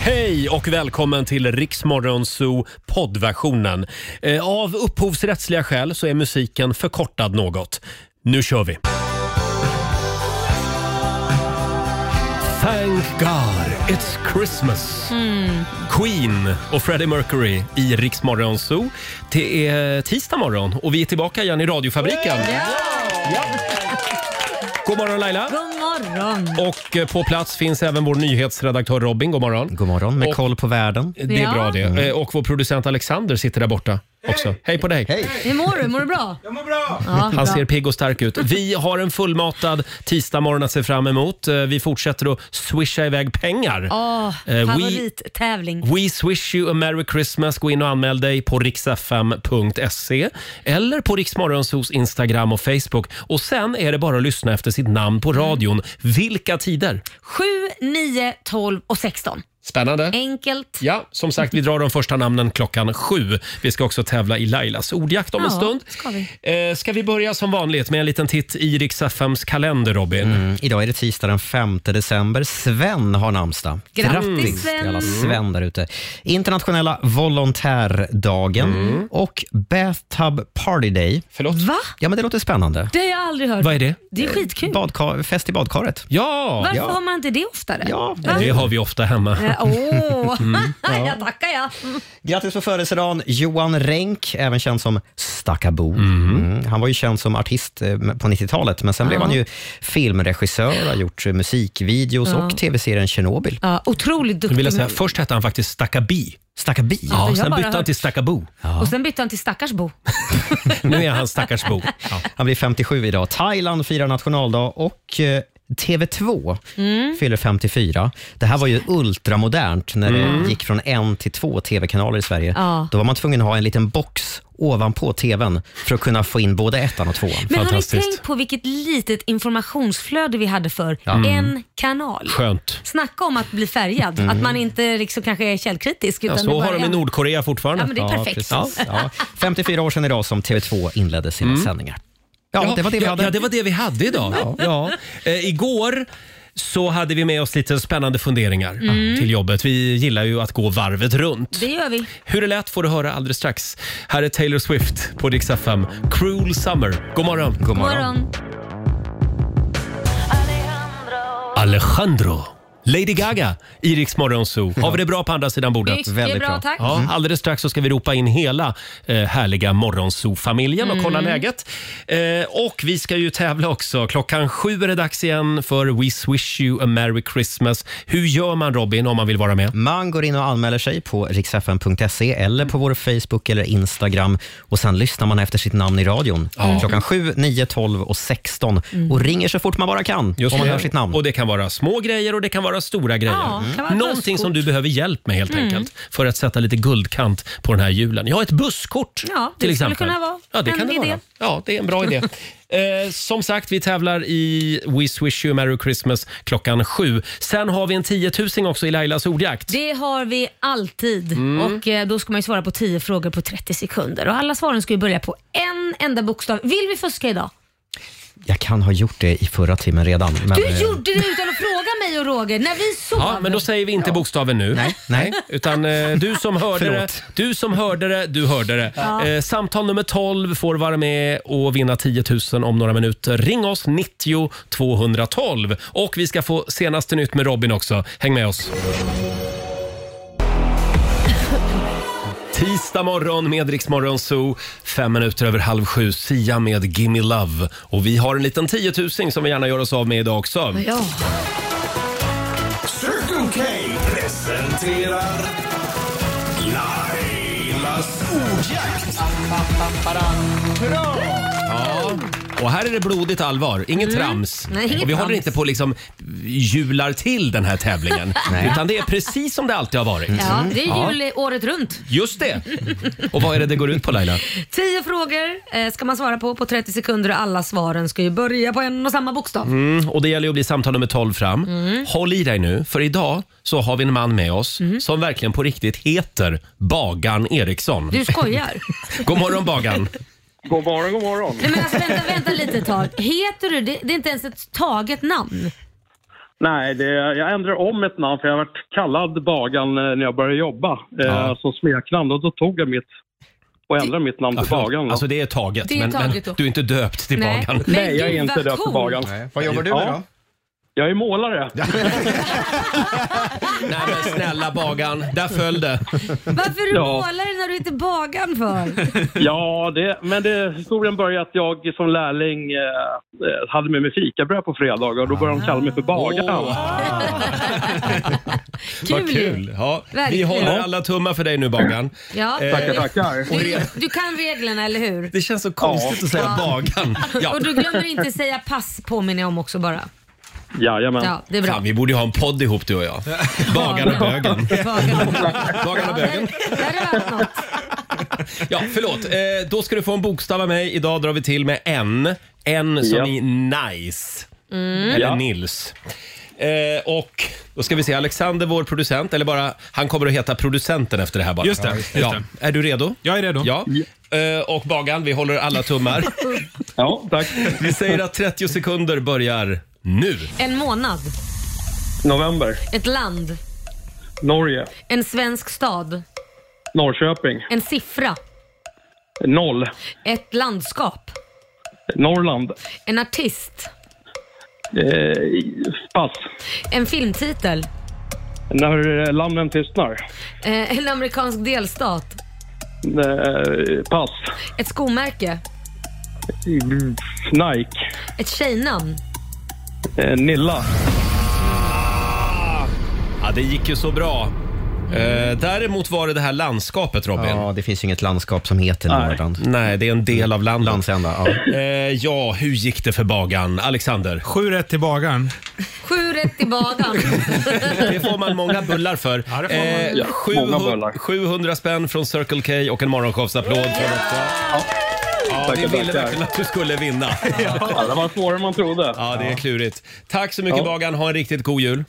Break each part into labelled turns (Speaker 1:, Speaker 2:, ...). Speaker 1: Hej och välkommen till Riksmorgon Zoo poddversionen. Eh, Av upphovsrättsliga skäl så är musiken förkortad något. Nu kör vi! Thank God it's Christmas. Queen och Freddie Mercury i Riksmorgon Zoo. Det är tisdag morgon och vi är tillbaka igen i radiofabriken. Ja. God morgon Laila!
Speaker 2: God morgon!
Speaker 1: Och eh, på plats finns även vår nyhetsredaktör Robin. God morgon.
Speaker 3: God morgon, med
Speaker 1: Och-
Speaker 3: koll på världen. Mm.
Speaker 1: Det är
Speaker 2: Ja.
Speaker 1: bra det. Eh, Och vår producent Alexander sitter där borta också. Hej på dig.
Speaker 3: Hej!
Speaker 2: Hur mår du? Mår du bra? Jag mår bra! Ja, bra.
Speaker 1: Han ser pigg och stark ut. Vi har en fullmatad tisdagmorgon att se fram emot. Eh, Vi fortsätter att swisha iväg pengar.
Speaker 2: Åh,
Speaker 1: Eh, we,
Speaker 2: favorittävling.
Speaker 1: we swish you a merry Christmas. Gå in och anmäl dig på riksfm.se eller på Riksmorgonsos Instagram och Facebook. Och sen är det bara att lyssna efter sitt namn på radion. Vilka tider?
Speaker 2: 7, 9, 12 och 16.
Speaker 1: Spännande.
Speaker 2: Enkelt.
Speaker 1: Ja, som sagt, vi drar de första namnen klockan sju. Vi ska också tävla i Lailas ordjakt om en
Speaker 2: Ja,
Speaker 1: stund.
Speaker 2: ska vi.
Speaker 1: Eh, ska vi börja som vanligt med en liten titt i Rix FMs kalender, Robin?
Speaker 3: Mm, idag är det tisdag den 5 december. Sven har namnsdag.
Speaker 2: Grattis,
Speaker 3: till alla
Speaker 2: Sven! Mm.
Speaker 3: Sven där ute. Internationella volontärdagen
Speaker 2: Mm.
Speaker 3: och Bathtub Party Day.
Speaker 1: Förlåt?
Speaker 2: Va?
Speaker 3: Ja, men det låter spännande.
Speaker 2: Det har jag aldrig hört.
Speaker 1: Vad är det?
Speaker 2: Det är skitkul.
Speaker 3: Badka- fest i badkaret.
Speaker 1: Ja,
Speaker 2: Varför
Speaker 3: ja.
Speaker 2: har man inte det oftare?
Speaker 3: Ja.
Speaker 2: Va?
Speaker 1: det har vi ofta hemma. Mm.
Speaker 2: Eh, Åh, jag tackar jag.
Speaker 3: Grattis på födelsedagen Johan Renck, även känd som Stackabo.
Speaker 1: Mhm.
Speaker 3: Mm. Han var ju känd som artist eh, på 90-talet, men sen blev han ju filmregissör, har gjort eh, musikvideos och tv-serien Tjernobyl.
Speaker 2: Ja, otroligt
Speaker 1: Jag vill
Speaker 2: duktig.
Speaker 1: säga, först hette han faktiskt Stackabi.
Speaker 3: Stackarbi.
Speaker 1: Ja,
Speaker 2: jag har
Speaker 1: sen
Speaker 2: bara
Speaker 1: bytte han
Speaker 2: hört-
Speaker 1: till Stackabo.
Speaker 2: Och sen bytte han till stackarsbo.
Speaker 1: Nu är han stackarsbo. Ja.
Speaker 3: Han blir 57 idag. Thailand firar nationaldag och eh, TV2
Speaker 2: Mm.
Speaker 3: fyller 54. Det här var ju ultramodernt när det gick från en till två tv-kanaler i Sverige.
Speaker 2: Mm. Ja.
Speaker 3: Då var man tvungen att ha en liten box ovanpå tvn för att kunna få in både ettan och tvåan.
Speaker 2: Men har ni
Speaker 1: Fantastiskt.
Speaker 2: tänkt på vilket litet informationsflöde vi hade för en kanal?
Speaker 1: Mm. Skönt. Mm.
Speaker 2: Snacka om att bli färgad. Att man inte liksom kanske är källkritisk. Utan
Speaker 1: Ja,
Speaker 2: det
Speaker 1: så
Speaker 2: bara
Speaker 1: har de
Speaker 2: är
Speaker 1: i
Speaker 2: en-
Speaker 1: Nordkorea fortfarande.
Speaker 2: Ja, men det är perfekt.
Speaker 3: Ja, precis. Ja. 54 år sedan idag som TV2 inledde sina sändningar. Ja, det var det vi
Speaker 1: Mm. ja,
Speaker 3: hade.
Speaker 1: Ja, det var det vi hade idag. Ja. Eh, igår så hade vi med oss lite spännande funderingar
Speaker 3: Mm.
Speaker 1: till jobbet. Vi gillar ju att gå varvet runt.
Speaker 2: Det gör vi.
Speaker 1: Hur det lät får du höra alldeles strax. Här är Taylor Swift på Dix FM. Cruel Summer. God morgon.
Speaker 3: God morgon.
Speaker 2: Morgon.
Speaker 1: Alejandro. Lady Gaga i Rix Morgon Zoo. Har vi det bra på andra sidan bordet? Mm.
Speaker 2: Mycket
Speaker 3: väldigt
Speaker 2: bra,
Speaker 3: bra.
Speaker 2: tack.
Speaker 1: Ja, alldeles strax så ska vi ropa in hela eh, härliga Morgonzoo-familjen och kolla
Speaker 2: Mm.
Speaker 1: läget. Eh, och vi ska ju tävla också. Klockan sju är det dags igen för We Swish You A Merry Christmas. Hur gör man Robin om man vill vara med?
Speaker 3: Man går in och anmäler sig på riksfn.se eller på vår Facebook eller Instagram och sen lyssnar man efter sitt namn i radion
Speaker 1: Mm.
Speaker 3: klockan 7, 9, 12 och 16
Speaker 2: Mm.
Speaker 3: och ringer så fort man bara kan om man
Speaker 1: det.
Speaker 3: hör sitt namn.
Speaker 1: Och det kan vara små grejer och det kan vara stora grejer. Mm.
Speaker 2: Ja, det kan vara ett
Speaker 1: Någonting som
Speaker 2: busskort. Mm.
Speaker 1: du behöver hjälp med helt enkelt för att sätta lite guldkant på den här julen. Ja, ett busskort
Speaker 2: Ja, det
Speaker 1: till
Speaker 2: skulle
Speaker 1: exempel.
Speaker 2: kunna vara
Speaker 1: ja, det
Speaker 2: en
Speaker 1: kan det
Speaker 2: idé.
Speaker 1: Vara. Ja, det är en bra idé. Eh, som sagt, vi tävlar i We Swish You a Merry Christmas klockan sju. Sen har vi en tiotusing också i Lailas ordjakt.
Speaker 2: Det har vi alltid.
Speaker 1: Mm.
Speaker 2: Och eh, Då ska man ju svara på 10 frågor på 30 sekunder. Och Alla svaren ska ju börja på en enda bokstav. Vill vi fuska idag?
Speaker 3: Jag kan ha gjort det i förra timmen redan. Men,
Speaker 2: Du
Speaker 3: eh,
Speaker 2: gjorde det utan att fråga mig och Roger när vi sov.
Speaker 1: Ja, men då säger vi inte bokstaven nu. Nej,
Speaker 3: nej.
Speaker 1: Utan eh, du som hörde det,
Speaker 3: Förlåt.
Speaker 1: du som hörde det, du hörde det. Eh, samtal nummer 12 får vara med och vinna 10 000 om några minuter. Ring oss 90 212 och vi ska få senaste nytt med Robin också. Häng med oss. Tisdag morgon med Rix Morgon Zoo. Fem minuter över halv sju. Sia med Gimme Love. Och vi har en liten tiotusing som vi gärna gör oss av med idag också.
Speaker 2: Ja.
Speaker 4: Circle K presenterar Lailas ordjakt.
Speaker 1: Ja, och här är det blodigt allvar, inget trams.
Speaker 2: Mm. Nej, inget
Speaker 1: och vi håller
Speaker 2: trams.
Speaker 1: inte på och liksom hjular till den här tävlingen. utan det är precis som det alltid har varit. Mm.
Speaker 2: ja, det är jul året runt.
Speaker 1: Just det! Och vad är det det går ut på Laila?
Speaker 2: 10 frågor eh, ska man svara på på 30 sekunder och alla svaren ska ju börja på en och samma bokstav.
Speaker 1: Mm, och det gäller ju att bli samtal nummer 12 fram.
Speaker 2: Mm.
Speaker 1: Håll i dig nu, för idag så har vi en man med oss som verkligen på riktigt heter Bagan Eriksson.
Speaker 2: Du skojar?
Speaker 1: God morgon Bagan!
Speaker 5: God morgon, god morgon.
Speaker 2: Nej men alltså vänta, vänta lite ett tag. Heter du, det, det är inte ens ett taget namn.
Speaker 5: Nej, det, jag ändrade om ett namn för jag varit kallad Bagan eh, när jag började jobba eh, som smeknamn och då tog jag mitt och ändrade mitt namn till Bagan.
Speaker 1: Alltså det är taget,
Speaker 2: Det är
Speaker 1: men,
Speaker 2: taget
Speaker 1: men
Speaker 2: då.
Speaker 1: du är inte döpt till
Speaker 2: Nej.
Speaker 1: Bagan.
Speaker 2: Men
Speaker 5: Nej, jag
Speaker 2: gud,
Speaker 5: är inte
Speaker 2: vad
Speaker 5: döpt till
Speaker 2: coolt.
Speaker 5: Bagan.
Speaker 3: Nej. Vad jobbar du med
Speaker 5: Ja.
Speaker 3: då?
Speaker 5: Jag är målare.
Speaker 1: Nej men snälla Bagan, där föll det.
Speaker 2: Varför är du
Speaker 5: Ja.
Speaker 2: målare när du inte är bagaren för?
Speaker 5: Ja, det, men det, historien började att jag som lärling eh, eh, hade med mig fikabröd på fredagar och då började de kalla
Speaker 2: Ah.
Speaker 5: mig för Bagaren.
Speaker 1: Vad
Speaker 2: ju.
Speaker 1: kul! Ja, vi
Speaker 2: Verkligen.
Speaker 1: håller alla tummar för dig nu Bagan. Eh,
Speaker 2: Ja.
Speaker 5: Tackar, tackar.
Speaker 2: Du, du kan reglerna, eller hur?
Speaker 1: Det känns så konstigt att säga Bagan. Ja.
Speaker 2: Och du glömmer inte säga pass påminner jag om också bara.
Speaker 5: Jajamän.
Speaker 2: Ja, det är bra.
Speaker 1: Fan, vi borde ju ha en podd ihop du och jag. Bagan och bögen. Bagan och bögen.
Speaker 2: Där hade varit något.
Speaker 1: Ja, förlåt. Eh, då ska du få en bokstav av mig. Idag drar vi till med en. En som
Speaker 5: Ja.
Speaker 1: i nice.
Speaker 6: Mm.
Speaker 2: Mm.
Speaker 1: Eller
Speaker 5: Ja.
Speaker 1: Nils. Eh, och då ska vi se, Alexander vår producent, eller bara, han kommer att heta producenten efter det här bara.
Speaker 7: Just det, just
Speaker 1: ja.
Speaker 7: det.
Speaker 1: Är du redo?
Speaker 7: Jag är redo.
Speaker 1: Ja. Eh, och Bagan, vi håller alla tummar.
Speaker 5: Ja, tack.
Speaker 1: Vi säger att 30 sekunder börjar nu.
Speaker 2: En månad,
Speaker 5: November.
Speaker 2: ett land,
Speaker 5: Norge.
Speaker 2: en svensk stad,
Speaker 5: Norrköping.
Speaker 2: en siffra,
Speaker 5: Noll.
Speaker 2: ett landskap,
Speaker 5: Norrland.
Speaker 2: en artist,
Speaker 5: Eh, pass.
Speaker 2: en filmtitel,
Speaker 5: När eh, lammen tystnar.
Speaker 2: eh, en amerikansk delstat,
Speaker 5: Eh, pass.
Speaker 2: ett skomärke,
Speaker 5: Mm, Nike.
Speaker 2: ett tjejnamn.
Speaker 5: Eh, Nilla.
Speaker 1: Ja, det gick ju så bra. Eh, däremot var det det här landskapet Robin.
Speaker 3: Ja, det finns ju inget landskap som heter
Speaker 5: Nej.
Speaker 3: Norrland.
Speaker 1: Nej, det är en del av landet.
Speaker 3: Landsända, ja.
Speaker 1: Eh, ja, hur gick det för Bagan? Alexander?
Speaker 7: 7 rätt till bagaren.
Speaker 2: Sju rätt i bagan.
Speaker 1: Det får man många bullar för.
Speaker 7: Ja, det får man.
Speaker 5: Ja, många
Speaker 1: 700,
Speaker 5: bullar.
Speaker 1: 700 spänn från Circle K och en morgonshowsapplåd. för detta. Ja, vi
Speaker 5: Tackar,
Speaker 1: ville
Speaker 5: tackar.
Speaker 1: verkligen att du skulle vinna.
Speaker 5: Ja, det var svårare än man trodde.
Speaker 1: Ja, det är klurigt. Tack så mycket
Speaker 5: Ja.
Speaker 1: Bagan. Ha en riktigt god jul.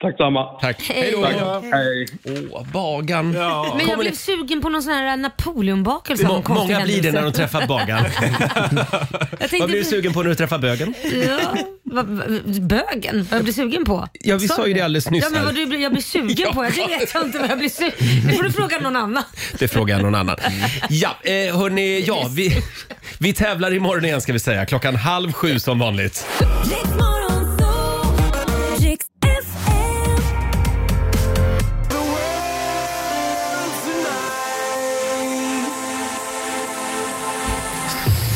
Speaker 5: Tack samma.
Speaker 1: Tack. Hej
Speaker 5: Tack.
Speaker 1: då.
Speaker 5: Hej.
Speaker 1: Åh, Bagan.
Speaker 2: Men jag blev sugen på någon sån här napoleonbakelse av
Speaker 1: Må-
Speaker 2: en konstig
Speaker 1: Många blir det när de
Speaker 2: händelse.
Speaker 1: träffat Bagan.
Speaker 2: Jag
Speaker 1: Vad blir du
Speaker 2: tänkte...
Speaker 1: sugen på när du träffar bögen?
Speaker 2: Ja, vad- vad- bögen? Vad jag blir sugen på?
Speaker 1: Ja, vi sa ju
Speaker 2: du?
Speaker 1: det alldeles nyss
Speaker 2: Ja, men
Speaker 1: här.
Speaker 2: vad du, blir- jag blir sugen på? Jag vet jag inte vad jag blir sugen Det får du fråga någon annan.
Speaker 1: Det frågar jag någon annan. Ja, eh, hörni, ja, vi, vi tävlar imorgon igen ska vi säga. Klockan halv sju som vanligt.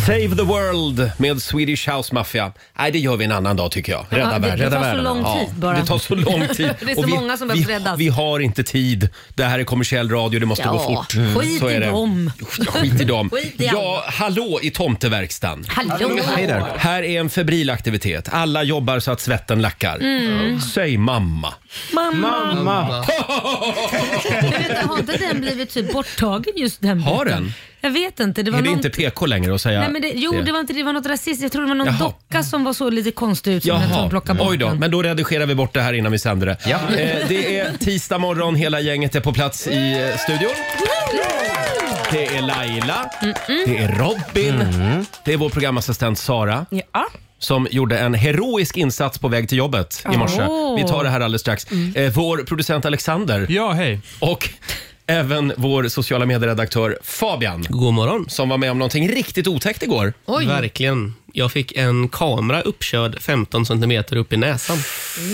Speaker 1: Save the world med Swedish House Mafia. Nej, det gör vi en annan dag tycker jag. Rädda
Speaker 2: Ja, det-
Speaker 1: världen.
Speaker 2: det
Speaker 1: rädda
Speaker 2: tar så
Speaker 1: världen.
Speaker 2: lång tid bara.
Speaker 1: Det tar så lång tid.
Speaker 2: Det är så
Speaker 1: Och vi,
Speaker 2: många som
Speaker 1: vi,
Speaker 2: behöver räddas.
Speaker 1: Vi har inte tid. Det här är kommersiell radio, det måste
Speaker 2: Ja,
Speaker 1: gå fort.
Speaker 2: skit
Speaker 1: så
Speaker 2: i
Speaker 1: är det.
Speaker 2: dem.
Speaker 1: Ja, Skit i dem.
Speaker 2: Skit i
Speaker 1: ja, hallå i tomteverkstan.
Speaker 2: Hallå!
Speaker 3: Hej där.
Speaker 1: Här är en febril aktivitet. Alla jobbar så att svetten lackar.
Speaker 2: Mm.
Speaker 1: Säg mamma.
Speaker 2: Mamma!
Speaker 3: Mamma.
Speaker 2: Men vänta, har inte den blivit typ borttagen just den
Speaker 1: Har
Speaker 2: biten?
Speaker 1: den?
Speaker 2: Jag vet inte. Det var
Speaker 1: är det
Speaker 2: någon...
Speaker 1: inte PK längre att säga
Speaker 2: Nej, men det, jo, det var inte det. var något rasistiskt. Jag tror det var någon
Speaker 1: Jaha.
Speaker 2: docka som var så lite konstig ut som jag tror
Speaker 1: Jaha,
Speaker 2: plockade bort
Speaker 1: oj då.
Speaker 2: den.
Speaker 1: Men då redigerar vi bort det här innan vi sänder det.
Speaker 3: Ja.
Speaker 1: Eh, det är tisdag morgon, hela gänget är på plats i eh, studion. Det är Laila,
Speaker 2: Mm.
Speaker 1: det är Robin, det är vår programassistent Sara
Speaker 2: Ja.
Speaker 1: som gjorde en heroisk insats på väg till jobbet i morse.
Speaker 2: Åh.
Speaker 1: Vi tar det här alldeles strax.
Speaker 2: Mm.
Speaker 1: Eh, vår producent Alexander
Speaker 7: Ja, hej.
Speaker 1: och även vår sociala medieredaktör Fabian
Speaker 8: God morgon.
Speaker 1: som var med om någonting riktigt otäckt igår.
Speaker 8: Verkligen. Jag fick en kamera uppkörd 15 centimeter upp i näsan.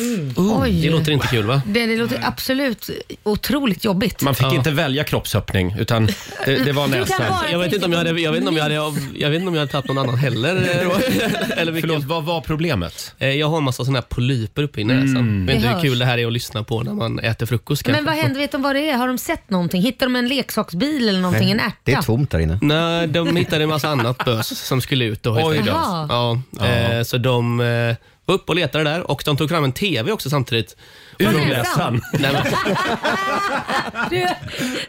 Speaker 1: Mm.
Speaker 2: Oj.
Speaker 8: Det låter inte kul va?
Speaker 2: Det, det låter absolut otroligt jobbigt.
Speaker 1: Man fick
Speaker 8: Ja.
Speaker 1: inte välja kroppsöppning utan det, det var
Speaker 2: Du kan
Speaker 1: näsan.
Speaker 2: vara-
Speaker 8: Jag vet inte om jag hade, jag vet inte om jag hade, jag vet inte om jag hade tagit någon annan heller. eh, Eller
Speaker 1: Förlåt,
Speaker 8: vilken.
Speaker 1: vad var problemet?
Speaker 8: Eh, Jag har en massa såna här polyper uppe i
Speaker 3: Mm.
Speaker 8: näsan. Vet
Speaker 2: Det
Speaker 8: inte hur
Speaker 2: hörs.
Speaker 8: kul det här är att lyssna på när man äter frukost kanske.
Speaker 2: Men vad händer? Vet de vad det är? Har de sett någonting? Hittar de en leksaksbil eller någonting? En ärta?
Speaker 3: Det är tomt där inne.
Speaker 8: Nej, de hittade en massa annat bös som skulle ut. Då, helt
Speaker 1: Oj
Speaker 8: enkelt.
Speaker 1: då.
Speaker 8: Ja, Eh, så de eh, var uppe och letade där och de tog fram en TV också samtidigt.
Speaker 1: Ur
Speaker 2: Från
Speaker 1: näsan?
Speaker 2: näsan?
Speaker 8: Nej, men,
Speaker 2: Du,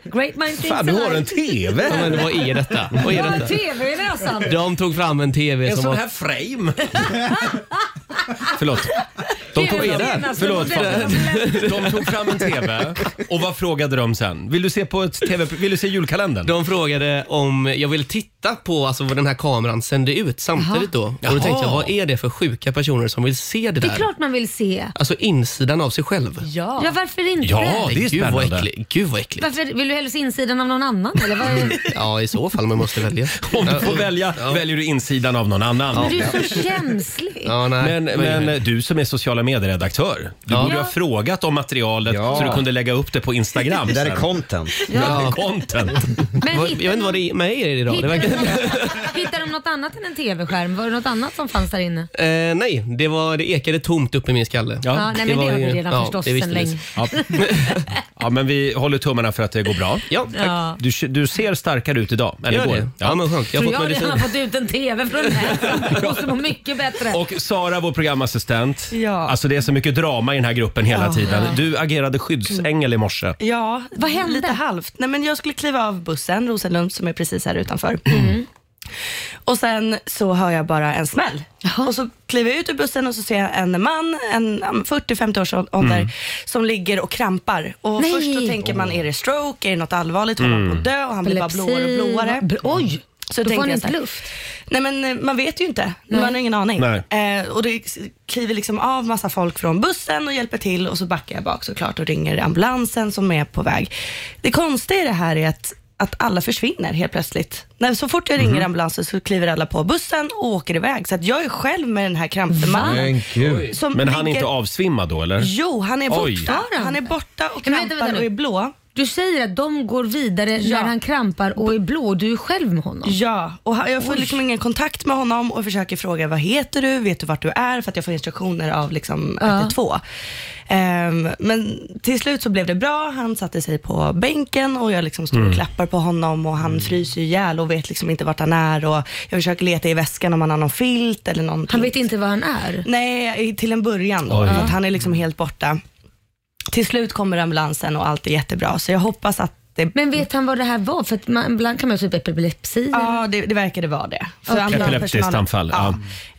Speaker 2: great mind thinks
Speaker 1: Fan, du har en
Speaker 2: alike.
Speaker 1: TV!
Speaker 8: ja, men, vad är detta? Vad
Speaker 2: Jag har
Speaker 8: är
Speaker 2: en
Speaker 8: detta?
Speaker 2: TV i näsan.
Speaker 8: De tog fram en TV
Speaker 1: En
Speaker 8: som
Speaker 1: sån
Speaker 8: var
Speaker 1: här frame! Förlåt.
Speaker 8: De
Speaker 1: tog-
Speaker 8: tog
Speaker 1: är det här?
Speaker 2: Senaste
Speaker 1: Förlåt,
Speaker 2: modellen.
Speaker 1: De tog fram en TV och vad frågade de sen? Vill du se, på ett TV, vill du se julkalendern?
Speaker 8: De frågade om jag ville titta på alltså, vad den här kameran sände ut samtidigt då. Och då tänkte jag,
Speaker 1: Jaha.
Speaker 8: vad är det för sjuka personer som vill se det
Speaker 2: Det
Speaker 8: där?
Speaker 2: är klart man vill se.
Speaker 8: Alltså insidan av sig själv.
Speaker 7: Ja.
Speaker 2: Ja, varför inte?
Speaker 1: Ja, det är
Speaker 8: Gud vad
Speaker 1: spännande.
Speaker 8: äckligt. Gud vad äckligt.
Speaker 2: Varför, vill du hellre se insidan av någon annan? Eller vad
Speaker 8: Mm.
Speaker 2: är...
Speaker 8: Ja, i så fall man måste välja.
Speaker 1: Om du får välja väljer du insidan av någon annan.
Speaker 2: Men du är så känslig.
Speaker 8: Ja, nej.
Speaker 1: Men, men eh, du som är sociala medieredaktör, du borde ha frågat om materialet
Speaker 3: Ja.
Speaker 1: så du kunde lägga upp det på Instagram
Speaker 3: Det där är
Speaker 1: sen.
Speaker 3: content.
Speaker 1: Ja, content.
Speaker 2: Men
Speaker 8: Vad- jag vet inte vad det är med er idag. Det
Speaker 2: Hittar de,
Speaker 8: verkar...
Speaker 2: något, hittar de något annat än en TV-skärm? Var det något annat som fanns där inne?
Speaker 8: eh, nej, det, var, det ekade tomt upp i min skalle.
Speaker 2: Ja, nej, men det
Speaker 8: var
Speaker 2: har
Speaker 8: ju-
Speaker 2: vi redan
Speaker 8: ja,
Speaker 2: förstås
Speaker 8: det visste
Speaker 2: sedan
Speaker 8: vi.
Speaker 2: länge.
Speaker 1: Ja. ja, men vi håller tummarna för att det går bra.
Speaker 8: Ja, ja.
Speaker 2: Ja.
Speaker 1: Du, du ser starkare ut idag än
Speaker 8: Gör
Speaker 1: igår.
Speaker 8: det? Ja,
Speaker 1: Ja.
Speaker 8: men skönt. Jag
Speaker 2: Jag
Speaker 8: har
Speaker 2: tror
Speaker 8: fått
Speaker 2: jag redan
Speaker 8: medicin.
Speaker 2: har fått ut en TV från näsan. Måste må mycket bättre.
Speaker 1: Och Sara, vår programassistent.
Speaker 7: Ja.
Speaker 1: Alltså det är så mycket drama i den här gruppen hela tiden. Du agerade skyddsängel i morse.
Speaker 7: Ja,
Speaker 2: Vad hände?
Speaker 7: lite halvt. Nej, men jag skulle kliva av bussen, Rosenlund som är precis här utanför.
Speaker 2: Mm.
Speaker 7: Och sen så hör jag bara en smäll. Och så kliver jag ut ur bussen och så ser jag en man, en ja, men 40-50 års ålder, som ligger och krampar. Och
Speaker 2: Mm. Nej. Mm.
Speaker 7: först så tänker man, är det stroke? Är det något allvarligt? Håller han på att dö? Och han blir bara
Speaker 2: Epilepsi.
Speaker 7: blåare och blåare.
Speaker 2: Bl- Oj!
Speaker 7: Så
Speaker 2: Då
Speaker 7: tänkte
Speaker 2: får han
Speaker 7: jag
Speaker 2: inte
Speaker 7: så här,
Speaker 2: luft.
Speaker 7: Nej men eh, man vet ju inte. Man har ingen aning. Eh, och det kliver liksom av massa folk från bussen och hjälper till och så backar jag bak såklart och ringer ambulansen som är på väg. Det konstiga i det här är att att alla försvinner helt plötsligt. När, så fort jag ringer ambulansen så kliver alla på bussen och åker iväg. Så att jag är själv med den här krampemannen.
Speaker 3: gud.
Speaker 7: som
Speaker 1: Men han är
Speaker 7: ligger-
Speaker 1: inte avsvimmad då eller?
Speaker 7: Jo, han är
Speaker 1: Oj.
Speaker 7: borta. Han är borta och
Speaker 2: Men vänta, vänta
Speaker 7: krampar
Speaker 2: nu.
Speaker 7: och är blå.
Speaker 2: Du säger att de går vidare
Speaker 7: Ja.
Speaker 2: när han krampar och är blå. Du är själv med honom.
Speaker 7: Ja, och ha- jag får liksom ingen kontakt med honom och försöker fråga vad heter du, vet du vart du är? För att jag får instruktioner av liksom 112. Ehm, men till slut så blev det bra, han satte sig på bänken och jag liksom
Speaker 2: Mm.
Speaker 7: står och klappar på honom och han fryser ju ihjäl och vet liksom inte vart han är och jag försöker leta i väskan om han har någon filt eller någonting.
Speaker 2: Han vet inte vad han är.
Speaker 7: Nej, i- till en början då, för att han är liksom helt borta. Till slut kommer ambulansen och allt är jättebra, så jag hoppas att det
Speaker 2: Men vet han vad det här var? För att man, ibland kan man ha typ epilepsi.
Speaker 7: Ja, det, det verkade vara det. För
Speaker 2: Okej.
Speaker 7: ambulans-
Speaker 1: Epileptiskt
Speaker 7: personalen-
Speaker 1: anfall, ja.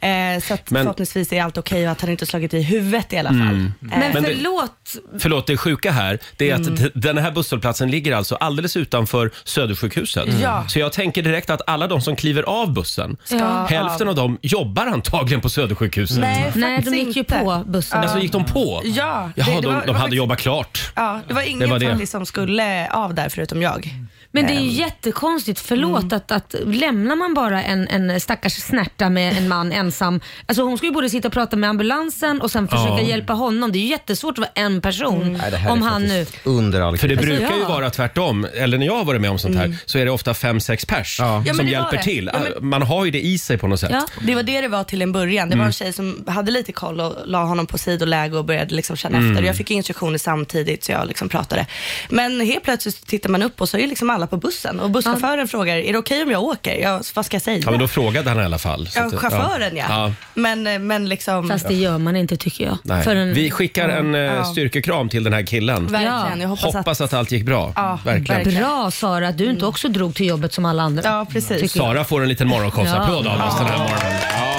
Speaker 7: Eh, så att
Speaker 1: Men- Mm.
Speaker 7: förhoppningsvis är allt okej och att han inte slagit i huvudet i alla fall. Eh,
Speaker 2: Men
Speaker 1: Men det-
Speaker 2: förlåt,
Speaker 1: Förlåt, det sjuka här det är
Speaker 7: Mm.
Speaker 1: att d- den här busshållplatsen ligger alltså alldeles utanför Södersjukhuset.
Speaker 7: Ja.
Speaker 1: Så jag tänker direkt att alla de som kliver av bussen,
Speaker 2: Ja.
Speaker 1: hälften av dem jobbar antagligen på Södersjukhuset.
Speaker 7: nej,
Speaker 2: Nej, de
Speaker 7: faktiskt
Speaker 2: gick ju
Speaker 7: inte.
Speaker 2: på bussen.
Speaker 1: Alltså gick de på?
Speaker 7: Ja, det-
Speaker 1: Jaha,
Speaker 7: det var-
Speaker 1: de, de
Speaker 7: det var
Speaker 1: hade
Speaker 7: faktiskt-
Speaker 1: jobbat klart.
Speaker 7: Ja, det var ingen
Speaker 1: var det.
Speaker 7: som liksom skulle av där förutom jag. Eh,
Speaker 2: Men det är
Speaker 7: Ehm.
Speaker 2: ju jättekonstigt. Förlåt att, att lämnar man bara en, en stackars snärta med en man ensam. Alltså hon ska ju både sitta och prata med ambulansen och sen försöka
Speaker 1: Ja.
Speaker 2: hjälpa honom. Det är ju jättesvårt att vara en person.
Speaker 3: Nej, det här
Speaker 2: om
Speaker 3: är
Speaker 2: han nu...
Speaker 3: faktiskt under all
Speaker 1: För det
Speaker 7: Alltså,
Speaker 3: kritik.
Speaker 1: brukar ju
Speaker 2: ja.
Speaker 1: vara tvärtom. Eller när jag har varit med om sånt här så är det ofta fem, sex pers
Speaker 7: Mm. Ja, men
Speaker 1: som
Speaker 7: det var
Speaker 1: hjälper
Speaker 7: det.
Speaker 1: till.
Speaker 7: Ja, men-
Speaker 1: Man har ju det i sig på något sätt.
Speaker 2: Ja.
Speaker 7: Det var det det var till en början. Det
Speaker 1: Mm.
Speaker 7: var en tjej som hade lite koll och la honom på sidoläge och började liksom känna
Speaker 1: Mm.
Speaker 7: efter. Jag fick instruktioner samtidigt så jag liksom pratade. Men helt plötsligt tittar man upp och så är liksom alla på bussen och busschauffören frågar, är det okej om jag åker? Ja, vad ska jag säga?
Speaker 1: Ja, men då frågade han i alla fall. Så
Speaker 7: Ja,
Speaker 1: att-
Speaker 7: chauffören ja. Men, men liksom,
Speaker 2: Fast det gör man inte tycker jag.
Speaker 1: Nej.
Speaker 2: För en-
Speaker 1: Vi skickar en eh,
Speaker 7: Ja.
Speaker 1: styrkekram till den här killen.
Speaker 7: verkligen.
Speaker 2: Ja.
Speaker 7: Jag hoppas,
Speaker 1: Hoppas,
Speaker 7: att...
Speaker 1: att allt gick bra.
Speaker 7: Ja,
Speaker 1: verkligen.
Speaker 7: verkligen.
Speaker 2: Bra Sara att du inte också drog till jobbet som alla andra.
Speaker 7: Ja, precis.
Speaker 2: Tycker jag.
Speaker 1: Sara får en liten morgonshowsapplåd
Speaker 2: Ja.
Speaker 1: av oss den här morgonen. Ja.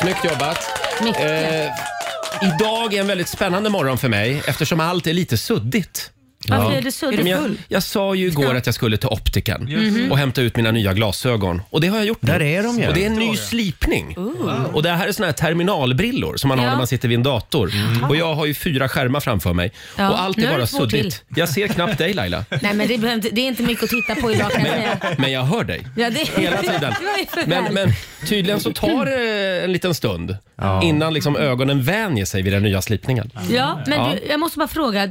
Speaker 1: Snyggt jobbat. Eh,
Speaker 2: Mycket.
Speaker 1: idag är en väldigt spännande morgon för mig eftersom allt är lite suddigt.
Speaker 2: Varför är det suddigt?
Speaker 1: Men jag, jag sa ju igår att jag skulle till optiken och hämta ut mina nya glasögon. Och det har jag gjort nu.
Speaker 3: Där är de ju.
Speaker 1: Och det är en ny slipning. Och det här är såna här terminalbrillor som man har
Speaker 2: Ja.
Speaker 1: när man sitter vid en dator. Och jag har ju fyra skärmar framför mig.
Speaker 2: Ja.
Speaker 1: Och allt
Speaker 2: Nu
Speaker 1: är
Speaker 2: har
Speaker 1: bara
Speaker 2: du två
Speaker 1: suddigt. Jag ser knappt dig Laila.
Speaker 2: Nej men det, behöver inte- det är inte mycket att titta på idag kan jag säga.
Speaker 1: Men jag hör dig.
Speaker 2: Ja, det...
Speaker 1: Hela tiden.
Speaker 2: Det var ju för väl.
Speaker 1: Men, men tydligen så tar det en liten stund innan liksom ögonen vänjer sig vid den nya slipningen.
Speaker 2: Ja, men Du, jag måste bara fråga.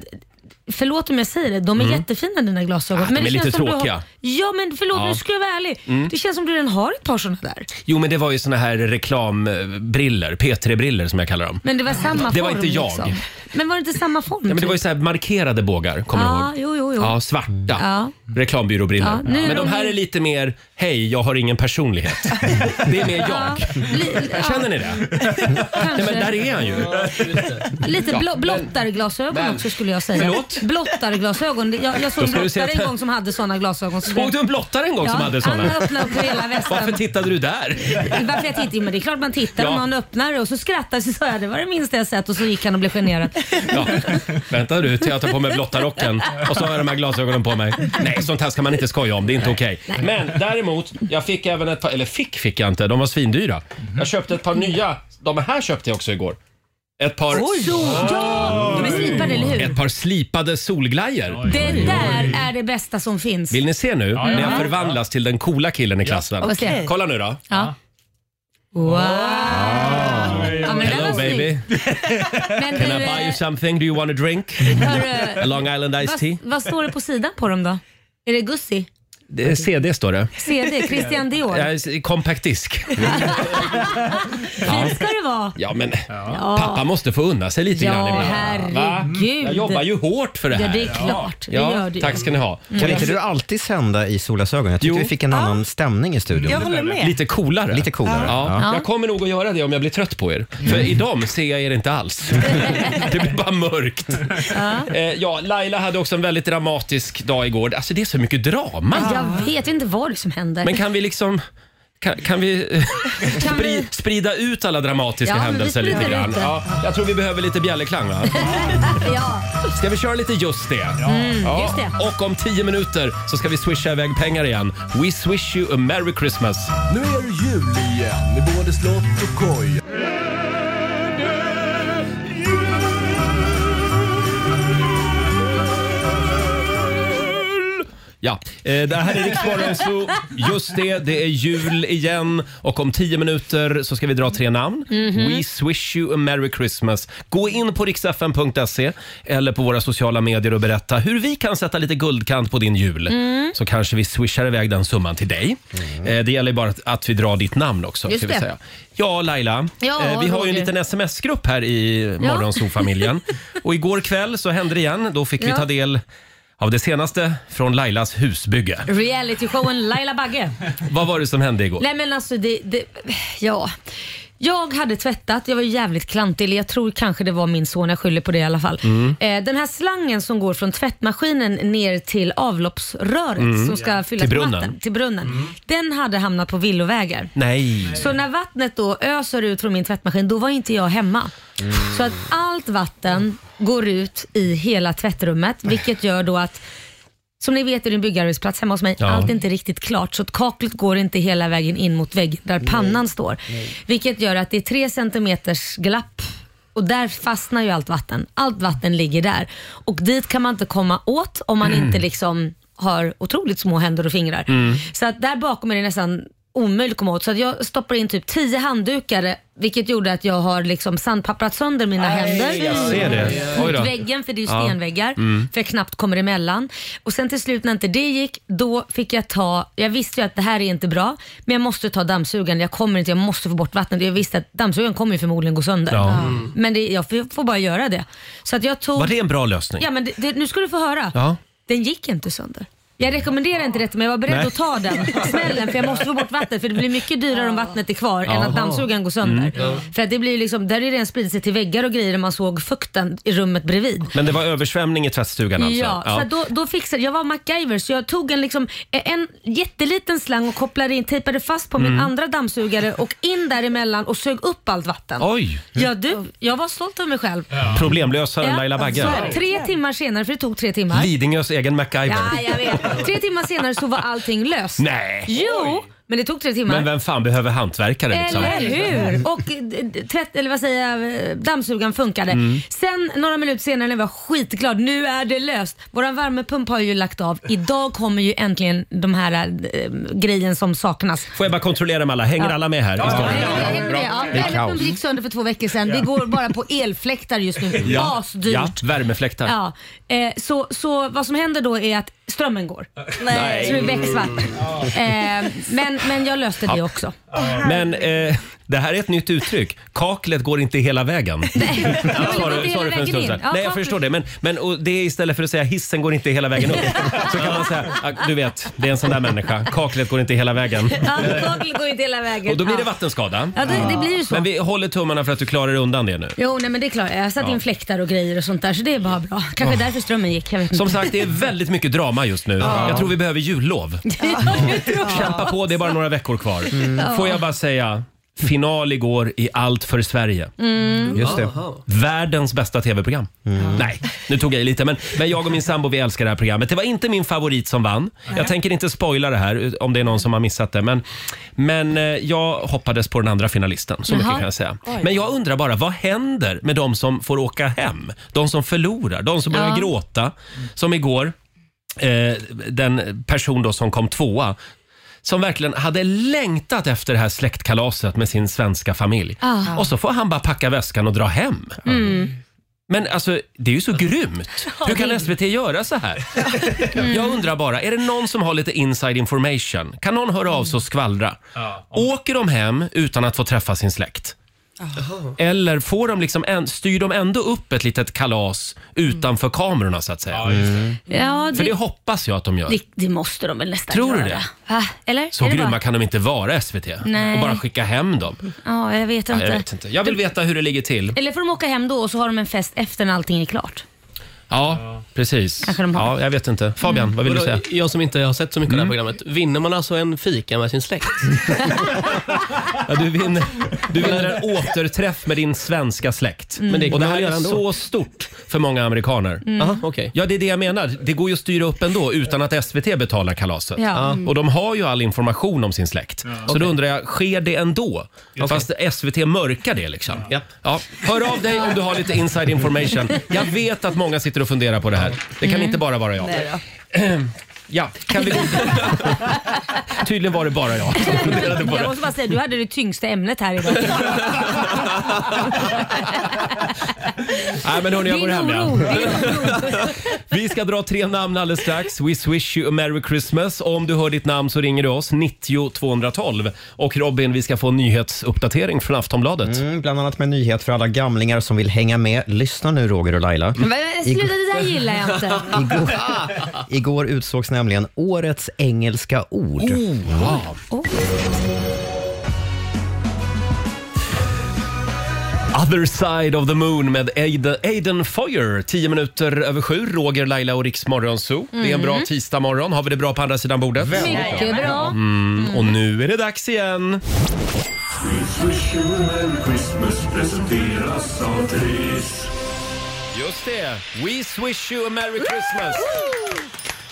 Speaker 2: Förlåt om jag säger det, de är jättefina dina glasögon.
Speaker 1: Mm. de är
Speaker 2: det känns
Speaker 1: lite
Speaker 2: som du
Speaker 1: tråkiga.
Speaker 2: Har... Ja, men förlåt,
Speaker 1: Ja. Mm.
Speaker 2: nu ska jag vara ärlig. Det känns som du redan har ett par sådana där.
Speaker 1: Jo, men det var ju såna här reklambriller, P3-briller som jag kallar dem.
Speaker 2: Men det var samma
Speaker 1: Det var
Speaker 2: form.
Speaker 1: inte jag.
Speaker 2: Liksom. Men var det inte samma form?
Speaker 1: Ja, men det var ju
Speaker 2: typ?
Speaker 1: så här markerade bågar, kommer du
Speaker 2: Ja,
Speaker 1: ihåg?
Speaker 2: jo, jo, jo.
Speaker 1: Ja, svarta
Speaker 2: Ja.
Speaker 1: reklambyråbrillor.
Speaker 2: Ja, nu är
Speaker 1: men de
Speaker 2: de
Speaker 1: här
Speaker 2: ju-
Speaker 1: är lite mer hej, jag har ingen personlighet. Det är mer jag.
Speaker 2: Li- ja,
Speaker 1: Känner ni det? Nej, men där
Speaker 2: kanske.
Speaker 1: är han ju.
Speaker 2: Lite blo- blottarglasögon
Speaker 8: men-
Speaker 2: också skulle jag säga.
Speaker 1: Förlåt?
Speaker 2: Blottarglasögon. Det- Jag, jag såg en
Speaker 1: ska du säga
Speaker 2: blottare en
Speaker 1: att-
Speaker 2: gång som hade såna glasögon. Så
Speaker 1: Såg du en blottare en gång som hade såna?
Speaker 2: Han öppnade upp hela
Speaker 1: Varför
Speaker 2: västen.
Speaker 1: tittade du där?
Speaker 2: Varför jag tittar? Jo, Men det är klart man tittar
Speaker 1: Ja.
Speaker 2: om någon öppnar det och så skrattar så sa jag det var det minsta jag sett och så gick han och blev generad.
Speaker 1: Ja. Vänta du till jag tar på mig blottarocken och så har jag de här glasögonen på mig. Nej, sånt här ska man inte skoja om. Det är inte okej. Men däremot, jag fick även ett par, eller fick fick jag inte, de var svindyra. Jag köpte ett par nya, de här köpte jag också igår. Ett par, Ah.
Speaker 2: Ja, de är slipade eller hur?
Speaker 1: ett par slipade solglajjor.
Speaker 2: Det där är det bästa som finns.
Speaker 1: Vill ni se nu när jag förvandlas till den coola killen i klassen?
Speaker 2: Får se.
Speaker 1: Kolla nu då.
Speaker 2: Ja. Wow! Ja, men den
Speaker 1: Hello
Speaker 2: var
Speaker 1: baby,
Speaker 2: snygg. Men
Speaker 1: can I
Speaker 2: du,
Speaker 1: buy you
Speaker 2: eh,
Speaker 1: something? Do you want a drink? A
Speaker 2: hörru,
Speaker 1: Long Island Iced Tea?
Speaker 2: vad, vad står det på sidan på dem då? Är det Gussi?
Speaker 1: Det är CD står det.
Speaker 2: CD? Christian Dior?
Speaker 1: Ja, Compact disk.
Speaker 2: Fint ska det vara.
Speaker 1: Ja, men pappa måste få unna sig lite grann
Speaker 2: Ja,
Speaker 1: ibland. Va?
Speaker 2: herregud.
Speaker 1: Jag jobbar ju hårt för det
Speaker 2: Ja,
Speaker 1: här.
Speaker 2: det är klart. Det
Speaker 1: Ja,
Speaker 2: gör du. Mm.
Speaker 1: tack ska ni ha. Mm.
Speaker 3: Kan inte du alltid sända i solglasögon? Jag tyckte
Speaker 1: Jo.
Speaker 3: vi fick en annan stämning i studion.
Speaker 7: Jag håller med.
Speaker 1: Lite coolare.
Speaker 3: Lite coolare.
Speaker 1: Ja.
Speaker 2: Ja. Mm.
Speaker 1: Jag kommer nog att göra det om jag blir trött på er. För i dem ser jag er inte alls. Det blir bara mörkt. Ja. ja, Laila hade också en väldigt dramatisk dag igår. Alltså det är så mycket drama.
Speaker 2: Jag vet inte vad det som händer.
Speaker 1: Men kan vi liksom... Kan, kan vi eh,
Speaker 2: Kan vi-
Speaker 1: spri, sprida ut alla dramatiska
Speaker 2: Ja, men vi
Speaker 1: händelser lite
Speaker 2: sprider
Speaker 1: grann?
Speaker 2: ut det.
Speaker 1: Ja, jag tror vi behöver lite bjällerklang va?
Speaker 2: Ja,
Speaker 1: Ska vi köra lite just det? Ja.
Speaker 2: Mm, just det.
Speaker 1: Och om tio minuter så ska vi swisha iväg pengar igen. We swish you a merry Christmas.
Speaker 4: Nu är det jul igen med både slott och koj.
Speaker 1: Ja, eh, det här är Riksmorgon så just det, det är jul igen och om tio minuter så ska vi dra tre namn.
Speaker 2: Mhm.
Speaker 1: We swish you a merry Christmas. Gå in på riksfn.se eller på våra sociala medier och berätta hur vi kan sätta lite guldkant på din jul.
Speaker 2: Mm.
Speaker 1: Så kanske vi swishar iväg den summan till dig. Eh, Det gäller ju bara att, att vi drar ditt namn också.
Speaker 2: Just
Speaker 1: ska vi
Speaker 2: det.
Speaker 1: säga. Ja, Laila.
Speaker 2: Ja,
Speaker 1: eh, vi har ju en
Speaker 2: Roger.
Speaker 1: liten sms-grupp här i
Speaker 2: Ja.
Speaker 1: Morgonzoo-familjen. och igår kväll så hände det igen. Då fick vi
Speaker 2: Ja.
Speaker 1: ta del av det senaste från Lailas husbygge.
Speaker 2: Realityshowen Laila Bagge.
Speaker 1: Vad var det som hände igår?
Speaker 2: Nej men alltså det, det ja. Jag hade tvättat, jag var ju jävligt klantig, eller jag tror kanske det var min son, jag skyller på det i alla fall. Eh, den här slangen som går från tvättmaskinen ner till avloppsröret som ska fyllas
Speaker 1: Mm. Till
Speaker 2: med
Speaker 1: brunnen. Mm.
Speaker 2: vatten, till brunnen. Den hade hamnat på villovägar.
Speaker 1: Nej.
Speaker 2: Så när vattnet då öser ut från min tvättmaskin, då var inte jag hemma. Så att allt vatten går ut i hela tvättrummet, vilket gör då att som ni vet är det en byggarbetsplats hemma hos mig.
Speaker 1: Ja.
Speaker 2: Allt är inte riktigt klart så att kaklet går inte hela vägen in mot väggen där pannan står. Vilket gör att det är tre centimeters glapp och där fastnar ju allt vatten. Allt vatten ligger där och dit kan man inte komma åt om man inte liksom har otroligt små händer och fingrar.
Speaker 1: Mm.
Speaker 2: Så att där bakom är det nästan omöjligt att komma åt. Så att jag stoppar in typ 10 handdukar vilket gjorde att jag har liksom sandpapprat sönder mina händer
Speaker 1: Jag ser det. Oj
Speaker 2: mot
Speaker 1: då. Mm.
Speaker 2: väggen för det är ju stenväggar för jag knappt kommer emellan. Och sen till slut när inte det gick, då fick jag ta, jag visste ju att det här är inte bra men jag måste ta dammsugaren, jag kommer inte, jag måste få bort vattnet. Jag visste att dammsugaren kommer ju förmodligen gå sönder. Mm.
Speaker 1: Ja.
Speaker 2: Men det, jag får, får bara göra det. Så att jag tog,
Speaker 1: Var det en bra lösning?
Speaker 2: ja men det, det, nu ska du få höra.
Speaker 1: Ja.
Speaker 2: Den gick inte sönder. Jag rekommenderar inte detta men jag var beredd
Speaker 1: Nej.
Speaker 2: att ta den smällen för jag måste få bort vattnet för det blir mycket dyrare om vattnet är kvar än
Speaker 1: Jaha. Mm.
Speaker 2: att dammsugaren går sönder. För att det blir ju liksom, där är det redan spridit sig till väggar och grejer där man såg fukten i rummet bredvid.
Speaker 1: Men det var översvämning i tvättstugan alltså?
Speaker 2: Ja, så att då, då fixade jag. var MacGyver så jag tog en, liksom, en jätteliten slang och kopplade in, tejpade fast på
Speaker 1: Mm.
Speaker 2: min andra dammsugare och in däremellan och sög upp allt vatten.
Speaker 1: Oj!
Speaker 2: Ja, du, jag var stolt över mig själv.
Speaker 1: Problemlösaren
Speaker 2: Ja,
Speaker 1: Laila Bagge.
Speaker 2: så här, Tre timmar senare, för det tog tre timmar.
Speaker 1: Lidingös egen MacGyver.
Speaker 2: Ja, jag vet. Tre timmar senare så var allting löst.
Speaker 1: Nej!
Speaker 2: Jo, men det tog tre timmar.
Speaker 1: Men vem fan behöver hantverkare liksom?
Speaker 2: Eller hur? Och eh, d- tvätt, eller vad säger jag, eh, dammsugaren funkade.
Speaker 1: Mm.
Speaker 2: Sen några minuter senare när jag var skitglad, nu är det löst. Våran värmepump har ju lagt av. Idag kommer ju äntligen de här eh, grejen som saknas.
Speaker 1: Får jag bara kontrollera med alla? Hänger alla med här? i storyn?
Speaker 2: Ja, Värmepump gick sönder för två veckor sedan. Vi går bara på elfläktar just nu. Asdyrt.
Speaker 1: Ja, värmefläktar.
Speaker 2: Ja, eh, så, så vad som händer då är att strömmen går. Så det är becksvart. Eh, men Men, men jag löste det också.
Speaker 1: Men eh, det här är ett nytt uttryck. Kaklet går inte hela vägen.
Speaker 2: Jag
Speaker 1: Sa du- sa du för en stund sedan. Nej, jag förstår det. Men, men och det är istället för att säga hissen går inte hela vägen upp. Så kan man säga, "Ah, du vet, det är en sån där människa. Kaklet går inte hela vägen.
Speaker 2: Ja, kaklet går inte hela vägen.
Speaker 1: Mm. Och då blir det
Speaker 2: Ja.
Speaker 1: vattenskada.
Speaker 2: Ja, det, det blir ju så.
Speaker 1: Men vi håller tummarna för att du klarar dig undan det nu.
Speaker 2: Jo, nej men det är klart. Jag har satt in fläktar och grejer och sånt där, så det är bara bra. Kanske därför strömmen gick. Jag vet inte.
Speaker 1: Som sagt, det är väldigt mycket drama just nu. Jag tror vi behöver jullov. Kämpa på, det är bara några veckor kvar.
Speaker 2: Mm.
Speaker 1: Får jag bara säga, final igår i Allt för Sverige.
Speaker 2: Mm.
Speaker 3: Just det.
Speaker 1: Världens bästa tv-program. Nej, nu tog jag i lite. Men, men jag och min sambo vi älskar det här programmet. Det var inte min favorit som vann. Jag tänker inte spoila det här ut- om det är någon som har missat det. Men, men eh, jag hoppades på den andra finalisten. Så mycket
Speaker 2: Jaha.
Speaker 1: kan jag säga. Men jag undrar bara, vad händer med de som får åka hem? De som förlorar, de som börjar
Speaker 2: Ja.
Speaker 1: gråta. Som igår, eh, den person då som kom tvåa som verkligen hade längtat efter det här släktkalaset med sin svenska familj.
Speaker 2: Ah.
Speaker 1: Och så får han bara packa väskan och dra hem. Men alltså, det är ju så grymt. Hur kan SVT göra så här?
Speaker 2: Mm.
Speaker 1: Jag undrar bara, är det någon som har lite inside information? Kan någon höra av sig och skvallra? Åker de hem utan att få träffa sin släkt? Eller får de liksom en, styr de ändå upp ett litet kalas utanför kamerorna så att säga?
Speaker 2: Mm. Ja,
Speaker 1: För det
Speaker 2: det,
Speaker 1: hoppas jag att de gör.
Speaker 2: det, det måste de väl nästan
Speaker 1: Tror du
Speaker 2: göra. Va? Eller?
Speaker 1: Så
Speaker 2: Är det
Speaker 1: grymma
Speaker 2: bara-
Speaker 1: kan de inte vara SVT
Speaker 2: Nej.
Speaker 1: och bara skicka hem dem.
Speaker 2: Ja, jag vet
Speaker 1: Nej,
Speaker 2: inte.
Speaker 1: Jag, vet inte. jag vill veta hur det ligger till.
Speaker 2: Eller får de åka hem då och så har de en fest efter när allting är klart.
Speaker 1: Ja, precis.
Speaker 2: Kanske de har. Mm.
Speaker 1: Ja, jag vet inte. Fabian, vad vill du säga?
Speaker 8: Vadå, jag som inte har sett så mycket av det här programmet. Vinner man alltså en fika med sin släkt?
Speaker 1: Ja, du, vinner, du vinner en återträff med din svenska släkt.
Speaker 8: Men det kan
Speaker 1: och det
Speaker 8: man
Speaker 1: här
Speaker 8: väl
Speaker 1: är
Speaker 8: göra ändå?
Speaker 1: så stort för många amerikaner.
Speaker 8: Aha, okej.
Speaker 1: Ja, det är det jag menar. Det går ju att styra upp ändå utan att SVT betalar kalaset. Mm.
Speaker 2: Ja.
Speaker 1: Och de har ju all information om sin släkt. Så då undrar jag, sker det ändå? Fast SVT mörkar det liksom.
Speaker 8: Japp.
Speaker 1: Ja. Hör av dig om du har lite inside information. Jag vet att många sitter och funderar på det här. Det kan inte bara vara jag. Ja, kan vi gå Tydligen var det bara jag som funderade på
Speaker 2: Jag
Speaker 1: det.
Speaker 2: måste bara säga, du hade det tyngsta ämnet här idag.
Speaker 1: Nej, men hörni, jag går
Speaker 2: Din
Speaker 1: hem
Speaker 2: oro.
Speaker 1: igen.
Speaker 2: din oro.
Speaker 1: Vi ska dra tre namn alldeles strax. We wish you a merry Christmas. Om du hör ditt namn så ringer du oss, 90 212. Och Robin, vi ska få en nyhetsuppdatering från Aftonbladet.
Speaker 3: Mm, bland annat med en nyhet för alla gamlingar som vill hänga med. Lyssna nu, Roger och Laila.
Speaker 2: Men, men, Sluta, det där gillar jag inte.
Speaker 3: Igår, igår utsågs nämligen årets engelska ord.
Speaker 2: Oh,
Speaker 1: Other side of the moon med Aiden, Aiden Foyer. Tio minuter över sju, Roger, Laila och Riks Morgonzoo. Det är en
Speaker 2: Mm.
Speaker 1: bra tisdagmorgon. Har vi det bra på andra sidan bordet?
Speaker 2: Mycket bra.
Speaker 1: Mm. Och nu är det dags igen.
Speaker 4: Wish you a Merry Christmas presenteras av Therese.
Speaker 1: Just det. We wish you a merry Christmas.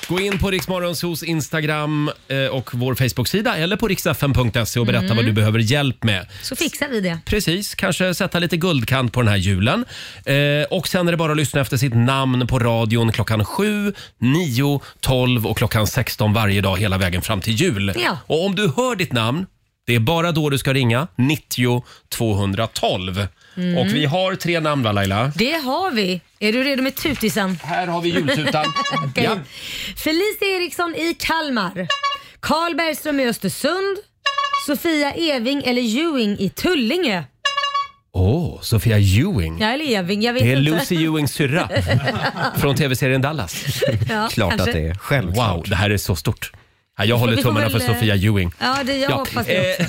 Speaker 1: Gå in på Riksmorgonsos Instagram eh, och vår Facebook-sida eller på riksfn.se och berätta vad du behöver hjälp med.
Speaker 2: Så fixar vi det.
Speaker 1: Precis, kanske sätta lite guldkant på den här julen. Eh, och sen är det bara att lyssna efter sitt namn på radion klockan 7, 9, 12 och klockan 16 varje dag hela vägen fram till jul.
Speaker 2: Ja.
Speaker 1: Och om du hör ditt namn, det är bara då du ska ringa 90 212.
Speaker 2: Mm.
Speaker 1: Och vi har tre namn va Laila?
Speaker 2: Det har vi. Är du redo med tutisen?
Speaker 1: Här har vi jultutan.
Speaker 2: Okej.
Speaker 1: ja.
Speaker 2: Felicia Eriksson i Kalmar. Karl Bergström i Östersund. Sofia Eving eller Ewing i Tullinge.
Speaker 1: Åh, Sofia Ewing.
Speaker 2: Ja, eller Eving, jag vet
Speaker 1: Det är
Speaker 2: inte.
Speaker 1: Lucy Ewings syrra från tv-serien Dallas.
Speaker 2: Ja,
Speaker 3: Klart
Speaker 2: kanske.
Speaker 3: att det är. Självklart.
Speaker 1: Wow, det här är så stort. Ja, jag håller
Speaker 2: vi får
Speaker 1: tummarna för
Speaker 2: väl, eh,
Speaker 1: Sofia Ewing.
Speaker 2: Ja, det, jag hoppas det.
Speaker 1: Eh,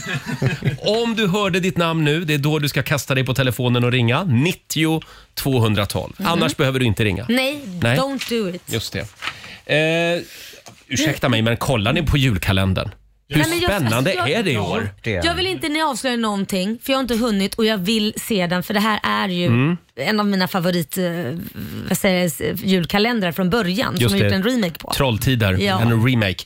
Speaker 1: om du hörde ditt namn nu, det är då du ska kasta dig på telefonen och ringa. 90 212. Annars behöver du inte ringa.
Speaker 2: Mhm. Nej,
Speaker 1: nej.
Speaker 2: don't do it.
Speaker 1: Just det. Eh, ursäkta mig, men kollar ni på julkalendern? Hur
Speaker 2: Nej, men jag-
Speaker 1: spännande
Speaker 2: alltså, jag-
Speaker 1: är det i år?
Speaker 2: Jag vill inte ni avslöjar någonting för jag har inte hunnit och jag vill se den för det här är ju
Speaker 1: Mm.
Speaker 2: en av mina favorit eh, vad säger, jag, julkalendrar från början
Speaker 1: Just
Speaker 2: som jag
Speaker 1: det.
Speaker 2: gjort en remake på.
Speaker 1: Trolltider,
Speaker 2: Ja.
Speaker 1: en remake.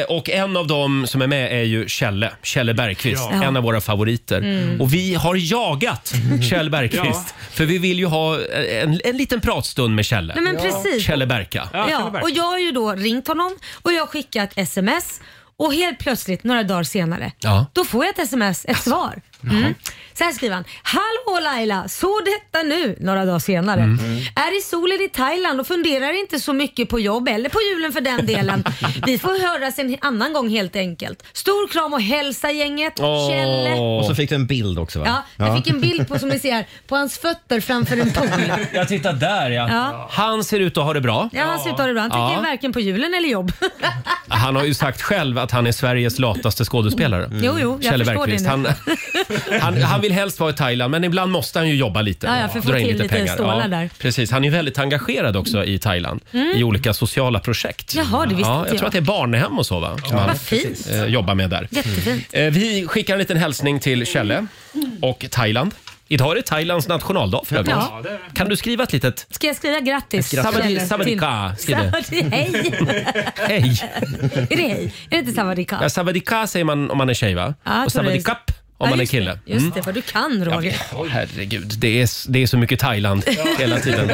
Speaker 1: Eh, och en av dem som är med är ju Kjelle, Kjelle Bergqvist,
Speaker 2: Ja.
Speaker 1: en av våra favoriter.
Speaker 2: Mm.
Speaker 1: Och vi har jagat Kjell Bergqvist, för vi vill ju ha eh, en, en liten pratstund med Kjelle.
Speaker 2: Nej men precis.
Speaker 1: Kjelle Berka.
Speaker 2: Ja, och jag har ju då ringt honom och jag har skickat sms och helt plötsligt några dagar senare
Speaker 1: Ja.
Speaker 2: då får jag ett sms, ett svar. Mm. Så här skriver han. Hallå Laila, så detta nu, några dagar senare. Är i solen i Thailand och funderar inte så mycket på jobb eller på julen för den delen. Vi får höras en annan gång helt enkelt. Stor kram och hälsa gänget.
Speaker 1: Åh.
Speaker 2: Kjelle.
Speaker 3: Och så fick du en bild också va?
Speaker 2: Ja, jag fick en bild på, som ni ser, på hans fötter framför en pool.
Speaker 1: Jag tittar där ja.
Speaker 2: Ja.
Speaker 1: Han ser ut att ha det bra.
Speaker 2: Ja, han ser ut att ha det bra. Han tänker
Speaker 1: Ja.
Speaker 2: varken på julen eller jobb.
Speaker 1: Han har ju sagt själv att han är Sveriges lataste skådespelare.
Speaker 2: Mm. Jo, jo, jag
Speaker 1: Kjelle
Speaker 2: förstår
Speaker 1: Bergqvist.
Speaker 2: det nu.
Speaker 1: Han, han, han vill helst vara i Thailand men ibland måste han ju jobba lite.
Speaker 2: Ja, ja, för att få
Speaker 1: Dra in
Speaker 2: till lite stålar där. Mm.
Speaker 1: Precis, han är ju väldigt engagerad också i Thailand i olika sociala projekt.
Speaker 2: Jaha, det visste
Speaker 1: ja,
Speaker 2: inte
Speaker 1: Jag tror
Speaker 2: jag.
Speaker 1: att det är barnhem och så va? Som han
Speaker 2: Vad fint.
Speaker 1: eh, jobbar med där.
Speaker 2: Jättefint.
Speaker 1: Eh, Vi skickar en liten hälsning till Kjelle och Thailand. Idag är det Thailands nationaldag för övrigt.
Speaker 2: Ja.
Speaker 1: Kan du skriva ett litet
Speaker 2: Ska jag skriva grattis?
Speaker 1: Savadi-
Speaker 2: Kjelle,
Speaker 1: Savadika,
Speaker 2: till-
Speaker 1: skriv det.
Speaker 2: Savadi- Hej!
Speaker 1: hej?
Speaker 2: Är det hej? Är det inte Savadika?
Speaker 1: Ja, savadika säger man om man är tjej va?
Speaker 2: Ja, jag
Speaker 1: och
Speaker 2: tror det.
Speaker 1: savadikap om
Speaker 2: Ja,
Speaker 1: man är
Speaker 2: just
Speaker 1: kille.
Speaker 2: Det. Just det, vad du kan Roger.
Speaker 1: Åh, Herregud, det är, det är så mycket Thailand hela tiden.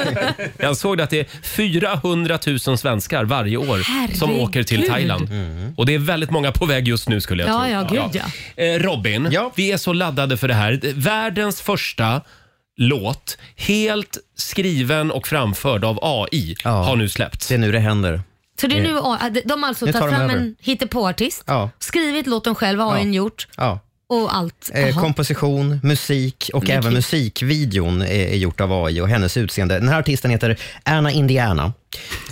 Speaker 1: Jag såg att det är 400 000 svenskar varje år som
Speaker 2: Herregud.
Speaker 1: åker till Thailand.
Speaker 3: Mm.
Speaker 1: Och det är väldigt många på väg just nu skulle jag
Speaker 2: Ja,
Speaker 1: tro.
Speaker 2: ja, gud,
Speaker 1: Eh, Robin,
Speaker 3: Ja.
Speaker 1: vi är så laddade för det här. Världens första låt, helt skriven och framförd av AI,
Speaker 3: Ja.
Speaker 1: har nu släppts.
Speaker 3: Det är nu det händer.
Speaker 2: Så det är nu A- de har alltså
Speaker 3: Nu tar
Speaker 2: tagit
Speaker 3: de
Speaker 2: fram
Speaker 3: över.
Speaker 2: en hittepåartist,
Speaker 3: Ja.
Speaker 2: skrivit låten själv, har en gjort
Speaker 3: Ja.
Speaker 2: och allt.
Speaker 3: Eh,
Speaker 2: Jaha.
Speaker 3: komposition, musik och även musikvideon är, är gjort av AI och hennes utseende. Den här artisten heter Anna Indiana.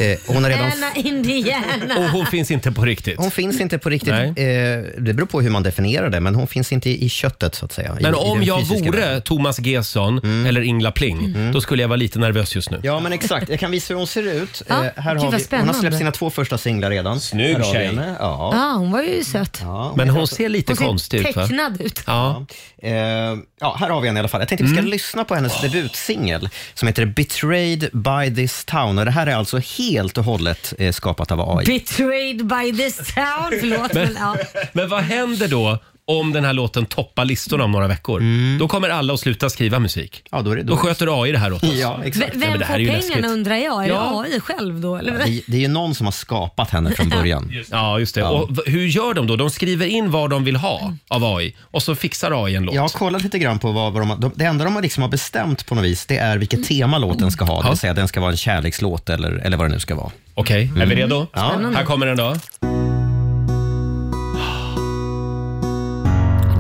Speaker 3: Eh, hon, är redan
Speaker 2: Anna Indiana.
Speaker 1: Och hon finns inte på riktigt.
Speaker 3: hon finns inte på riktigt,
Speaker 1: Nej.
Speaker 3: eh, det beror på hur man definierar det, men hon finns inte i, i köttet så att säga. i,
Speaker 1: Men
Speaker 3: i
Speaker 1: om
Speaker 3: den
Speaker 1: jag
Speaker 3: fysiska
Speaker 1: vore
Speaker 3: världen. Mm.
Speaker 1: Thomas Gesson eller Ingla Pling, då skulle jag vara lite nervös just nu.
Speaker 3: Ja men exakt, jag kan visa hur hon ser ut.
Speaker 2: Ja,
Speaker 3: Eh, här
Speaker 2: gud,
Speaker 3: har
Speaker 2: vad
Speaker 3: vi, hon har
Speaker 2: spännande.
Speaker 3: släppt sina två första singlar redan.
Speaker 1: Snygg
Speaker 3: Här har vi
Speaker 1: tjej.
Speaker 3: henne. Ja. Typ,
Speaker 2: Ja, hon var ju söt. Hon
Speaker 1: Men hon ser lite konstig ut va?
Speaker 2: tecknad ut.
Speaker 1: Ja. Mm.
Speaker 3: Eh, ja, här har vi en i alla fall. Jag tänkte vi ska lyssna på hennes debutsingel som heter Betrayed by this town. Och Det här är alltså helt och hållet eh, skapat av AI.
Speaker 2: Betrayed by this town. Förlåt, men, ja.
Speaker 1: Men vad händer då om den här låten toppar listorna om några veckor? Då kommer alla att sluta skriva musik.
Speaker 3: Mm. Ja, då är det-
Speaker 1: då sköter AI det här åt oss.
Speaker 3: ja,
Speaker 2: V-
Speaker 3: exakt.
Speaker 2: Vem
Speaker 1: Nej, men det här är
Speaker 2: får
Speaker 1: ju
Speaker 2: pengarna
Speaker 1: läskigt.
Speaker 2: undrar jag? Är
Speaker 1: Ja.
Speaker 2: det AI själv då? Eller?
Speaker 3: Det, det är ju någon som har skapat henne från början.
Speaker 1: Ja, just det. Och v- hur gör de då? De skriver in vad de vill ha av AI och så fixar AI en låt.
Speaker 3: Jag har kollat lite grann på vad, vad de, har- de, det enda de har liksom har bestämt på något vis, det är vilket tema låten ska ha. Det vill säga den ska vara en kärlekslåt eller, eller vad det nu ska vara.
Speaker 1: Okej,
Speaker 3: Mm.
Speaker 1: är vi redo?
Speaker 3: Spännande.
Speaker 1: Här kommer den då.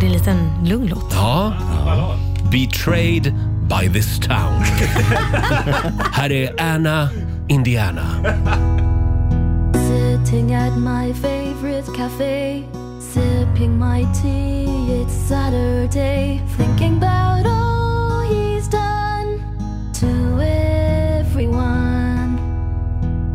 Speaker 2: Det är en liten lugn låt.
Speaker 1: Ja. Betrayed by this town. här är Anna Indiana.
Speaker 6: Sitting at my favorite cafe, sipping my tea, it's Saturday. Thinking about all he's done to everyone.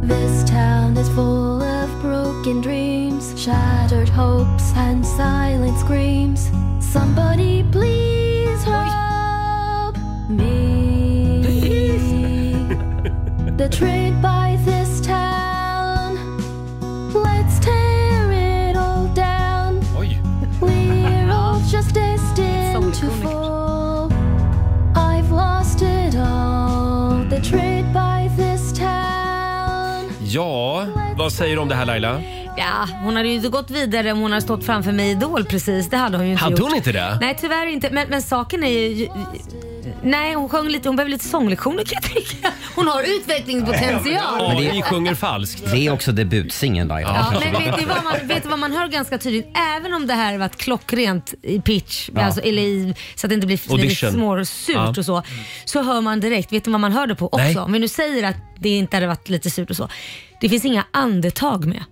Speaker 6: This town is full of broken dreams, shattered hopes, and silent screams. Somebody please help me. The trade by this town. Let's tear it all down.
Speaker 1: Oj.
Speaker 6: We're all just destined to fall. I've lost it all. The trade by this town.
Speaker 1: Ja, vad säger du om det här Laila?
Speaker 2: Ja, hon hade ju inte gått vidare om hon hade stått framför mig i Idol precis. Det hade hon ju inte
Speaker 1: Hade
Speaker 2: gjort.
Speaker 1: hon inte det?
Speaker 2: Nej, tyvärr inte. Men, men saken är ju... Nej, hon sjöng lite. Hon behöver lite sånglektioner kan jag tänka. Hon har utvecklingspotential.
Speaker 1: AI sjunger falskt.
Speaker 3: Det är också debutsingeln Laila.
Speaker 2: Ja, men vet du, vad man, vet du vad man hör ganska tydligt? Även om det här har varit klockrent i pitch, alltså, eller i, så att det inte blir
Speaker 1: Audition.
Speaker 2: småsurt
Speaker 1: Ja.
Speaker 2: och så, så hör man direkt, vet du vad man hör det på också?
Speaker 1: Nej.
Speaker 2: Om vi nu säger att det inte hade varit lite surt och så. Det finns inga andetag med.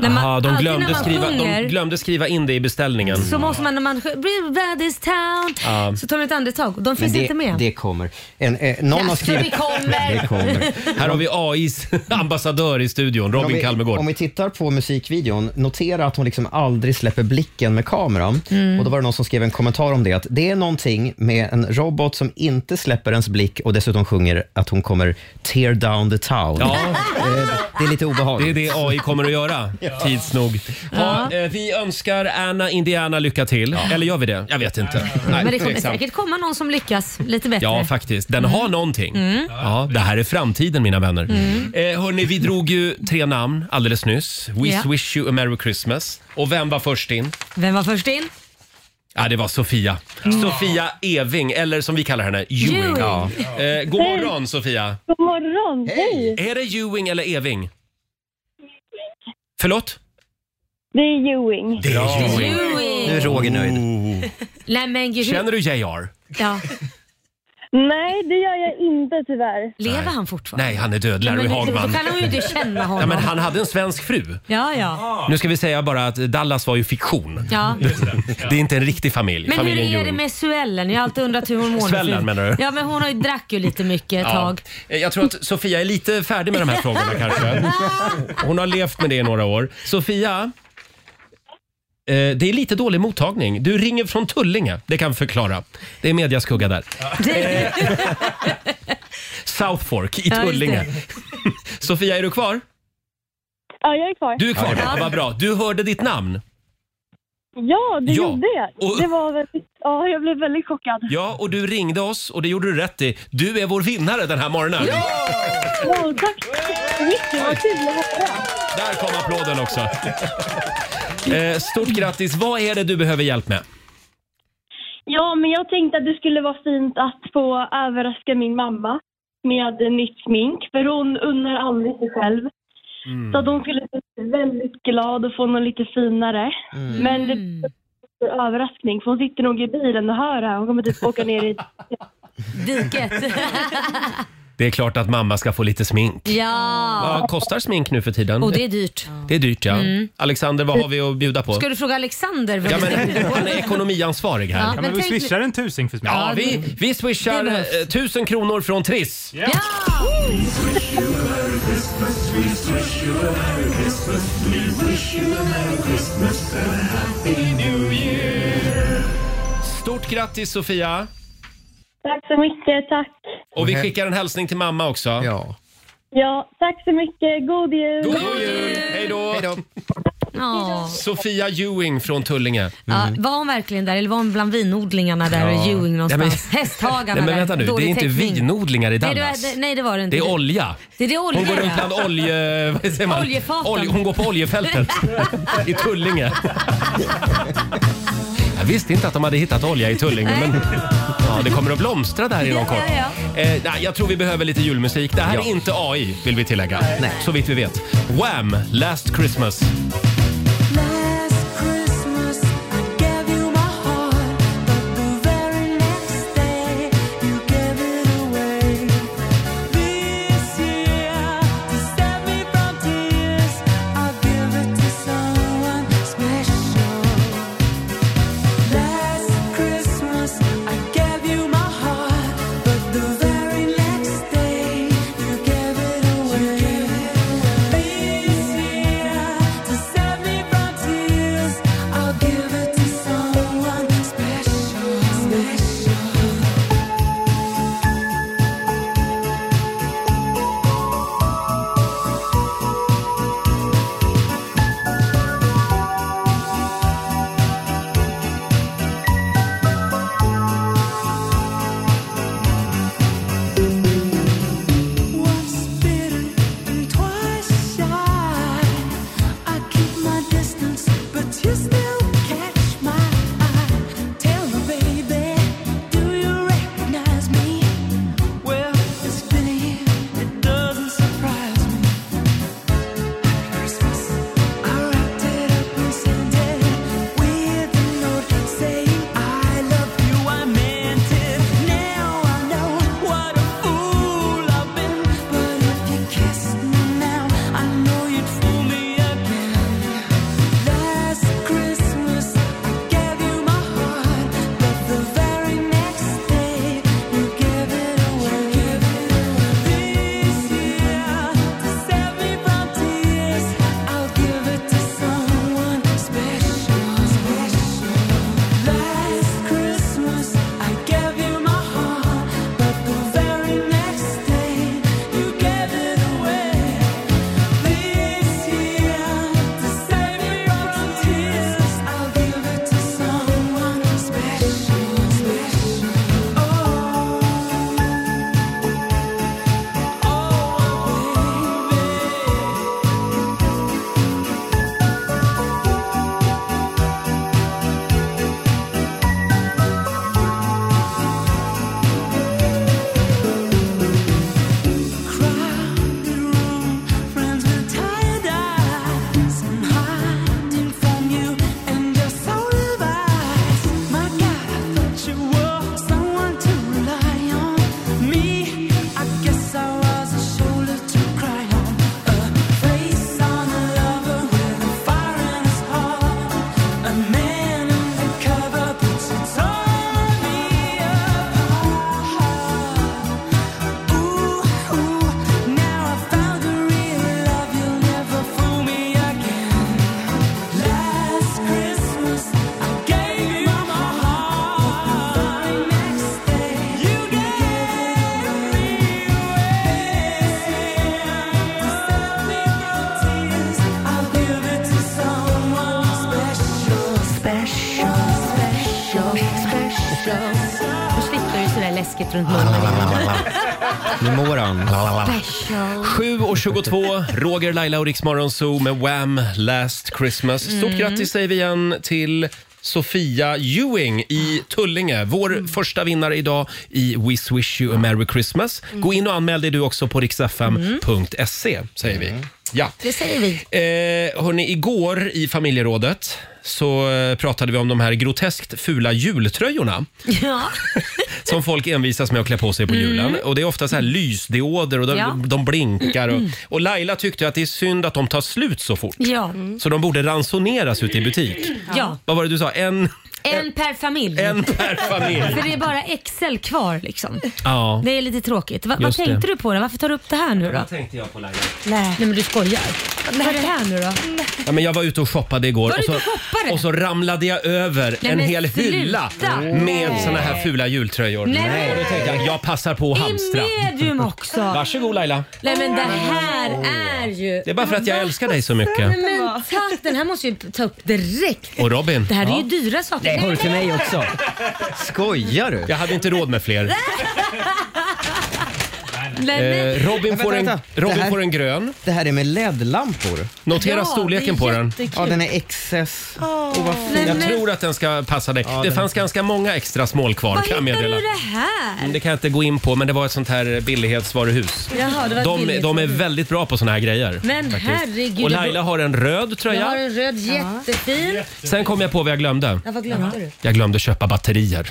Speaker 2: När man-
Speaker 1: Aha, de,
Speaker 2: alltid när
Speaker 1: glömde
Speaker 2: man
Speaker 1: skriva,
Speaker 2: sjunger-
Speaker 1: de glömde skriva in det i beställningen.
Speaker 2: så måste man när man sjunger "Breathe this town så tar man ett andetag och de
Speaker 3: Men
Speaker 2: finns
Speaker 3: det,
Speaker 2: inte med.
Speaker 3: det kommer. En, eh, någon har
Speaker 2: Jaså, det
Speaker 3: skrivit...
Speaker 2: kommer.
Speaker 3: Det kommer.
Speaker 1: Här har vi AIs ambassadör i studion,
Speaker 3: Om
Speaker 1: Robin
Speaker 3: vi,
Speaker 1: Kalmegård.
Speaker 3: om vi tittar på musikvideon, notera att hon liksom aldrig släpper blicken med kameran.
Speaker 2: Mm.
Speaker 3: Och Då var det någon som skrev en kommentar om det, att det är någonting med en robot som inte släpper ens blick och dessutom sjunger att hon kommer tear down the town.
Speaker 1: Ja,
Speaker 3: Eh, Det är lite
Speaker 1: det är
Speaker 3: obehagligt.
Speaker 1: det AI kommer att göra, tids nog. Ja, eh, vi önskar Anna Indiana lycka till. Eller gör vi det? Jag vet inte. Nej,
Speaker 2: Men det kommer
Speaker 1: tveksam.
Speaker 2: säkert komma någon som lyckas lite bättre. Mm.
Speaker 1: Ja, faktiskt. Den har någonting. Ja, det här är framtiden, mina vänner.
Speaker 2: Mm.
Speaker 1: Eh, hörni, vi drog ju tre namn alldeles nyss. We
Speaker 2: Ja.
Speaker 1: wish you a merry Christmas. Och vem var först in?
Speaker 2: Vem var först in?
Speaker 1: Ja, det var Sofia. Sofia Eving, eller som vi kallar henne, Ewing.
Speaker 2: Ewing.
Speaker 1: Ja. Eh, god
Speaker 9: Hej.
Speaker 1: morgon Sofia.
Speaker 9: God morgon, hej!
Speaker 1: Är det Ewing eller Eving? Förlåt?
Speaker 9: Det är Ewing.
Speaker 1: Det är
Speaker 3: Nu är
Speaker 2: Ewing.
Speaker 3: Roger nöjd.
Speaker 1: Oh.
Speaker 2: Nej men gud.
Speaker 1: Känner du JR?
Speaker 2: Ja.
Speaker 9: Nej, det gör jag inte tyvärr.
Speaker 2: Lever han fortfarande?
Speaker 1: Nej, han är död. Larry
Speaker 2: men,
Speaker 1: Hagman.
Speaker 2: Då kan hon ju inte känna
Speaker 1: Ja,
Speaker 2: honom.
Speaker 1: men han hade en svensk fru.
Speaker 2: Ja, ja.
Speaker 1: Nu ska vi säga bara att Dallas var ju fiktion.
Speaker 2: ja.
Speaker 1: Det är inte en riktig familj.
Speaker 2: Men hur
Speaker 1: Familjen
Speaker 2: är det
Speaker 1: Ewing.
Speaker 2: med Suellen? Jag har alltid undrat hur hon mår. nu.
Speaker 1: Svällen, menar du?
Speaker 2: Ja, men hon har ju drack ju lite mycket ett tag.
Speaker 1: Ja. Eh, Jag tror att Sofia är lite färdig med de här frågorna kanske. Hon har levt med det i några år. Sofia, eh, det är lite dålig mottagning. Du ringer från Tullinge, det kan förklara. Det är mediaskugga där. Eh, South Fork i
Speaker 2: Ja, just
Speaker 1: Tullinge. Sofia, är du kvar?
Speaker 9: Ja, jag är kvar.
Speaker 1: Du är kvar,
Speaker 2: Ja.
Speaker 1: vad bra. Du hörde ditt namn.
Speaker 9: Ja, du
Speaker 1: Ja.
Speaker 9: gjorde det.
Speaker 1: Och-
Speaker 9: Det var väldigt... Ja, jag blev väldigt chockad.
Speaker 1: Ja, och du ringde oss och det gjorde du rätt i. Du är vår vinnare den här morgonen.
Speaker 9: Ja, tack! Jättevad kul att höra.
Speaker 1: Där kom applåden också. Eh, Stort grattis. Vad är det du behöver hjälp med?
Speaker 9: Ja, men jag tänkte att det skulle vara fint att få överraska min mamma med nytt smink, för hon unnar aldrig sig själv. Så att hon skulle bli väldigt glad och få något lite finare. Men det blir en överraskning, för hon sitter nog i bilen och hör det här. Hon kommer typ åka ner i...
Speaker 2: Diket.
Speaker 1: Det är klart att mamma ska få lite smink.
Speaker 2: ja.
Speaker 1: Vad kostar smink nu för tiden?
Speaker 2: Och det är dyrt. Mm.
Speaker 1: Det är dyrt ja. Alexander, vad har vi att bjuda på?
Speaker 2: Ska du fråga Alexander? vad
Speaker 1: Ja,
Speaker 2: det
Speaker 1: men,
Speaker 2: ska bli?
Speaker 1: han är ekonomiansvarig här.
Speaker 2: Ja,
Speaker 1: Ja.
Speaker 10: Ja, men vi
Speaker 2: tänk li-
Speaker 10: swishar en tusing för smink.
Speaker 1: vi, vi swishar
Speaker 2: Det behövs.
Speaker 1: eh, 1000 kronor från Triss.
Speaker 2: Ja!
Speaker 1: Stort grattis Sofia!
Speaker 9: Tack så mycket, tack.
Speaker 1: Och vi
Speaker 3: Okej.
Speaker 1: skickar en hälsning till mamma också.
Speaker 3: Ja.
Speaker 9: Ja, tack så mycket. God jul!
Speaker 1: God jul! Hej då!
Speaker 2: Ja.
Speaker 1: Sofia Ewing från Tullinge.
Speaker 2: Ja, var hon verkligen där eller var hon bland vinodlingarna där i Ewing någonstans? Hästhagarna
Speaker 1: Nej men
Speaker 2: där.
Speaker 1: vänta nu, det är
Speaker 2: Dålig
Speaker 1: inte
Speaker 2: täckning.
Speaker 1: vinodlingar i
Speaker 2: Nej det,
Speaker 1: Dallas.
Speaker 2: var, nej det var det inte.
Speaker 1: Det är olja.
Speaker 2: Det är det olja.
Speaker 1: Hon går runt bland olje... Vad säger man?
Speaker 2: Oljefaten.
Speaker 1: hon går på oljefältet i Tullinge. Jag visste inte att de hade hittat olja i Tullinge,
Speaker 2: Nej.
Speaker 1: men ja, det kommer att blomstra där inom kort.
Speaker 2: Ja,
Speaker 1: Eh, nej, jag tror vi behöver lite julmusik. Det här
Speaker 3: Ja.
Speaker 1: är inte AI, vill vi tillägga. Så vitt vi vet. Wham! Last Christmas.
Speaker 6: Last Christmas I gave you my heart, but the very next day you gave it away. This year to save me from tears, I'll give it to someone special. Last Christmas I gave you my heart, but the very next day you gave it away. This year to save
Speaker 2: paket runt munnen.
Speaker 3: Nu mår han.
Speaker 2: Special.
Speaker 1: 7.22, Roger, Laila och Riksmorgon Zoo med Wham! Last Christmas. Stort
Speaker 2: Mm.
Speaker 1: grattis säger vi igen till Sofia Ewing i Tullinge. Vår
Speaker 2: Mm.
Speaker 1: första vinnare idag i We Wish You a Merry Christmas.
Speaker 2: Mm.
Speaker 1: Gå in och anmäl dig du också på riksfm.se säger vi. Ja.
Speaker 2: Mm. Det säger vi.
Speaker 1: Eh, hörni, igår i familjerådet så eh, pratade vi om de här groteskt fula jultröjorna
Speaker 2: Ja.
Speaker 1: som folk envisas med att klä på sig på julen. Och Det är ofta så här lysdioder och de,
Speaker 2: Mm. Ja. Mm.
Speaker 1: de blinkar. Och, och Laila tyckte att det är synd att de tar slut så fort.
Speaker 2: Ja.
Speaker 1: Så de borde ransoneras ute i butik.
Speaker 2: ja.
Speaker 1: Vad var det du sa? En,
Speaker 2: En per familj.
Speaker 1: Eh, en per familj.
Speaker 2: För det är bara Excel kvar liksom.
Speaker 1: Ja.
Speaker 2: Det är lite tråkigt. Va, vad
Speaker 1: Just det.
Speaker 2: tänkte du på då? Varför tar du upp det här nu då?
Speaker 1: tänkte jag på Laila.
Speaker 2: Nej men du skojar. Vad är det här nu då?
Speaker 1: Ja, men jag var ute och shoppade igår
Speaker 2: Var du
Speaker 1: och, så,
Speaker 2: ute och shoppade?
Speaker 1: och så ramlade jag över
Speaker 2: Nej,
Speaker 1: en
Speaker 2: men
Speaker 1: hel
Speaker 2: sluta.
Speaker 1: hylla med såna här fula jultröjor.
Speaker 2: Nej.
Speaker 1: Och då tänkte jag, jag passar på att hamstra.
Speaker 2: I medium också.
Speaker 1: Varsågod Laila.
Speaker 2: Nej men det här är ju...
Speaker 1: Det är bara för att jag älskar dig så mycket.
Speaker 2: Men tack, den här måste vi ta upp direkt.
Speaker 1: Och Robin.
Speaker 2: Det här är ju dyra saker.
Speaker 10: Det har du till
Speaker 2: men-
Speaker 10: mig också.
Speaker 3: Skojar du?
Speaker 1: Jag hade inte råd med fler.
Speaker 2: Nej, men-
Speaker 1: Eh, Robin,
Speaker 3: Men
Speaker 1: får,
Speaker 3: vänta,
Speaker 1: en,
Speaker 3: vänta. Det
Speaker 1: Robin
Speaker 3: här-
Speaker 1: får en grön.
Speaker 3: Det här är med LED-lampor.
Speaker 1: Notera
Speaker 2: Ja,
Speaker 1: storleken
Speaker 2: det är
Speaker 1: på den.
Speaker 2: jättekul.
Speaker 3: Ja, den är XS. Och vad fin.
Speaker 2: Nej,
Speaker 1: Jag
Speaker 2: men-
Speaker 1: tror att den ska passa dig. det fanns ganska många extra smål kvar
Speaker 2: Var
Speaker 1: kan jag
Speaker 2: hittar
Speaker 1: meddela. Mm,
Speaker 2: du det här?
Speaker 1: Det kan jag inte gå in på, men det var ett sånt här billighetsvaruhus.
Speaker 2: Jaha, det var ett
Speaker 1: De,
Speaker 2: billigt
Speaker 1: de är
Speaker 2: varuhus.
Speaker 1: väldigt bra på såna här grejer.
Speaker 2: Men herregud,
Speaker 1: Och
Speaker 2: det-
Speaker 1: Laila har en röd
Speaker 2: Jag har
Speaker 1: tröja.
Speaker 2: en röd jättefin.
Speaker 1: Sen kom jag på vad jag glömde.
Speaker 2: Ja, vad glömde du?
Speaker 1: Jag glömde köpa batterier.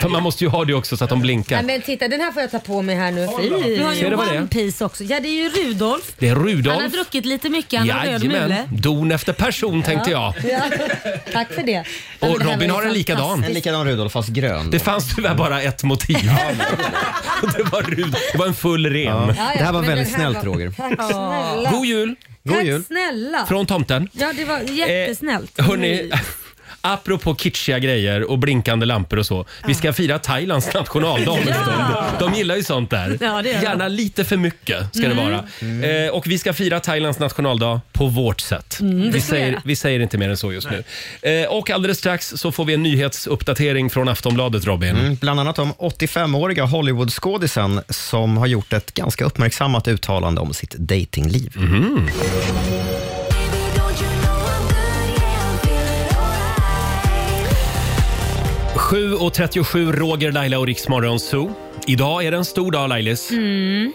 Speaker 1: För man måste ju ha det också så att de blinkar.
Speaker 2: Nej, men titta, den här får jag ta på mig här nu. Fy. Du har
Speaker 1: Ser
Speaker 2: ju
Speaker 1: du vad det är?
Speaker 2: One Piece också. Ja, det är ju Rudolf.
Speaker 1: Det är
Speaker 2: Han har
Speaker 1: Rudolf.
Speaker 2: druckit lite mycket, han har röd mule.
Speaker 1: Don efter person Mm, tänkte jag.
Speaker 2: Ja, tack för det.
Speaker 1: Och
Speaker 2: Ja, men det här
Speaker 1: Robin
Speaker 2: var ju
Speaker 1: har en likadan.
Speaker 2: fantastiskt.
Speaker 3: En likadan Rudolf fast grön.
Speaker 1: Det fanns tyvärr bara ett motiv. Och det, var Rud- det var en full ren.
Speaker 2: Ja, ja,
Speaker 3: Det här var
Speaker 2: men
Speaker 3: väldigt
Speaker 2: den här
Speaker 3: snällt, Roger.
Speaker 2: Tack snälla.
Speaker 1: God jul
Speaker 3: God
Speaker 2: tack
Speaker 3: jul.
Speaker 2: snälla.
Speaker 1: från tomten.
Speaker 2: Ja, det var jättesnällt.
Speaker 1: Hörni, apropå kitschiga grejer och blinkande lampor och så. Vi ska fira Thailands nationaldag om en stund. De gillar ju sånt där.
Speaker 2: Ja, det gör de. Mm.
Speaker 1: Gärna lite för mycket ska det vara.
Speaker 3: Mm.
Speaker 1: Eh, och vi ska fira Thailands nationaldag på vårt sätt. vi,
Speaker 2: Mm, ska vi
Speaker 1: säger,
Speaker 2: göra.
Speaker 1: vi säger inte mer än så just nu. Eh, och alldeles strax så får vi en nyhetsuppdatering från Aftonbladet, Robin.
Speaker 3: Mm, Bland annat om 85-åriga Hollywoodskådisen som har gjort ett ganska uppmärksammat uttalande om sitt datingliv.
Speaker 1: Mhm.
Speaker 6: Baby, don't you know I'm good? Yeah, I'm feeling alright.
Speaker 1: 7.37, Roger, Laila och Riksmorgon Zoo. Idag är det en stor dag, Lailis.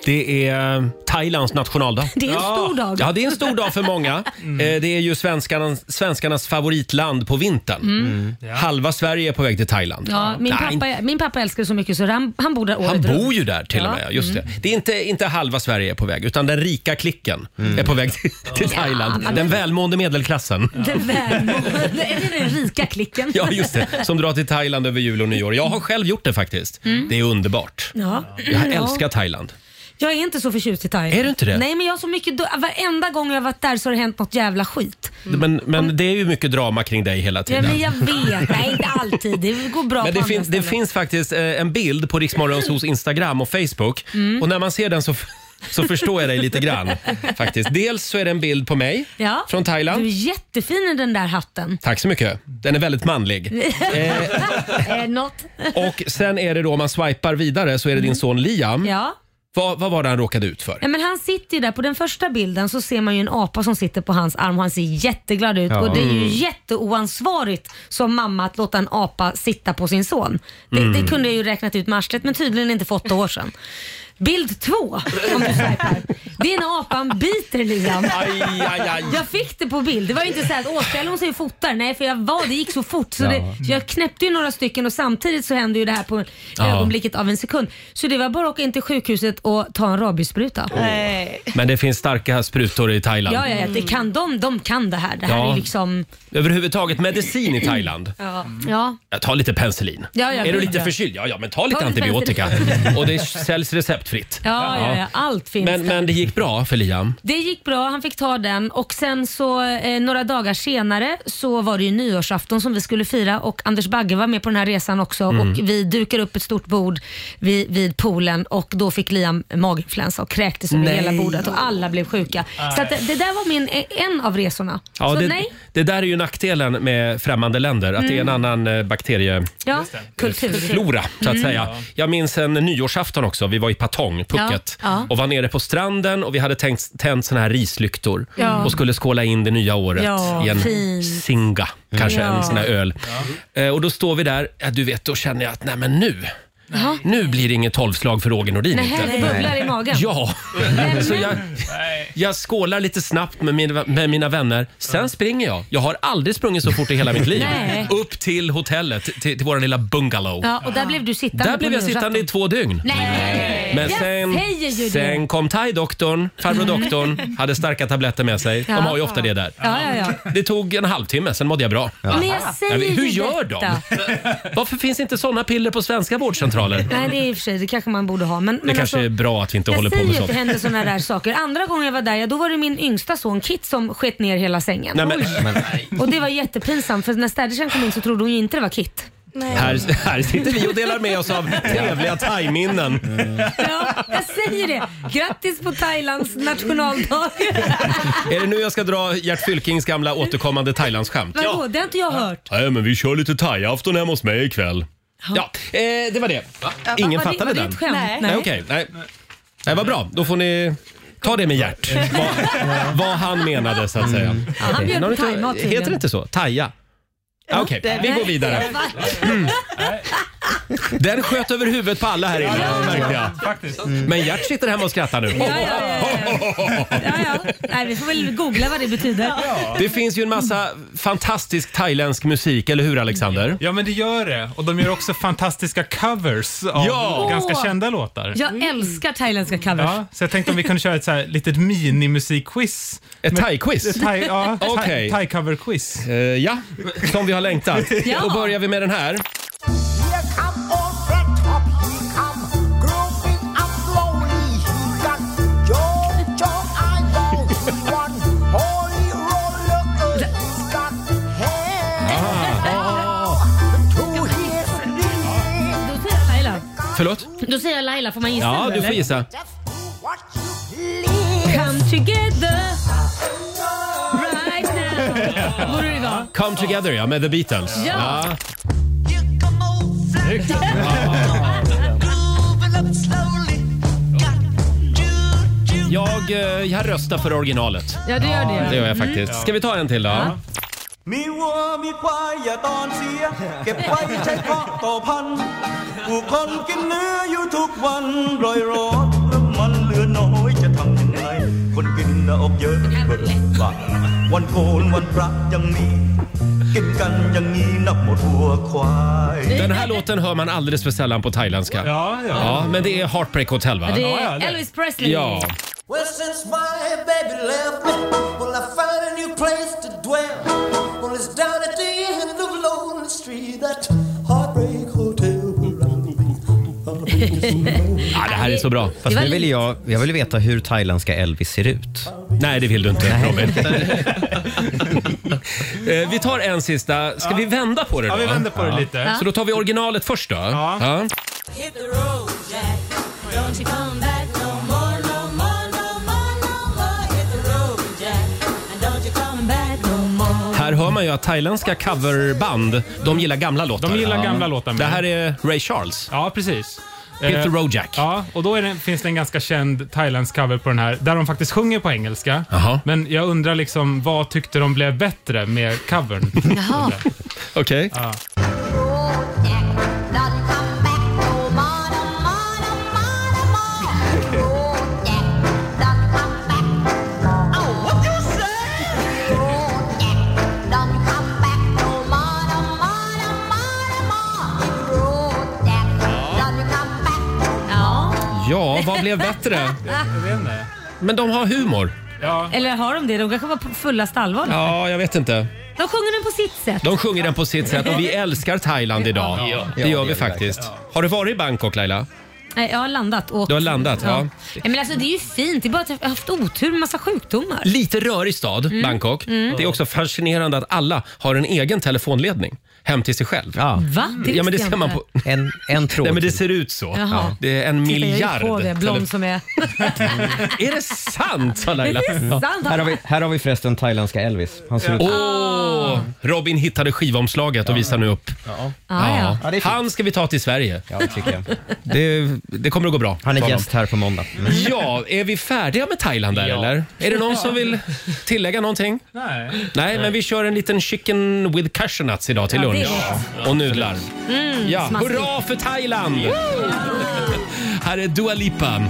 Speaker 1: Det är Thailands nationaldag.
Speaker 2: Mm. Det är en stor dag.
Speaker 1: Ja, det är en stor dag för många.
Speaker 2: Mm.
Speaker 1: Eh, Det är ju svenskarnas, svenskarnas favoritland på vintern. Mm. Halva Sverige är på väg till Thailand.
Speaker 2: Mm. Ja, min,
Speaker 1: Nej,
Speaker 2: pappa, min pappa älskar det så mycket så han, han bor där året
Speaker 1: Han
Speaker 2: runt.
Speaker 1: bor ju där till och
Speaker 2: Ja. Mm.
Speaker 1: med. Just det. det är inte, inte halva Sverige är på väg, utan den rika klicken
Speaker 2: Mm.
Speaker 1: är på väg till, till Thailand. Den välmående medelklassen.
Speaker 2: Den välmående, är det den rika klicken?
Speaker 1: Ja, just det. Som drar till Thailand över jul och nyår. Jag har själv gjort det faktiskt. Det är underbart.
Speaker 2: Mm. Ja.
Speaker 1: Jag
Speaker 2: Ja.
Speaker 1: älskar Thailand.
Speaker 2: Jag är inte så förtjust i Thailand.
Speaker 1: Är du inte det?
Speaker 2: Nej men jag har så mycket, do- varenda gång jag har varit där så har det hänt något jävla skit.
Speaker 1: Men, men det är ju mycket drama kring dig hela
Speaker 2: Mm. Ja,
Speaker 1: tiden.
Speaker 2: men jag vet, nej inte alltid. Det går bra
Speaker 1: Men det,
Speaker 2: på andra
Speaker 1: fin- det
Speaker 2: ställen.
Speaker 1: finns faktiskt eh, en bild på Riksmorgonsos Instagram och Facebook.
Speaker 2: Mm.
Speaker 1: Och när man ser den så, f- så förstår jag dig lite grann. faktiskt. Dels så är det en bild på mig
Speaker 2: Ja.
Speaker 1: från
Speaker 2: Du är
Speaker 1: Thailand.
Speaker 2: jättefin i den där hatten.
Speaker 1: Tack så mycket. Den är väldigt manlig.
Speaker 2: eh, något.
Speaker 1: Och sen är det då, om man swipar vidare, så är det din son Liam.
Speaker 2: Mm. Ja.
Speaker 1: Vad, vad var det han råkade ut för?
Speaker 2: Ja, men han sitter ju där, på den första bilden så ser man ju en apa som sitter på hans arm och han ser jätteglad ut. Och det är
Speaker 1: Mm.
Speaker 2: ju jätteoansvarigt som mamma att låta en apa sitta på sin son. Det,
Speaker 1: Mm.
Speaker 2: det kunde jag ju räknat ut med arslet men tydligen inte för åtta år sedan. Bild två, om du swipar. Det är när apan biter Liam.
Speaker 1: Aj, aj, aj.
Speaker 2: Jag fick det på bild. Det var ju inte så här att återställa hon sig och fotar. Nej, för jag var, det gick så fort. Så, det, så jag knäppte ju några stycken och samtidigt så hände ju det här på
Speaker 1: Mm. Ja.
Speaker 2: ögonblicket av en sekund. Så det var bara att åka in till sjukhuset och ta en rabiesspruta.
Speaker 7: Nej.
Speaker 1: Men det finns starka sprutor i Thailand.
Speaker 2: Ja, ja, ja. Det kan de, de kan det här. Det här
Speaker 1: Ja.
Speaker 2: är liksom...
Speaker 1: Överhuvudtaget medicin i Thailand.
Speaker 2: Ja. Ja.
Speaker 1: Jag tar lite penicillin.
Speaker 2: Ja, ja,
Speaker 1: är du
Speaker 2: gud,
Speaker 1: lite
Speaker 2: ja.
Speaker 1: förkyld? Ja, ja, men ta lite
Speaker 2: Ta lite
Speaker 1: antibiotika. och det säljs receptfritt.
Speaker 2: Ja, ja,
Speaker 1: Ja.
Speaker 2: ja. Allt finns
Speaker 1: Men,
Speaker 2: där.
Speaker 1: men det gick gick bra för Liam.
Speaker 2: Det gick bra, han fick ta den och sen så eh, några dagar senare så var det ju nyårsafton som vi skulle fira och Anders Bagge var med på den här resan också
Speaker 6: Mm.
Speaker 2: och vi dukade upp ett stort bord vid, vid poolen och då fick Liam maginfluensa och kräktes över
Speaker 1: Nej.
Speaker 2: hela bordet och alla blev sjuka. Så att, det det där var min, eh, en av resorna.
Speaker 1: Ja,
Speaker 2: så
Speaker 1: det,
Speaker 2: nej,
Speaker 1: det där är ju nackdelen med främmande länder, att det är en
Speaker 2: Mm.
Speaker 1: annan eh, bakterie...
Speaker 2: ja, kultur.
Speaker 1: flora, så att
Speaker 2: Mm.
Speaker 1: säga. Jag minns en nyårsafton också. Vi var i Patong, Phuket,
Speaker 2: Ja, ja.
Speaker 1: och var nere på stranden och vi hade tänkt, tänt såna här rislyktor
Speaker 2: Ja.
Speaker 1: och skulle skåla in det nya året
Speaker 2: Ja,
Speaker 1: i en
Speaker 2: fint.
Speaker 1: singa, kanske
Speaker 2: Ja.
Speaker 1: en sån här öl. Eh, och då står vi där, ja, du vet, då känner jag att nej men nu,
Speaker 2: Ja.
Speaker 1: nu blir det inget tolvslag för Roger Nordin.
Speaker 2: Nej,
Speaker 1: inte.
Speaker 2: det bubblar i magen.
Speaker 1: Ja. Så jag, jag skålar lite snabbt med mina, med mina vänner. Sen springer jag. Jag har aldrig sprungit så fort i hela mitt liv.
Speaker 2: Nej.
Speaker 1: Upp till hotellet, till, till vår lilla bungalow.
Speaker 2: Ja, och där blev du sittande
Speaker 1: Där
Speaker 2: på
Speaker 1: blev jag sittande i
Speaker 2: nyårsafton.
Speaker 1: två dygn.
Speaker 2: Nej!
Speaker 1: Men
Speaker 2: jag
Speaker 1: sen,
Speaker 2: säger ju det.
Speaker 1: sen kom thai-doktorn, farbror
Speaker 2: Mm.
Speaker 1: doktorn, hade starka tabletter med sig.
Speaker 2: Ja.
Speaker 1: De har ju ofta det där.
Speaker 2: Ja, ja, ja.
Speaker 1: Det tog en halvtimme, sen mådde jag bra.
Speaker 2: Men jag säger
Speaker 1: men Hur
Speaker 2: ju
Speaker 1: gör
Speaker 2: detta.
Speaker 1: de? Varför finns inte såna piller på svenska vårdcentraler?
Speaker 2: Nej, det är i och för sig, det kanske man borde ha. Men,
Speaker 1: Det
Speaker 2: men alltså-
Speaker 1: kanske är bra att vi inte
Speaker 2: jag
Speaker 1: håller på
Speaker 2: säger
Speaker 1: med
Speaker 2: ju att
Speaker 1: sånt.
Speaker 2: det händer sådana där saker. Andra gången jag var där, ja, då var det min yngsta son Kit som sket ner hela sängen.
Speaker 1: Nej, men-
Speaker 2: Oj. Och det var jättepinsamt för när städerskan kom in så trodde hon ju inte det var Kit.
Speaker 1: Här, här sitter vi och delar med oss av trevliga thai-minnen.
Speaker 2: Ja, jag säger det. Grattis på Thailands nationaldag.
Speaker 1: Är det nu jag ska dra Gert Fylkings gamla återkommande thailandsskämt?
Speaker 2: Vadå, det har inte jag hört.
Speaker 1: Nej, men vi kör lite thai-afton hemma hos mig ikväll. Ja, eh, det var det. Ingen
Speaker 2: Var det-
Speaker 1: fattade
Speaker 2: var det
Speaker 1: den?
Speaker 2: ett skämt? Nej.
Speaker 1: Nej, okej. Nej. Nej, vad bra. Då får ni ta det med Gert. vad, vad han menade, så att säga.
Speaker 2: han bjöd
Speaker 1: Har
Speaker 2: på
Speaker 1: inte-
Speaker 2: thaimat tydligen.
Speaker 1: Heter det inte så? Thaia? Ah, Okej, vi går vidare. Ah. Mm. Den sköt över huvudet på alla här inne, märkte jag. Mm. Men Gert sitter hemma och skrattar nu.
Speaker 2: Nej, vi får väl googla vad det betyder.
Speaker 1: Det finns ju en massa fantastisk thailändsk musik, eller hur Alexander?
Speaker 10: Ja, men det gör det. Och de gör också fantastiska covers av
Speaker 1: Ja.
Speaker 10: ganska
Speaker 2: Åh.
Speaker 10: kända låtar.
Speaker 2: Jag älskar thailändska covers.
Speaker 10: Ja, så jag tänkte om vi kunde köra ett så här litet minimusikquiz.
Speaker 1: Ett
Speaker 10: Med-
Speaker 1: thai-quiz?
Speaker 10: Ett thai, ja, ett
Speaker 1: Okej.
Speaker 10: thai,
Speaker 1: Eh,
Speaker 10: thai-cover-quiz.
Speaker 1: ja, som vi har längtat.
Speaker 10: Ja.
Speaker 1: Då börjar vi med den här.
Speaker 6: Here come on the top, he come grooving up slowly. He got John, John eyeballs, one holy roller. He's got hair to his
Speaker 2: Då säger jag Laila.
Speaker 1: Förlåt?
Speaker 2: Då säger jag Laila, får man gissa
Speaker 1: Ja,
Speaker 2: nu,
Speaker 1: du får
Speaker 2: eller?
Speaker 1: gissa.
Speaker 2: Come together right now. Borde det vara.
Speaker 1: Come Together, ja, med The Beatles.
Speaker 2: Ja.
Speaker 1: Jag, eh, jag röstar för originalet.
Speaker 6: Ja, du gör det.
Speaker 1: Det gör jag faktiskt.
Speaker 10: Mm.
Speaker 1: Ska vi ta en till då?
Speaker 6: Ja. มีวัวมีควายอย่าตอนเสีย เก็บไว้ใช้เพาะต่อพันธุ์ผู้คนกินเนื้ออยู่ทุกวันรอยรถน้ำมันเหลือน้อยจะทำยังไง คนกินนะอกเยอะเบิกบานวันโกนวันพระยังมี กินกันอย่างนี้นับหมดวัวควาย
Speaker 1: Den här låten hör man alldeles för sällan på thailändska.
Speaker 10: Ja, ja.
Speaker 1: men det är Heartbreak Hotel, va?
Speaker 2: Det är Elvis Presley.
Speaker 1: er Ja.
Speaker 6: Well, since my baby left me, well, I found a new place to dwell. Well, it's down at the end of Lonely Street, that heartbreak hotel.
Speaker 1: Ja, det här är så bra.
Speaker 3: Fast nu vill jag, jag vill veta hur thailändska Elvis ser ut.
Speaker 1: Nej, det vill du inte Robin. Eh, vi tar en sista. Ska vi vända på det då?
Speaker 10: Ja, vi vänder på det lite.
Speaker 1: Så då tar vi originalet först då. Ja.
Speaker 6: Hit the road, Jack. Don't you come back no more, no more, no more, no more. Hit the road, Jack. And don't you come back no more.
Speaker 1: Här hör man ju att thailändska coverband, de gillar gamla låtar.
Speaker 10: De gillar gamla låtar.
Speaker 1: Det här är Ray Charles.
Speaker 10: Ja, precis.
Speaker 1: Hit the
Speaker 10: Eh,
Speaker 1: road Jack.
Speaker 10: Ja, och då är det, finns det en ganska känd thailändsk cover på den här, där de faktiskt sjunger på engelska. Men jag undrar liksom, vad tyckte de blev bättre med covern?
Speaker 2: Jaha.
Speaker 1: Okej.
Speaker 10: Ja.
Speaker 1: Ja, vad blev bättre? Men de har humor.
Speaker 2: Eller har de det? De kanske var på fullast allvar.
Speaker 1: Ja, jag vet inte.
Speaker 2: De sjunger den på sitt sätt.
Speaker 1: De sjunger den på sitt sätt och vi älskar Thailand idag.
Speaker 2: Ja.
Speaker 1: Det
Speaker 3: Ja,
Speaker 1: gör
Speaker 3: det
Speaker 1: vi
Speaker 3: gör vi
Speaker 1: faktiskt. Har du varit i Bangkok Laila?
Speaker 2: Nej, jag har landat. Och
Speaker 1: Du har landat, ja.
Speaker 2: ja. Men alltså, det är ju fint. Det är bara att jag har haft otur med massa sjukdomar.
Speaker 1: Lite rörig stad,
Speaker 2: Mm.
Speaker 1: Bangkok.
Speaker 2: Mm.
Speaker 1: Det är också fascinerande att alla har en egen telefonledning hem till sig själv. Ja.
Speaker 2: Va? Det
Speaker 1: ja, men det
Speaker 2: visste jag
Speaker 1: ser man
Speaker 2: inte.
Speaker 1: på... En, en tråd Nej, men det ser ut så.
Speaker 2: Jaha.
Speaker 1: Det är en
Speaker 2: Jag är
Speaker 1: miljard.
Speaker 2: ju på det, blond
Speaker 1: tele-
Speaker 2: som jag är.
Speaker 1: Är det sant, sa Laila?
Speaker 2: Det är sant. Ja.
Speaker 3: Här har, vi, här har vi förresten thailändska Elvis. Han ser ut...
Speaker 1: Åh, Robin hittade skivomslaget och visar nu upp.
Speaker 2: Ah,
Speaker 1: Ja.
Speaker 3: Ja, ja. Ja, det är fint.
Speaker 1: Han ska vi ta till Sverige.
Speaker 3: Ja, det tycker jag.
Speaker 1: Det, det kommer att gå bra.
Speaker 3: Han är
Speaker 1: för honom.
Speaker 3: gäst här på måndag. Mm.
Speaker 1: Ja, är vi färdiga med Thailand där eller? Är det någon som vill tillägga någonting?
Speaker 10: Nej.
Speaker 1: Nej, men vi kör en liten chicken with cashew nuts idag till
Speaker 10: Ja,
Speaker 1: lunch.
Speaker 10: det är
Speaker 1: Och nudlar.
Speaker 6: Mm,
Speaker 1: ja,
Speaker 6: smaskigt.
Speaker 1: hurra för Thailand! Här är Dua Lipa.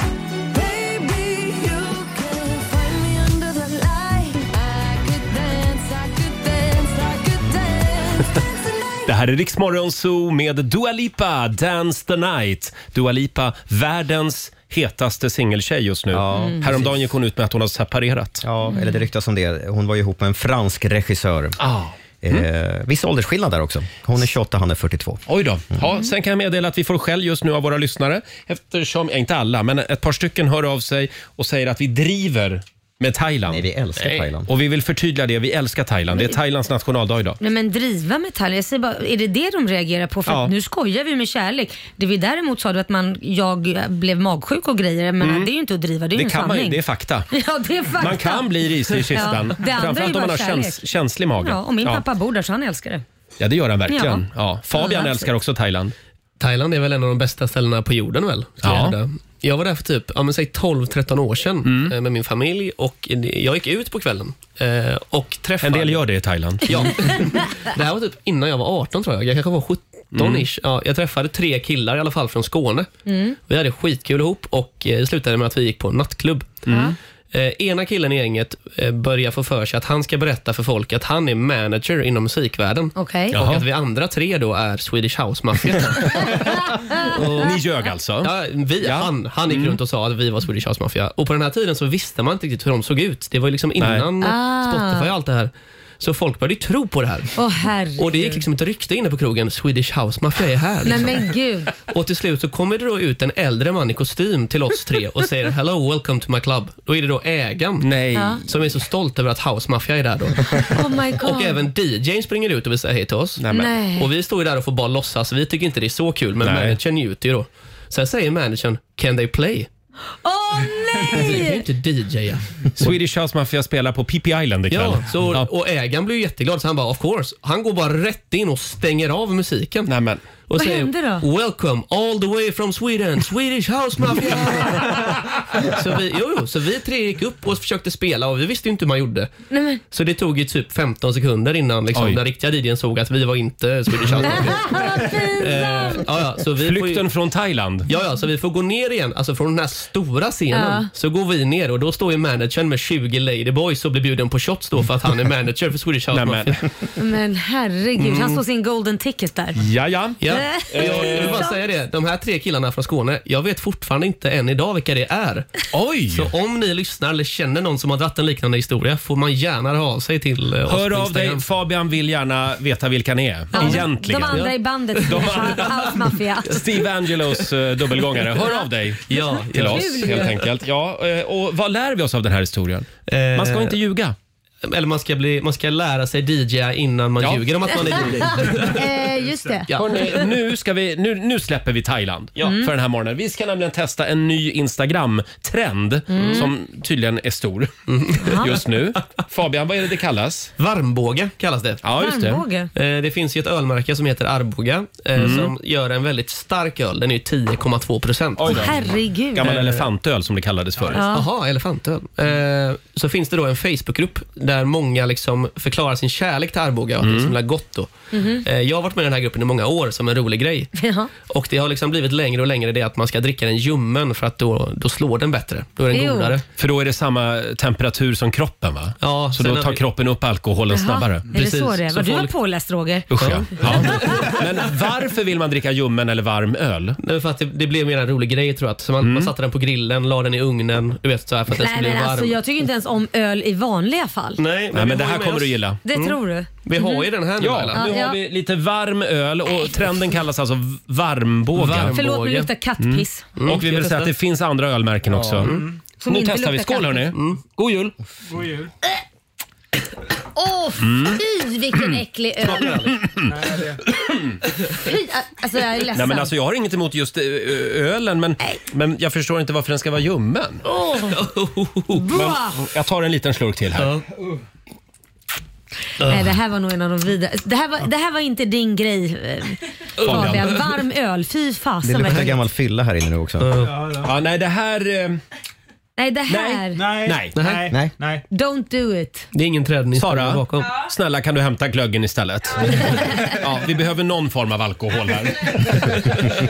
Speaker 1: Det här är Riksmorgon Zoo med Dua Lipa, Dance the Night. Dua Lipa, världens hetaste singeltjej just nu.
Speaker 3: Mm.
Speaker 1: Häromdagen gick hon ut med att hon har separerat.
Speaker 3: Ja, eller det ryktas om det. Hon var ju ihop med en fransk regissör.
Speaker 1: Ah.
Speaker 3: Eh, viss åldersskillnad där också. Hon är 28, han är 42.
Speaker 1: Oj då. Ja, sen kan jag meddela att vi får skäll just nu av våra lyssnare eftersom, ja, inte alla, men ett par stycken hör av sig och säger att vi driver med Thailand. Nej, vi älskar Thailand. Och vi vill förtydliga det, vi älskar Thailand. Det är Thailands nationaldag idag.
Speaker 2: Nej men driva med Thailand. Jag säger bara, är det det de reagerar på? För
Speaker 1: Ja.
Speaker 2: att nu skojar vi med kärlek. Det vi däremot sa du att man, jag blev magsjuk och grejer, men
Speaker 1: Mm.
Speaker 2: det är ju inte att driva, det är ju
Speaker 1: Det
Speaker 2: en
Speaker 1: kan man ju,
Speaker 2: sanning.
Speaker 1: det är fakta.
Speaker 2: Ja, det är fakta.
Speaker 1: Man kan bli risig i kistan.
Speaker 2: Ja, det andra är ju
Speaker 1: Framförallt om
Speaker 2: bara
Speaker 1: man har
Speaker 2: kärlek.
Speaker 1: käns känslig mage.
Speaker 2: Ja, och min pappa bor där så han älskar det.
Speaker 1: Ja, det gör han verkligen.
Speaker 2: Ja.
Speaker 1: Ja. Fabian
Speaker 2: Ja,
Speaker 1: älskar
Speaker 2: absolut.
Speaker 1: också Thailand.
Speaker 8: Thailand är väl en av de bästa ställena på jorden väl? skulle
Speaker 1: Ja.
Speaker 8: jag hävda. Jag var där för typ ja, men säg 12-13 år sedan
Speaker 1: Mm.
Speaker 8: eh, med min familj och jag gick ut på kvällen eh, och träffade... En del
Speaker 1: gör det i Thailand. Mm.
Speaker 8: Ja. det här var typ innan jag var 18 tror jag. Jag kanske var 17 ish.
Speaker 1: Mm.
Speaker 8: Ja, jag träffade tre killar i alla fall från Skåne.
Speaker 6: Mm.
Speaker 8: Vi hade skitkul ihop och eh, det slutade med att vi gick på en nattklubb.
Speaker 6: Mm.
Speaker 8: Eh, ena killen i gänget eh, börjar få för sig att han ska berätta för folk att han är manager inom musikvärlden.
Speaker 2: Okej.
Speaker 8: Och
Speaker 2: Jaha.
Speaker 8: att vi andra tre då är Swedish House Mafia.
Speaker 1: Ni ljög alltså?
Speaker 8: Ja, vi, Han, han gick runt och sa att vi var Swedish House Mafia. Och på den här tiden så visste man inte riktigt hur de såg ut. Det var ju liksom innan
Speaker 2: Nej. Ah.
Speaker 8: Spotify och allt det här. Så folk började ju tro på det här.
Speaker 2: Åh herregud.
Speaker 8: Och det gick liksom ett rykte inne på krogen. Swedish House Mafia är här.
Speaker 2: Nej
Speaker 8: Liksom.
Speaker 2: men gud.
Speaker 8: Och till slut så kommer det då ut en äldre man i kostym till oss tre och säger “Hello, welcome to my club”. Då är det då ägaren
Speaker 2: Ja.
Speaker 8: som är så stolt över att House Mafia är där då.
Speaker 2: Oh my god.
Speaker 8: Och även DJn springer ut och vill säga hej till oss.
Speaker 2: men. Nej.
Speaker 8: Och vi står ju där och får bara låtsas. Vi tycker inte det är så kul, men managern njuter ju då. Sen säger managern “Can they play?”
Speaker 2: Åh
Speaker 8: Vi kan ju
Speaker 2: nej!
Speaker 8: inte DJa.
Speaker 1: Swedish House Mafia spelar på Pippi Island ikväll.
Speaker 8: Ja, så, och ägaren blir ju jätteglad så han bara “Of course”. Han går bara rätt in och stänger av musiken.
Speaker 1: Nämen.
Speaker 8: Och
Speaker 2: Vad
Speaker 8: säger
Speaker 2: hände då?
Speaker 8: “Welcome all the way from Sweden, Swedish House Mafia”. så, vi, jo, jo, så vi tre gick upp och försökte spela och vi visste ju inte hur man gjorde.
Speaker 2: Nej, men.
Speaker 8: Så det tog ju typ 15 sekunder innan liksom,
Speaker 1: Oj.
Speaker 8: den riktiga DJn såg att vi var inte Swedish House Mafia. Eh, ja, ja, så vi
Speaker 1: Flykten från Thailand.
Speaker 8: Ja, ja, så vi får gå ner igen. Alltså från den här stora scenen
Speaker 1: Ja.
Speaker 8: så går vi ner och då står ju managern med 20 ladyboys och blir bjuden på shots då för att han är manager för Swedish House
Speaker 1: Nämen.
Speaker 8: Mafia.
Speaker 2: Men herregud,
Speaker 8: Mm.
Speaker 2: han står sin golden ticket där.
Speaker 1: Ja, ja.
Speaker 8: Ja.
Speaker 2: Eh.
Speaker 8: Jag vill bara säga det, de här tre killarna från Skåne, jag vet fortfarande inte än idag vilka det är.
Speaker 1: Oj!
Speaker 8: Så om ni lyssnar eller känner någon som har dratt en liknande historia får man gärna höra av sig till eh, oss
Speaker 1: Hör
Speaker 8: på
Speaker 1: av
Speaker 8: Instagram.
Speaker 1: dig. Fabian vill gärna veta vilka ni är.
Speaker 2: Ja,
Speaker 1: Egentligen.
Speaker 2: De andra i bandet,
Speaker 1: De
Speaker 2: House Mafia.
Speaker 1: Steve Angelos eh, dubbelgångare. Hör av dig
Speaker 8: ja,
Speaker 1: till
Speaker 8: ja.
Speaker 1: oss
Speaker 8: Kul ju.
Speaker 1: helt enkelt. Ja, eh, och vad lär vi oss av den här historien? Man ska inte ljuga.
Speaker 8: Eh, Eller man ska, bli, man ska lära sig DJa innan man
Speaker 1: Ja.
Speaker 8: ljuger om att man är DJ.
Speaker 2: eh, just det.
Speaker 8: Ja.
Speaker 1: Hörrni, nu, ska vi, nu, nu släpper vi Thailand
Speaker 2: Mm.
Speaker 1: för den här morgonen. Vi ska nämligen testa en ny Instagram-trend
Speaker 8: Mm.
Speaker 1: som tydligen är stor just nu. Fabian, vad är det det kallas?
Speaker 8: Varmbåge kallas det.
Speaker 1: Ja, just det.
Speaker 2: Varmbåge?
Speaker 8: Eh, Det finns ju ett ölmärke som heter Arboga eh,
Speaker 1: Mm.
Speaker 8: som gör en väldigt stark öl. Den är ju 10,2 procent.
Speaker 2: Åh, herregud.
Speaker 1: Gammal elefantöl som det kallades förr.
Speaker 8: Jaha, elefantöl. Eh, Så finns det då en Facebookgrupp där många liksom förklarar sin kärlek till Arboga och att det
Speaker 1: Mm.
Speaker 8: är så himla gott. Då.
Speaker 6: Mhm.
Speaker 8: Eh, Jag har varit med i den här gruppen i många år som en rolig grej.
Speaker 2: Ja.
Speaker 8: Och Det har liksom blivit längre och längre det att man ska dricka den ljummen för att då, då slår den bättre. Då är den
Speaker 2: Jo.
Speaker 8: godare.
Speaker 1: För då är det samma temperatur som kroppen va?
Speaker 8: Ja,
Speaker 1: Så då
Speaker 8: sen-
Speaker 1: tar kroppen upp alkoholen snabbare.
Speaker 2: Jaha, Är det så det är? Vad du var
Speaker 1: folk-
Speaker 2: påläst Roger.
Speaker 1: Usch ja. ja. Men varför vill man dricka ljummen eller varm öl?
Speaker 3: Mm.
Speaker 8: Nej, För att det, det blev mer en rolig grej tror jag. Så man, man satte den på grillen, la den i ugnen. Du vet så här för att den
Speaker 2: Nej
Speaker 8: skulle bli
Speaker 2: men
Speaker 8: varm.
Speaker 2: alltså jag tycker inte ens om öl i vanliga fall.
Speaker 8: Nej,
Speaker 1: men
Speaker 8: vi
Speaker 1: det
Speaker 8: har ju
Speaker 1: här
Speaker 8: med
Speaker 1: kommer
Speaker 8: oss-
Speaker 1: du gilla. Mm.
Speaker 2: Det tror du?
Speaker 8: Mm.
Speaker 2: Mm.
Speaker 8: Vi har ju den här nu
Speaker 1: Ja,
Speaker 8: Laila.
Speaker 1: nu har vi lite varm öl och trenden kallas alltså v- varmbågen.
Speaker 8: Varmbågen. Förlåt, men det luktar
Speaker 2: kattpiss.
Speaker 1: Mm. Och vi vill säga att det finns andra ölmärken också.
Speaker 8: Mm.
Speaker 2: Som
Speaker 1: Nu
Speaker 2: inte
Speaker 1: testar vi.
Speaker 2: luktar
Speaker 1: Skål hörni.
Speaker 2: kattpiss.
Speaker 8: God jul!
Speaker 10: God jul.
Speaker 2: Åh
Speaker 1: Mm.
Speaker 2: fy vilken äcklig öl. Fy, alltså jag är ledsen.
Speaker 1: Nej, men alltså, jag har inget emot just ö- ö- ölen, men, men jag förstår inte varför den ska vara ljummen. Men, jag tar en liten slurk till här.
Speaker 2: Nej, det här var nog en av de vidare. Det här var, det här var inte din grej eh, Fabian. Varm öl, fy
Speaker 3: Det
Speaker 2: fasen.
Speaker 3: luktar
Speaker 2: verkligen.
Speaker 3: gammal fylla här inne nu också.
Speaker 1: Ja, nej, det här... eh,
Speaker 2: Nej, det här.
Speaker 1: Nej.
Speaker 10: Nej.
Speaker 3: Nej.
Speaker 10: Nej.
Speaker 2: Don't do it.
Speaker 8: Det är ingen trädning
Speaker 1: Sara, snälla kan du hämta glöggen istället? Ja, vi behöver någon form av alkohol här.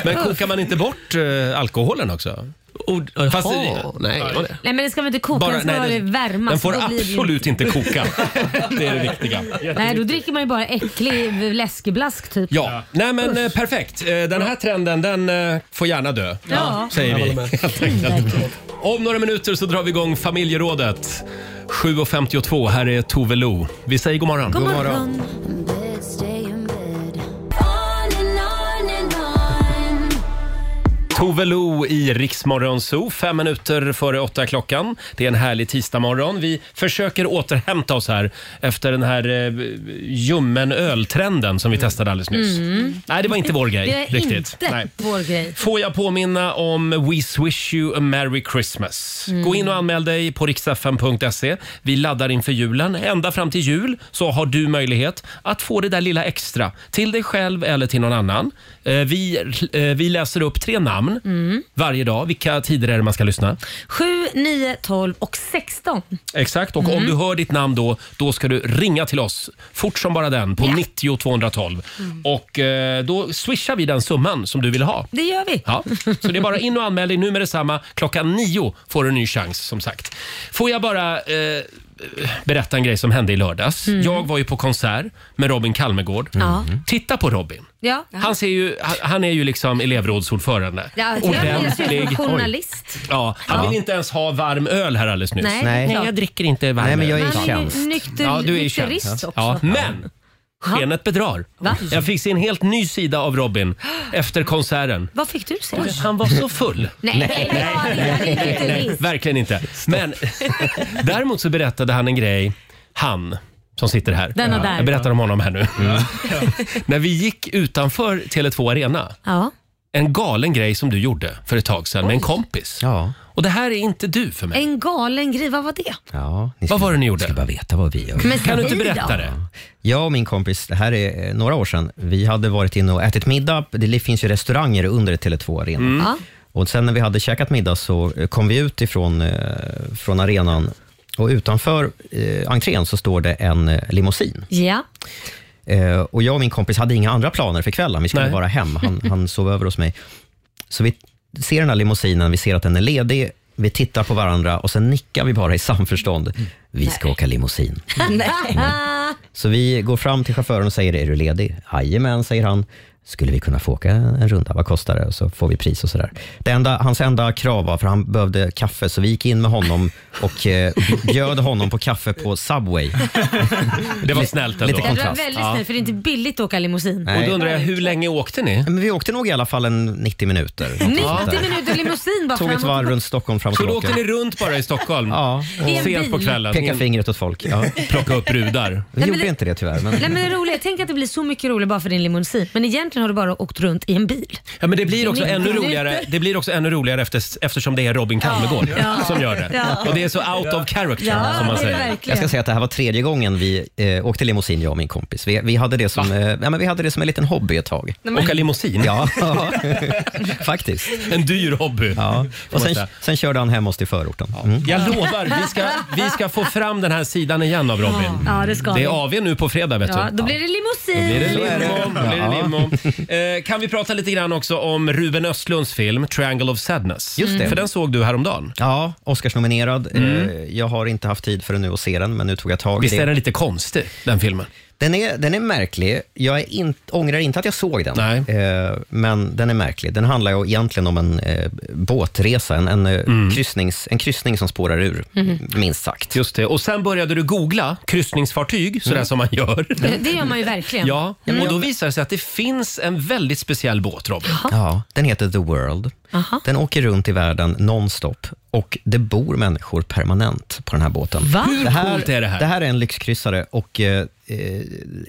Speaker 1: Men kokar man inte bort eh, alkoholen också? Fast-
Speaker 8: nej, det var det.
Speaker 2: Nej, men det ska väl inte koka,
Speaker 1: Bara-
Speaker 2: den ska
Speaker 1: nej,
Speaker 2: vara
Speaker 1: den-
Speaker 2: värma.
Speaker 1: den
Speaker 2: så
Speaker 1: får
Speaker 2: då blir det ju-
Speaker 1: absolut inte koka. Det är det viktiga.
Speaker 2: Nej, då dricker man ju bara äcklig läskeblask typ.
Speaker 1: Ja, nej men eh, perfekt. Eh, Den här trenden den eh, får gärna dö.
Speaker 2: Ja.
Speaker 1: Säger
Speaker 8: Jag
Speaker 1: vi.
Speaker 8: håller med.
Speaker 1: Helt enkelt. Om några minuter så drar vi igång familjerådet. 7.52, här är Tove Lo. Vi säger god morgon.
Speaker 6: God morgon.
Speaker 1: Tove Lo i Riksmorgon Zoo, fem minuter före åtta klockan. Det är en härlig tisdagmorgon. Vi försöker återhämta oss här efter den här eh, ljummen öltrenden som vi testade alldeles nyss.
Speaker 2: Mm.
Speaker 1: Nej, det var inte vår grej
Speaker 2: Det är
Speaker 1: riktigt.
Speaker 2: inte
Speaker 1: Nej.
Speaker 2: vår grej.
Speaker 1: Får jag påminna om We Swish You a Merry Christmas.
Speaker 2: Mm.
Speaker 1: Gå in och anmäl dig på riksfm.se. Vi laddar inför julen. Ända fram till jul så har du möjlighet att få det där lilla extra till dig själv eller till någon annan. Eh, Vi, eh, vi läser upp tre namn
Speaker 2: Mm.
Speaker 1: varje dag. Vilka tider är det man ska lyssna?
Speaker 2: 7, 9, 12 och 16.
Speaker 1: Exakt. Och om
Speaker 2: Mm.
Speaker 1: du hör ditt namn då, då ska du ringa till oss fort som bara den på 90 212. Och eh, då swishar vi den summan som du vill ha.
Speaker 2: Mm. Det gör vi.
Speaker 1: Ja, så det är bara in och anmäl dig nu med detsamma. Klockan nio får du en ny chans som sagt. Får jag bara eh, berätta en grej som hände i lördags. Jag var ju på konsert med Robin Kalmegård.
Speaker 2: Mm. Ja.
Speaker 1: Titta på Robin.
Speaker 2: Ja.
Speaker 1: Han, ser ju, han- han är ju liksom elevrådsordförande.
Speaker 2: Ja, jag ser ut som journalist.
Speaker 1: Ja, han
Speaker 2: Ja.
Speaker 1: vill inte ens ha varm öl här alldeles nyss.
Speaker 2: Nej, Nej. klart.
Speaker 1: jag dricker inte varm
Speaker 3: Nej, men jag är i
Speaker 1: öl.
Speaker 3: Han är ju tjänst.
Speaker 2: nykter-
Speaker 1: ja, du är i
Speaker 2: nykterist
Speaker 1: tjänst.
Speaker 2: också.
Speaker 1: Ja, men skenet bedrar.
Speaker 2: Va?
Speaker 1: Jag fick se en helt ny sida av Robin efter konserten.
Speaker 2: Vad fick du se?
Speaker 1: Han var så full.
Speaker 2: Nej,
Speaker 1: Nej.
Speaker 2: det var det. Han är
Speaker 1: Nej,
Speaker 2: nykterist.
Speaker 1: verkligen inte. Men däremot så berättade han en grej, han som sitter här.
Speaker 2: Denna där.
Speaker 1: Jag berättar om honom här nu. När vi gick utanför Tele2 Arena,
Speaker 2: Ja.
Speaker 1: en galen grej som du gjorde för ett tag sedan med en kompis. Och det här är inte du för mig.
Speaker 2: En galen grej, vad var det?
Speaker 3: Ja, ni
Speaker 1: Vad var det ni gjorde?
Speaker 3: ska bara veta vad vi gör.
Speaker 2: Men Kan du inte vi då? berätta
Speaker 1: det?
Speaker 3: Jag och min kompis, det här är eh, några år sedan, vi hade varit inne och ätit middag. Det finns ju restauranger under Tele2 Arena.
Speaker 6: Mm. Ja.
Speaker 3: Och sen när vi hade käkat middag så eh, kom vi ut ifrån eh, från arenan och utanför eh, entrén så står det en eh, limousin.
Speaker 2: Ja.
Speaker 3: Eh, och jag och min kompis hade inga andra planer för kvällen. Vi skulle
Speaker 1: Nej.
Speaker 3: bara hem. Han, han sov över hos mig. Så vi ser den här limousinen, vi ser att den är ledig. Vi tittar på varandra och sen nickar vi bara i samförstånd.
Speaker 1: Mm.
Speaker 3: Vi ska åka limousin.
Speaker 2: Nej.
Speaker 3: Så vi går fram till chauffören och säger, är du ledig? Jajamän, säger han. Skulle vi kunna få åka en runda? Vad kostar det? Och så får vi pris och sådär. Det enda, hans enda krav var, för han behövde kaffe, så vi gick in med honom och eh, bjöd honom på kaffe på Subway.
Speaker 1: Det var snällt ändå.
Speaker 3: Lite
Speaker 2: Ja, Det var
Speaker 3: kontrast.
Speaker 2: väldigt snällt för det är inte billigt att åka limousin.
Speaker 3: Nej. Och då
Speaker 1: undrar jag, hur länge åkte ni?
Speaker 3: Men vi åkte nog i alla fall en 90 minuter. något sånt
Speaker 2: 90
Speaker 3: där.
Speaker 2: minuter limousin bara
Speaker 3: Tog ett varv
Speaker 2: framåt.
Speaker 3: runt Stockholm fram och
Speaker 1: Så då
Speaker 3: tillbaka.
Speaker 1: åkte ni runt bara i Stockholm?
Speaker 3: Ja.
Speaker 2: I en
Speaker 1: Sent på
Speaker 2: bil.
Speaker 1: kvällen?
Speaker 3: Peka fingret åt folk. Ja.
Speaker 1: Plocka upp brudar?
Speaker 3: Vi
Speaker 2: men
Speaker 3: gjorde
Speaker 2: det-
Speaker 3: inte det tyvärr. Men...
Speaker 2: Nej, men det roliga, tänk att det blir så mycket roligare bara för din limousin. Men egentligen har du bara åkt runt i en bil.
Speaker 1: Ja, men det blir också
Speaker 2: Nitton
Speaker 1: ännu
Speaker 2: minuter.
Speaker 1: roligare, det blir också ännu roligare efter, eftersom det är Robin Kalmegård
Speaker 2: Ja.
Speaker 1: som gör det.
Speaker 2: Ja.
Speaker 1: Och det är så out of character
Speaker 2: Ja,
Speaker 1: som man
Speaker 2: det är det
Speaker 1: säger.
Speaker 2: verkligen.
Speaker 3: Jag ska säga att det här var tredje gången vi eh, åkte limousin, jag och min kompis. Vi, vi, hade det som, eh, ja, men vi hade det som en liten hobby ett tag.
Speaker 1: men- Åka limousin?
Speaker 3: Ja, faktiskt.
Speaker 1: En dyr hobby.
Speaker 3: Ja.
Speaker 1: får
Speaker 3: Och
Speaker 1: man
Speaker 3: sen,
Speaker 1: säga.
Speaker 3: sen körde han hem oss till förorten. Mm.
Speaker 1: Jag lovar, vi ska, vi ska få fram den här sidan igen av Robin.
Speaker 2: Ja, det ska
Speaker 1: Det är
Speaker 2: vi.
Speaker 1: AW nu på fredag vet
Speaker 2: Ja,
Speaker 1: du.
Speaker 2: då blir det
Speaker 1: Då
Speaker 2: limousin.
Speaker 1: blir det
Speaker 3: Så
Speaker 1: limo.
Speaker 3: är det.
Speaker 1: Då blir det
Speaker 3: Ja.
Speaker 1: limo. Eh, kan vi prata lite grann också om Ruben Östlunds film Triangle of Sadness?
Speaker 3: Just det.
Speaker 1: För den såg du häromdagen.
Speaker 3: Ja, Oscarsnominerad. Eh, Jag har inte haft tid för nu att se den, men nu tog jag tag i
Speaker 1: Mm. Visst
Speaker 3: det.
Speaker 1: är den lite konstig, den filmen?
Speaker 3: Den är, den är märklig. Jag är in, ångrar inte att jag såg den, Eh, men den är märklig. Den handlar ju egentligen om en eh, båtresa, en, en, eh,
Speaker 1: Mm.
Speaker 3: kryssnings, en kryssning som spårar ur,
Speaker 2: Mhm.
Speaker 3: minst sagt. Mm.
Speaker 1: Just det. Och sen började du googla kryssningsfartyg, sådär som man gör.
Speaker 2: Det, det gör man ju verkligen.
Speaker 1: Ja,
Speaker 2: Mm.
Speaker 1: och då visar det sig att det finns en väldigt speciell båt, Robin.
Speaker 3: Ja, den heter The World.
Speaker 2: Aha.
Speaker 3: Den åker runt i världen nonstop och det bor människor permanent på den här båten.
Speaker 2: Va? Hur coolt är det här?
Speaker 3: Det här är en lyxkryssare och eh, eh,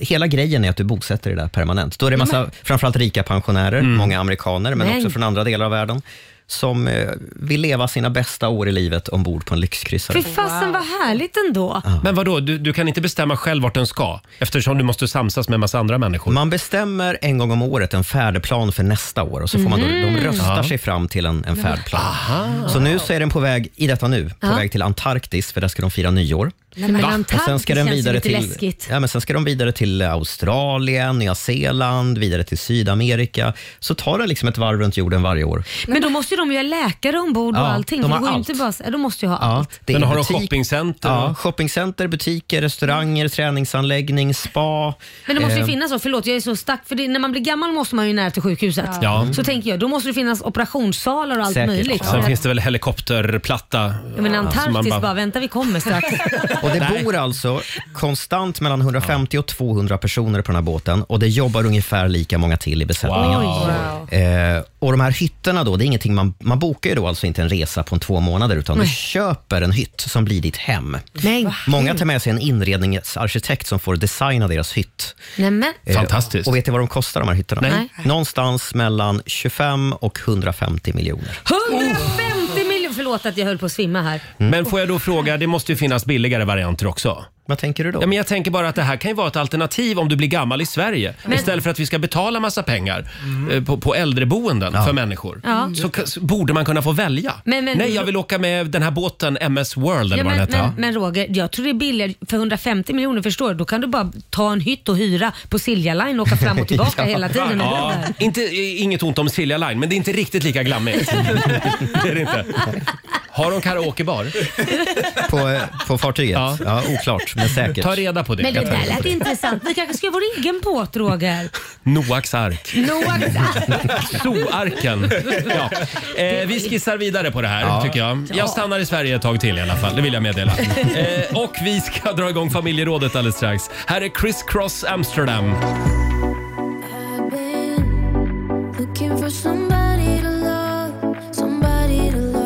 Speaker 3: hela grejen är att du bosätter dig där permanent. Då är det massa,
Speaker 2: Men-
Speaker 3: framförallt rika pensionärer,
Speaker 2: Mm.
Speaker 3: många amerikaner, men
Speaker 2: Nej.
Speaker 3: också från andra delar av världen, som eh, vill leva sina bästa år i livet ombord på en lyxkryssare.
Speaker 2: Fy fasen vad härligt ändå.
Speaker 1: Men vadå, du, du kan inte bestämma själv vart den ska eftersom du måste samsas med en massa andra människor?
Speaker 3: Man bestämmer en gång om året en färdplan för nästa år och så får man då, de
Speaker 1: Mhm.
Speaker 3: röstar
Speaker 1: Ja.
Speaker 3: sig fram till en, en färdplan. Så nu så är den på väg, i detta nu, på
Speaker 2: Ja.
Speaker 3: väg till Antarktis för där ska de fira nyår.
Speaker 2: Nej, men
Speaker 3: Va?
Speaker 2: Antarktis
Speaker 3: och sen ska den
Speaker 2: känns ju
Speaker 3: vidare
Speaker 2: lite
Speaker 3: till,
Speaker 2: läskigt.
Speaker 3: ja, men sen ska de vidare till eh, Australien, Nya Zeeland, vidare till Sydamerika. Så tar den liksom ett varv runt jorden varje år.
Speaker 2: Men då måste ju de ju ha läkare ombord och
Speaker 3: Ja, de
Speaker 2: allting. för det
Speaker 3: har
Speaker 2: går ju
Speaker 3: allt.
Speaker 2: Inte bara, så- ja, de måste ju ha
Speaker 3: Ja,
Speaker 2: allt.
Speaker 3: det är
Speaker 1: Men har de
Speaker 3: butik-
Speaker 1: shoppingcenter?
Speaker 3: Ja, shoppingcenter, butiker, restauranger, träningsanläggning, spa.
Speaker 2: Men det måste ju
Speaker 3: Eh,
Speaker 2: finnas så, förlåt jag är så stack för det, när man blir gammal måste man ju nära till sjukhuset.
Speaker 1: Ja.
Speaker 2: Så tänker jag, då måste det finnas operationssalar och allt möjligt.
Speaker 1: Sen finns det väl helikopterplatta?
Speaker 3: Mm.
Speaker 2: Ja, men
Speaker 1: som
Speaker 2: Antarktis
Speaker 1: man
Speaker 2: bara... vänta vi kommer strax.
Speaker 3: alltså, Och det bor alltså konstant mellan 150 och 200 personer på den här båten och det jobbar ungefär lika många till i besättningen.
Speaker 2: Oj. Wow.
Speaker 3: Eh, och de här hytterna då, det är ingenting man, man bokar ju då alltså inte en resa på en två månader utan du
Speaker 2: Nej.
Speaker 3: köper en hytt som blir ditt hem.
Speaker 2: Nej.
Speaker 3: Många tar med sig en inredningsarkitekt som får designa deras hytt.
Speaker 2: Nej, men.
Speaker 3: Eh, Och vet ni vad de kostar de här hytterna?
Speaker 2: Nej.
Speaker 3: Någonstans mellan 25 och 150 miljoner.
Speaker 2: 150 miljoner, förlåt att jag höll på att svimma här.
Speaker 1: Men får jag då fråga, det måste ju finnas billigare varianter också.
Speaker 3: Vad tänker du då?
Speaker 1: Ja, men jag tänker bara att det här kan ju vara ett alternativ om du blir gammal i Sverige.
Speaker 2: Men-
Speaker 1: Istället för att vi ska betala massa pengar eh, på, på äldreboenden för människor.
Speaker 2: Ja.
Speaker 1: Så, k- så borde man kunna få välja.
Speaker 2: Men- men-
Speaker 1: Nej, jag vill åka med den här båten MS World eller
Speaker 2: Ja,
Speaker 1: vad den
Speaker 2: men,
Speaker 1: heter.
Speaker 2: men, men Roger, jag tror det är billigare. För 150 miljoner förstår du, då kan du bara ta en hytt och hyra på Silja Line och åka fram och tillbaka hela tiden. Och bo
Speaker 1: Ja,
Speaker 2: där.
Speaker 1: inte, inget ont om Silja Line, men det är inte riktigt lika glammigt. det är det inte. Har de karaokebar?
Speaker 3: På, eh, på fartyget? Ja. oklart, men säkert.
Speaker 1: Ta reda på det.
Speaker 2: Men det
Speaker 1: Jag tar
Speaker 2: där
Speaker 1: reda på
Speaker 2: lät intressant. Vi kanske ska göra vår egen båt Roger.
Speaker 1: Noaks ark.
Speaker 2: Noaks
Speaker 1: Soarken. Ja. Eh, vi skissar vidare på det här
Speaker 8: Ja.
Speaker 1: tycker jag. Jag stannar i Sverige ett tag till i alla fall, det vill jag meddela. Eh, och vi ska dra igång familjerådet alldeles strax. Här är Chris Cross Amsterdam.
Speaker 6: Looking for somebody to love, somebody to love.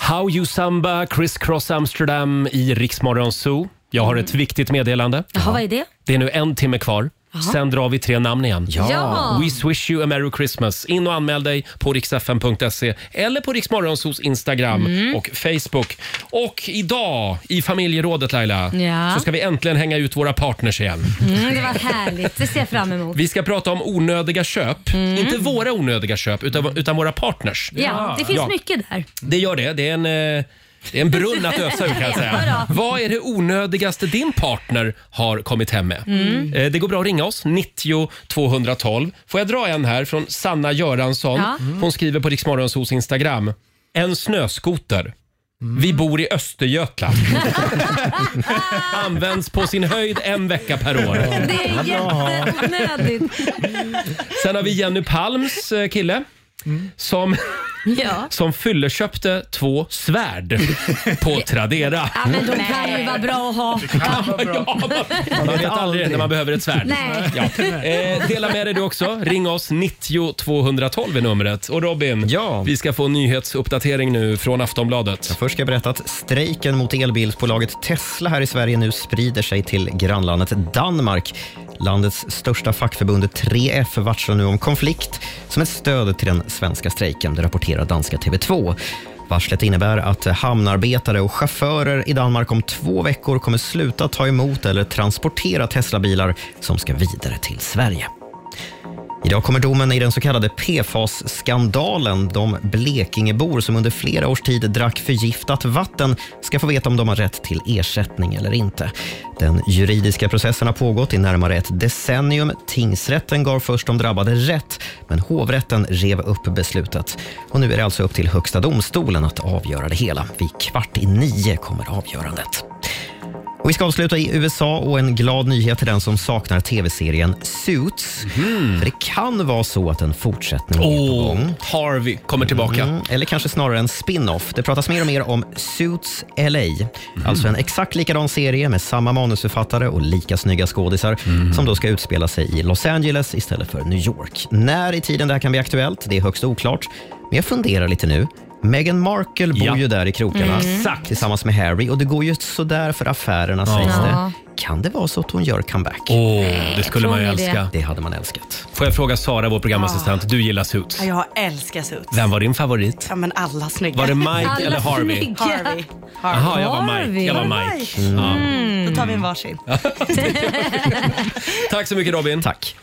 Speaker 1: How you samba, Chris Cross Amsterdam i Riksmorgon Zoo. Jag har ett viktigt meddelande.
Speaker 2: Jaha, vad är det?
Speaker 1: Det är nu en timme kvar.
Speaker 2: Jaha.
Speaker 1: Sen drar vi tre namn igen.
Speaker 2: Ja.
Speaker 1: We wish you a merry Christmas. In och anmäl dig på riksfm.se eller på Riksmorgonsos Instagram
Speaker 2: Mm.
Speaker 1: och Facebook. Och idag i familjerådet Laila
Speaker 2: Ja.
Speaker 1: så ska vi äntligen hänga ut våra partners igen.
Speaker 2: Mm, det var härligt, det ser jag fram emot.
Speaker 1: Vi ska prata om onödiga köp. Inte våra onödiga köp utan, utan våra partners.
Speaker 2: Mm. Ja, det finns
Speaker 1: Ja.
Speaker 2: mycket där.
Speaker 1: Det gör det. Det är en, eh, det är en brunn att ösa ur kan jag säga.
Speaker 2: Ja då.
Speaker 1: Vad är det onödigaste din partner har kommit hem med?
Speaker 2: Mm.
Speaker 1: Eh, Det går bra att ringa oss, 90 212. Får jag dra en här från Sanna Göransson?
Speaker 2: Ja.
Speaker 1: Hon skriver på Riksmorgonsos Instagram. En snöskoter. Vi bor i Östergötland. Används på sin höjd en vecka per år.
Speaker 2: Det är jätteonödigt.
Speaker 1: Sen har vi Jenny Palms eh, kille som,
Speaker 2: Ja.
Speaker 1: som fylleköpte två svärd på Tradera.
Speaker 2: Ja, men de kan ju vara bra att ha.
Speaker 1: Man vet aldrig när man behöver ett svärd.
Speaker 2: Nej.
Speaker 1: Ja. Eh, dela med dig du också. Ring oss 90 212 är numret. Och Robin, vi ska få en nyhetsuppdatering nu från Aftonbladet.
Speaker 3: Först ska jag berätta att strejken mot elbilsbolaget Tesla här i Sverige nu sprider sig till grannlandet Danmark. Landets största fackförbund 3F varslar nu om konflikt som ett stöd till den svenska strejken, det rapporterar danska TV2. Varslet innebär att hamnarbetare och chaufförer i Danmark om två veckor kommer sluta ta emot eller transportera Teslabilar som ska vidare till Sverige. Idag kommer domen i den så kallade PFAS-skandalen. De Blekingebor som under flera års tid drack förgiftat vatten ska få veta om de har rätt till ersättning eller inte. Den juridiska processen har pågått i närmare ett decennium. Tingsrätten gav först de drabbade rätt, men hovrätten rev upp beslutet. Och nu är det alltså upp till Högsta domstolen att avgöra det hela. Vid kvart i nio kommer avgörandet. Och vi ska avsluta i USA och en glad nyhet till den som saknar tv-serien Suits.
Speaker 1: Mhm.
Speaker 3: För det kan vara så att en fortsättning är på gång. Mm,
Speaker 1: Harvey kommer tillbaka.
Speaker 3: Eller kanske snarare en spin-off. Det pratas mer och mer om Suits LA.
Speaker 1: Mhm.
Speaker 3: Alltså en exakt likadan serie med samma manusförfattare och lika snygga skådisar
Speaker 1: Mhm.
Speaker 3: som då ska utspela sig i Los Angeles istället för New York. När i tiden det här kan bli aktuellt, det är högst oklart. Men jag funderar lite nu. Meghan Markle bor ju där i krokarna
Speaker 1: Mm.
Speaker 3: tillsammans med Harry och det går ju sådär för affärerna
Speaker 1: Ja.
Speaker 3: sägs
Speaker 1: Ja.
Speaker 3: det. Kan det vara så att hon gör comeback?
Speaker 1: Åh, det skulle man ju
Speaker 3: tror ni det?
Speaker 1: älska.
Speaker 3: Det hade man älskat.
Speaker 1: Får jag fråga Sara, vår programassistent, du gillar Suits.
Speaker 7: Ja, jag älskar Suits.
Speaker 1: Vem var din favorit?
Speaker 7: Ja, men alla snygga.
Speaker 1: Var det Mike Alla eller Harvey? snygga.
Speaker 7: Harvey.
Speaker 1: Jaha, jag var Mike. Jag var Mike. Ja.
Speaker 7: Mm. Då tar vi en varsin.
Speaker 1: Tack så mycket Robin.
Speaker 3: Tack.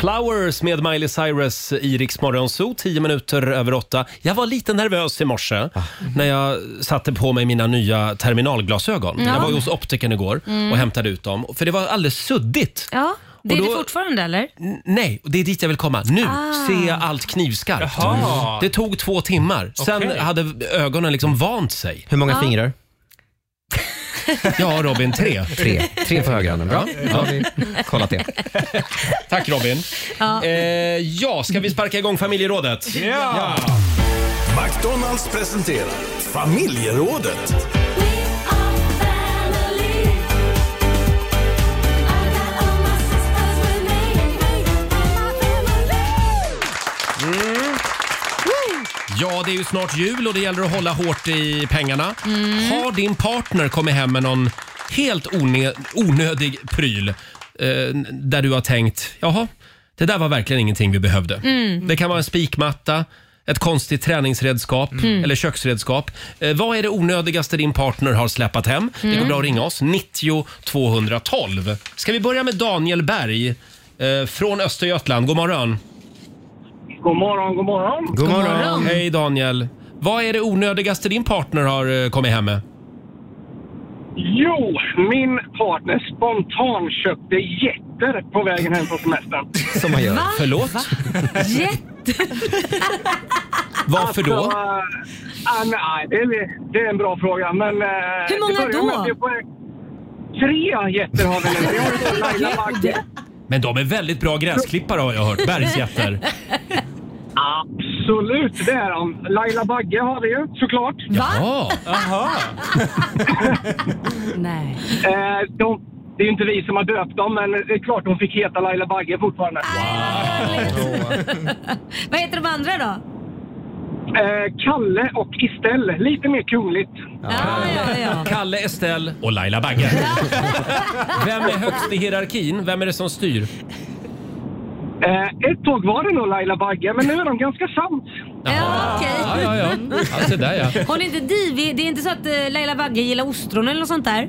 Speaker 1: Flowers med Miley Cyrus i Rix Morgon Zoo, 10 minuter över åtta. Jag var lite nervös i morse när jag satte på mig mina nya terminalglasögon.
Speaker 2: Ja.
Speaker 1: Jag var ju hos optikern igår
Speaker 2: Mm.
Speaker 1: och hämtade ut dem, för det var alldeles suddigt.
Speaker 2: Ja, det är
Speaker 1: Och då-
Speaker 2: det fortfarande eller?
Speaker 1: Nej, och det är dit jag vill komma. Nu
Speaker 2: Ah.
Speaker 1: ser jag allt knivskarpt.
Speaker 2: Jaha.
Speaker 1: Det tog två timmar. Sen
Speaker 2: Okej.
Speaker 1: hade ögonen liksom vant sig.
Speaker 3: Hur många
Speaker 1: Ja.
Speaker 3: fingrar?
Speaker 1: Ja, Robin, Ah. tre.
Speaker 3: Tre. Tre för högerhanden. Bra.
Speaker 1: Ja.
Speaker 3: Då har vi kollat det.
Speaker 1: Tack Robin.
Speaker 2: Ja.
Speaker 1: Eh, ja, ska vi sparka igång familjerådet?
Speaker 4: Ja. McDonalds presenterar familjerådet.
Speaker 1: Mm. Ja, det är ju snart jul och det gäller att hålla hårt i pengarna.
Speaker 2: Mm.
Speaker 1: Har din partner kommit hem med någon helt one- onödig pryl eh, där du har tänkt, jaha, det där var verkligen ingenting vi behövde.
Speaker 2: Mm.
Speaker 1: Det kan vara en spikmatta, ett konstigt träningsredskap
Speaker 2: Mm.
Speaker 1: eller köksredskap. Eh, vad är det onödigaste din partner har släpat hem? Det går
Speaker 2: Mm.
Speaker 1: bra att ringa oss, 90 212. Ska vi börja med Daniel Berg eh, från Östergötland. God morgon.
Speaker 11: God morgon, god morgon.
Speaker 1: God morgon. Hej Daniel. Vad är det onödigaste din partner har eh, kommit hem med?
Speaker 11: Jo, min partner spontan köpte getter på vägen hem från semestern.
Speaker 1: Som man gör. Va? Förlåt? Varför då?
Speaker 11: Alltså, äh, nej, det, är, det är en bra fråga, men... äh,
Speaker 2: Hur många
Speaker 11: det börjar med
Speaker 2: då?
Speaker 11: att vi får- Tre getter har vi nu. Vi har ju fått Laila Bagge.
Speaker 1: Men de är väldigt bra gräsklippare har jag hört. Bergsjätter.
Speaker 11: Absolut, det är de. Laila Bagge har vi ju såklart.
Speaker 1: Va? Jaha.
Speaker 11: Nej. Eh, de, det är ju inte vi som har döpt dem, men det är klart hon fick heta Laila Bagge fortfarande.
Speaker 2: Vad heter de andra då?
Speaker 11: Eh, Kalle och Estelle, lite mer kungligt.
Speaker 1: Kalle, Estelle och Laila Bagge. Vem är högst i hierarkin? Vem är det som styr?
Speaker 11: Eh, ett tag var det nog Laila Bagge, men nu är de ganska sams.
Speaker 2: Ja, okej.
Speaker 1: Ja, ja, ja. ja se där ja.
Speaker 2: Hon är inte divig. Det är inte så att eh, Laila Bagge gillar ostron eller något sånt där?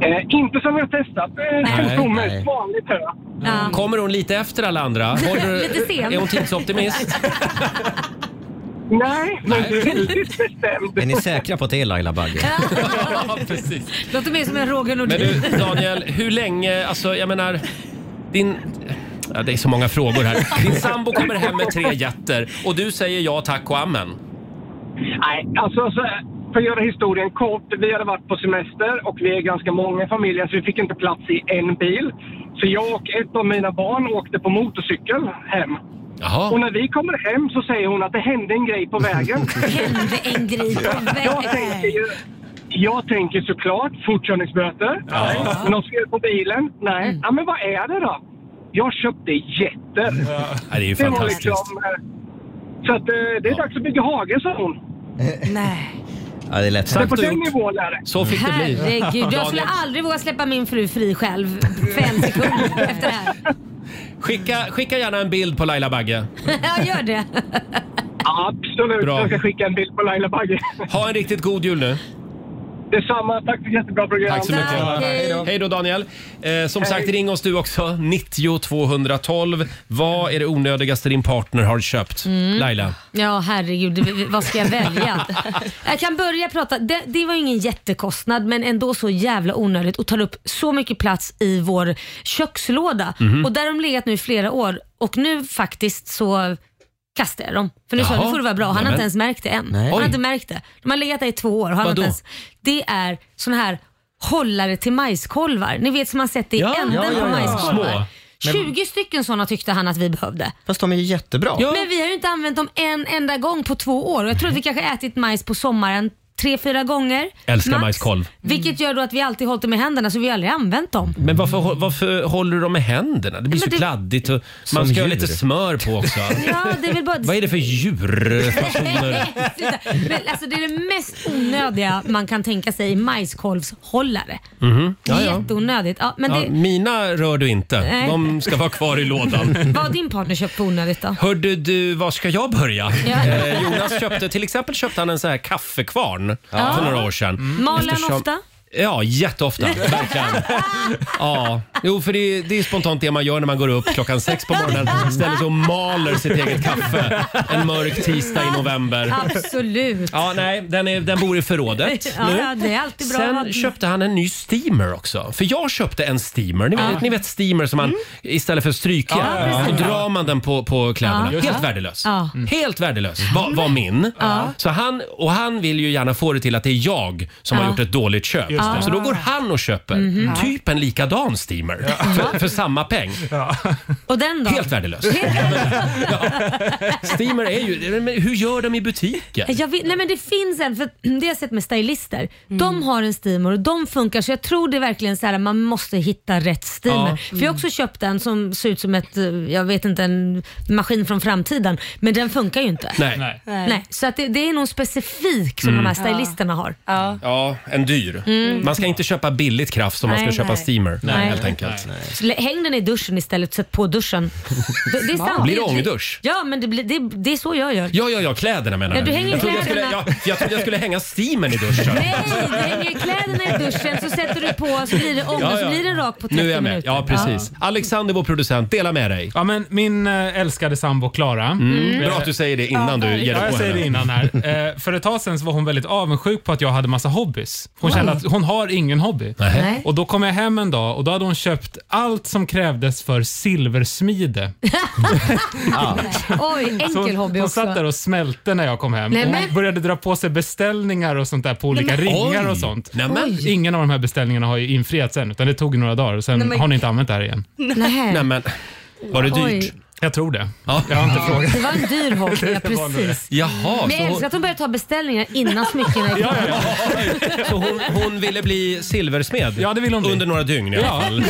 Speaker 11: Eh, inte som jag testat.
Speaker 1: Nej,
Speaker 11: Eh, som
Speaker 1: nej.
Speaker 11: mest vanligt tror jag.
Speaker 1: Kommer hon lite efter alla andra? Håller-
Speaker 11: Lite sen.
Speaker 1: Är hon tidsoptimist?
Speaker 11: Nej, men du är väldigt bestämd.
Speaker 3: Är ni säkra på att det är Laila Bagge?
Speaker 1: Ja, precis.
Speaker 2: Låter mer som en Roger
Speaker 1: Men
Speaker 2: Nordin.
Speaker 1: du Daniel, hur länge, alltså jag menar, din... Ja, det är så många frågor här. Din sambo kommer hem med tre jätter och du säger ja tack och amen.
Speaker 11: Nej, alltså så, här, för att göra historien kort. Vi hade varit på semester och vi är ganska många i familjen så vi fick inte plats i en bil. Så jag och ett av mina barn åkte på motorcykel hem. Och när vi kommer hem så säger hon att det hände en grej på vägen.
Speaker 2: Hände en grej på
Speaker 11: Jag tänker ju... Jag tänker såklart fortkörningsböter. Nej. Något fel på bilen? Nej.
Speaker 2: Mm.
Speaker 11: Ja, men vad är det då? Jag köpte jätter.
Speaker 1: Ja, det är ju
Speaker 11: var
Speaker 1: fantastiskt.
Speaker 11: eh, så att, eh, det är dags att bygga hage, sa hon.
Speaker 2: Nej.
Speaker 3: Ja, det är lätt
Speaker 11: Så på
Speaker 3: hänt.
Speaker 11: den nivån är det.
Speaker 1: Så fick
Speaker 2: Herregud, jag skulle aldrig våga släppa min fru fri själv för en sekund efter det här.
Speaker 1: Skicka, skicka gärna en bild på Laila Bagge.
Speaker 2: Jag gör det.
Speaker 11: Absolut,
Speaker 1: Bra.
Speaker 11: jag ska skicka en bild på Laila Bagge.
Speaker 1: Ha en riktigt god jul nu.
Speaker 11: Detsamma, tack för ett jättebra program.
Speaker 1: Tack så mycket. Hej då. Hej då Daniel. Eh, som sagt, ring oss du också. 90 212. Vad är det onödigaste din partner har köpt?
Speaker 2: Mm.
Speaker 1: Laila?
Speaker 2: Ja, herregud. det- det- Vad ska jag välja? jag kan börja prata. Det, det var ju ingen jättekostnad, men ändå så jävla onödigt och tar upp så mycket plats i vår kökslåda.
Speaker 6: Mhm.
Speaker 2: Och där har de legat nu i flera år och nu faktiskt så kastar jag dem. För nu sa jag,
Speaker 6: Jaha.
Speaker 2: nu får det vara bra. Han har
Speaker 6: Nämen.
Speaker 2: inte ens märkt det än.
Speaker 6: Nej.
Speaker 2: Han har
Speaker 6: Oj.
Speaker 2: inte märkt det. De har legat där i två år. Har han inte
Speaker 6: Vadå?
Speaker 2: ens, det är såna här hållare till majskolvar. Ni vet som man sett det i
Speaker 3: Ja,
Speaker 2: änden
Speaker 3: ja, ja,
Speaker 2: på
Speaker 3: ja.
Speaker 2: majskolvar.
Speaker 3: Små.
Speaker 2: 20 stycken sådana tyckte han att vi behövde.
Speaker 3: Fast de är ju jättebra.
Speaker 2: Men vi har ju inte använt dem en enda gång på två år och jag tror att vi kanske ätit majs på sommaren tre, fyra gånger.
Speaker 1: Älskar
Speaker 2: max.
Speaker 1: majskolv.
Speaker 2: Vilket gör då att vi alltid hållit dem i händerna så vi har aldrig använt dem.
Speaker 1: Men varför, varför håller du dem med händerna? Det blir
Speaker 2: Men
Speaker 1: så
Speaker 2: det-
Speaker 1: kladdigt. Och
Speaker 3: Som
Speaker 1: man ska ha lite
Speaker 3: djur.
Speaker 1: smör på också.
Speaker 2: Ja, det är väl bara...
Speaker 1: Vad är det för djurfasoner?
Speaker 2: Sluta. Men alltså det är det mest onödiga man kan tänka sig i majskolvshållare.
Speaker 1: Mhm. Ja, ja.
Speaker 2: Jätteonödigt. Ja, men
Speaker 1: Ja,
Speaker 2: det,
Speaker 1: mina rör du inte.
Speaker 2: Nej.
Speaker 1: De ska vara kvar i lådan.
Speaker 2: vad har din partner köpt på onödigt då?
Speaker 1: Hörde du, var ska jag börja?
Speaker 2: Ja.
Speaker 1: Eh, Jonas köpte, till exempel köpte han en sån här kaffekvarn
Speaker 2: Ja.
Speaker 1: för några år sedan.
Speaker 2: Maler han ofta?
Speaker 1: Ja, jätteofta. Verkligen. Ja. Jo, för det, det är spontant det man gör när man går upp klockan sex på morgonen. Ställer sig och maler sitt eget kaffe en mörk tisdag i november.
Speaker 2: Absolut.
Speaker 1: Ja, nej, den, är, den bor i förrådet
Speaker 2: Ja,
Speaker 1: nu.
Speaker 2: ja, det är alltid bra att ha
Speaker 1: Sen
Speaker 2: den.
Speaker 1: köpte han en ny steamer också. För jag köpte en steamer. Ni,
Speaker 2: Ja. Mm.
Speaker 1: vet, ni vet steamer som man istället för strykjärn,
Speaker 2: Ja, precis.
Speaker 1: då drar man den på, på kläderna.
Speaker 2: Ja.
Speaker 1: Helt
Speaker 2: Ja.
Speaker 1: värdelös. Mm.
Speaker 2: Ja. Mm.
Speaker 1: Helt värdelös var, var min.
Speaker 2: Ja.
Speaker 1: Så han, och han vill ju gärna få det till att det är jag som
Speaker 2: Ja.
Speaker 1: har gjort ett dåligt köp.
Speaker 2: Just det.
Speaker 1: Så då går han och köper
Speaker 2: Mhm.
Speaker 1: typ en likadan steamer för, för samma peng.
Speaker 2: Och den då?
Speaker 1: Helt värdelös. Steamer är ju... men Hur gör de i butiken?
Speaker 2: Jag vet, nej men det finns en, för det har jag sett med stylister.
Speaker 1: Mm.
Speaker 2: De har en steamer och de funkar så jag tror det är verkligen så här man måste hitta rätt steamer.
Speaker 6: Ja.
Speaker 2: För jag har också köpt en som ser ut som ett, eh, jag vet inte, en maskin från framtiden. Men den funkar ju inte.
Speaker 1: Nej. Nej.
Speaker 2: Nej, så att det, det är någon specifik som
Speaker 1: Mm.
Speaker 2: de här stylisterna har.
Speaker 1: Ja, en dyr.
Speaker 2: Mm.
Speaker 1: Man ska inte köpa billigt kraft om man ska
Speaker 2: Nej,
Speaker 1: köpa
Speaker 2: nej.
Speaker 1: steamer.
Speaker 2: Nej.
Speaker 1: Helt enkelt.
Speaker 2: Så lä- Häng den i duschen istället, sätt på duschen. Det, det är
Speaker 1: Smart.
Speaker 2: sant.
Speaker 1: Blir det ångdusch?
Speaker 2: Ja, men det, blir, det, det är så jag gör.
Speaker 1: Ja, ja, ja, kläderna menar
Speaker 2: Ja, du hänger
Speaker 1: jag, trodde jag, skulle,
Speaker 2: kläderna.
Speaker 1: ja, jag trodde jag skulle hänga steamern i duschen.
Speaker 2: Nej, du hänger kläderna i duschen så sätter du på så blir det ångest,
Speaker 1: Ja, ja.
Speaker 2: så blir den rak på 30
Speaker 1: Nu är jag med.
Speaker 2: minuter.
Speaker 1: Ja, precis. Alexander, vår producent, dela med dig.
Speaker 10: Ja, men min eh, älskade sambo Klara.
Speaker 1: Mm.
Speaker 10: Eh,
Speaker 1: Bra att du säger det innan du ger dig
Speaker 10: ja,
Speaker 1: på
Speaker 10: jag säger
Speaker 1: henne.
Speaker 10: det innan här. Eh, För ett tag sedan så var hon väldigt avundsjuk på att jag hade massa hobbys. Hon kände att hon har ingen hobby.
Speaker 6: Nej.
Speaker 10: Och då kom jag hem en dag och då hade hon köpt allt som krävdes för silversmide.
Speaker 1: Ah.
Speaker 2: Oj, enkel
Speaker 10: Ah. Så hon,
Speaker 2: hobby
Speaker 10: hon
Speaker 2: också.
Speaker 10: satt där och smälte när jag kom hem.
Speaker 2: Nej,
Speaker 10: och hon
Speaker 2: men-
Speaker 10: började dra på sig beställningar och sånt där på olika
Speaker 2: Nej, men-
Speaker 10: ringar
Speaker 2: Oj.
Speaker 10: och sånt.
Speaker 1: Nej, men- Oj.
Speaker 10: Ingen av de här beställningarna har ju infriats än, utan det tog några dagar och sen
Speaker 2: Nej, men-
Speaker 10: har ni inte använt det här igen.
Speaker 2: Nej.
Speaker 1: Nej, men, var det
Speaker 2: Oj.
Speaker 1: dyrt?
Speaker 10: Jag tror det.
Speaker 1: Ja.
Speaker 10: Jag har inte frågat.
Speaker 2: Det var en dyr hobby, ja,
Speaker 10: Det var nog det.
Speaker 2: precis.
Speaker 1: Jaha,
Speaker 2: Men
Speaker 1: så
Speaker 2: jag älskar
Speaker 1: hon,
Speaker 2: att de började ta beställningar innan smyckena är klara.
Speaker 1: så hon, hon ville bli silversmed
Speaker 10: ja, det vill hon
Speaker 1: under några dygn i alla fall.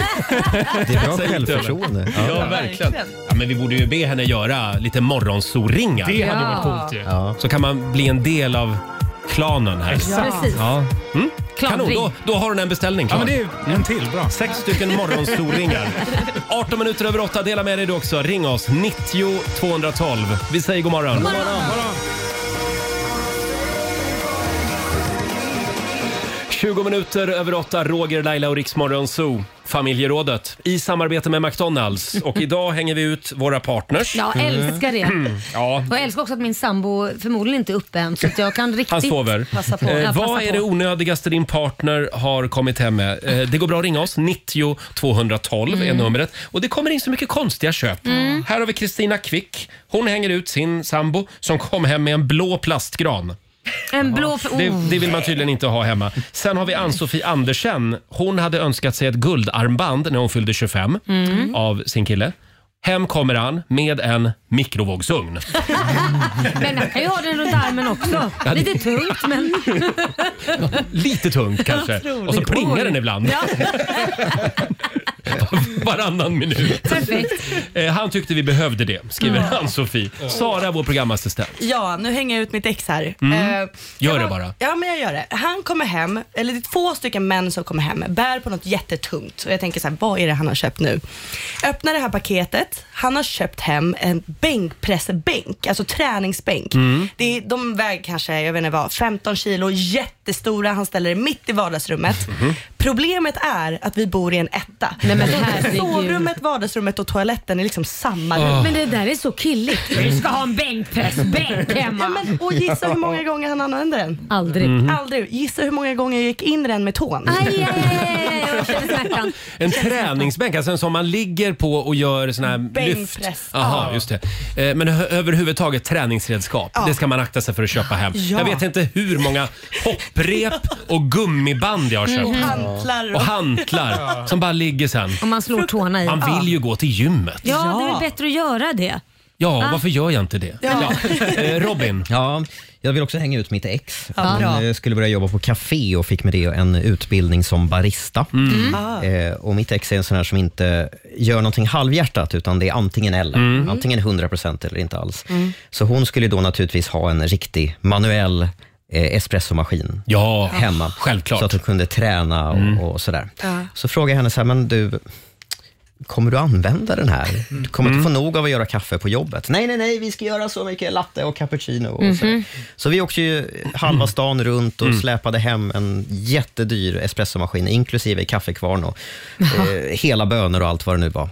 Speaker 3: Det är bra
Speaker 1: Säg inte
Speaker 3: självförtroende.
Speaker 1: Ja, verkligen. Ja, men vi borde ju be henne göra lite morgonsoringar.
Speaker 10: Det hade varit Ja. coolt ju.
Speaker 1: Ja. Så kan man bli en del av klanen här.
Speaker 10: Exakt. Precis.
Speaker 1: Ja. Mm? Kanon,
Speaker 10: Klanring.
Speaker 1: då, då har hon en beställning
Speaker 10: Ja,
Speaker 1: klar.
Speaker 10: men det är en till. Bra.
Speaker 1: Sex stycken morgonsoringar. 18 minuter över 8, dela med dig du också. Ring oss, 90 212. Vi säger god morgon.
Speaker 6: morgon.
Speaker 1: 20 minuter över 8, Roger, Laila och Riksmorgon Zoo. Familjerådet i samarbete med McDonalds. Och idag hänger vi ut våra partners.
Speaker 2: Ja, älskar det.
Speaker 1: Mm. Ja.
Speaker 2: Och jag älskar också att min sambo förmodligen inte är uppe än så att jag kan riktigt
Speaker 1: Han sover.
Speaker 2: passa på.
Speaker 1: Eh,
Speaker 2: Ja,
Speaker 1: vad
Speaker 2: passa
Speaker 1: är
Speaker 2: på.
Speaker 1: det onödigaste din partner har kommit hem med? Eh, det går bra att ringa oss. 90 212 är
Speaker 8: Mm.
Speaker 1: numret. Och det kommer in så mycket konstiga köp.
Speaker 8: Mm.
Speaker 1: Här har vi Kristina Quick. Hon hänger ut sin sambo som kom hem med en blå plastgran.
Speaker 2: En blå... Oh.
Speaker 1: Det, det vill man tydligen inte ha hemma. Sen har vi Ann-Sofie Andersen. Hon hade önskat sig ett guldarmband när hon fyllde 25
Speaker 6: Mm.
Speaker 1: av sin kille. Hem kommer han med en mikrovågsugn.
Speaker 2: Mm. Men han kan ju ha den runt armen också.
Speaker 1: Ja, det-
Speaker 2: Lite tungt men...
Speaker 1: Lite tungt kanske.
Speaker 2: Otroligt.
Speaker 1: Och så plingar den ibland.
Speaker 2: Ja.
Speaker 1: varannan minut.
Speaker 2: Perfekt.
Speaker 1: Eh, Han tyckte vi behövde det, skriver
Speaker 7: Ja.
Speaker 1: Ann-Sofie. Sara, vår programassistent.
Speaker 7: Ja, nu hänger jag ut mitt ex här.
Speaker 1: Mm.
Speaker 7: Eh,
Speaker 1: Gör det bara.
Speaker 7: Ja, men jag gör det. Han kommer hem, eller det är två stycken män som kommer hem, bär på något jättetungt. Och jag tänker så här, vad är det han har köpt nu? Öppnar det här paketet. Han har köpt hem en bänkpressbänk, alltså träningsbänk.
Speaker 6: Mm.
Speaker 7: Det är, de väger kanske, jag vet inte vad, 15 kilo, jättestora. Han ställer det mitt i vardagsrummet.
Speaker 1: Mhm.
Speaker 7: Problemet är att vi bor i en etta.
Speaker 2: Nej, men herregud.
Speaker 7: Sovrummet, vardagsrummet och toaletten är liksom samma rum.
Speaker 2: Men det där är så killigt. Du ska ha en bänkpressbänk hemma.
Speaker 7: Ja, men, och gissa hur många gånger han använde den? Mm-hmm.
Speaker 2: Aldrig. Mm.
Speaker 1: Mhm.
Speaker 7: Aldrig. Gissa hur många gånger jag gick in i den med tån?
Speaker 2: Aj, jag känner smärtan.
Speaker 1: En träningsbänk, alltså en som man ligger på och gör sån här lyft.
Speaker 7: Bänkpress.
Speaker 1: Aha,
Speaker 7: Ja.
Speaker 1: just det. Eh, Men ö- överhuvudtaget träningsredskap,
Speaker 7: Ja.
Speaker 1: det ska man akta sig för att köpa hem.
Speaker 7: Ja.
Speaker 1: Jag vet inte hur många hopprep och gummiband jag har köpt.
Speaker 2: Mm. Hantlar och-
Speaker 1: Och hantlar
Speaker 2: Ja.
Speaker 1: som bara ligger sen.
Speaker 2: Om man slår tårna i.
Speaker 1: Man vill ju gå till gymmet.
Speaker 2: Ja, det är väl bättre att göra det.
Speaker 1: Ja,
Speaker 2: Ah.
Speaker 1: varför gör jag inte det? Eh,
Speaker 2: Ja.
Speaker 1: Robin?
Speaker 3: Ja, jag vill också hänga ut mitt ex.
Speaker 2: Ja,
Speaker 3: han
Speaker 2: bra.
Speaker 3: eh, skulle börja jobba på café och fick med det en utbildning som barista.
Speaker 6: Mm. Ah.
Speaker 3: Eh, och mitt ex är en sån här som inte gör någonting halvhjärtat, utan det är antingen eller.
Speaker 6: Mm.
Speaker 3: Antingen 100% eller inte alls.
Speaker 6: Mm.
Speaker 3: Så hon skulle då naturligtvis ha en riktig manuell eh, espressomaskin
Speaker 1: ja,
Speaker 3: hemma.
Speaker 1: Självklart.
Speaker 3: Så att hon kunde träna och,
Speaker 6: Mm.
Speaker 3: och sådär.
Speaker 6: Ja.
Speaker 3: Så frågade jag henne så här, men du, kommer du använda den här? Du kommer
Speaker 1: Mm.
Speaker 3: inte få nog av att göra kaffe på jobbet. Nej, nej, nej, vi ska göra så mycket latte och cappuccino. Och
Speaker 6: Mhm.
Speaker 3: sådär. Så vi åkte ju halva stan runt
Speaker 1: Mm.
Speaker 3: och släpade hem en jättedyr espressomaskin, inklusive kaffekvarn och eh, hela bönor och allt vad det nu var.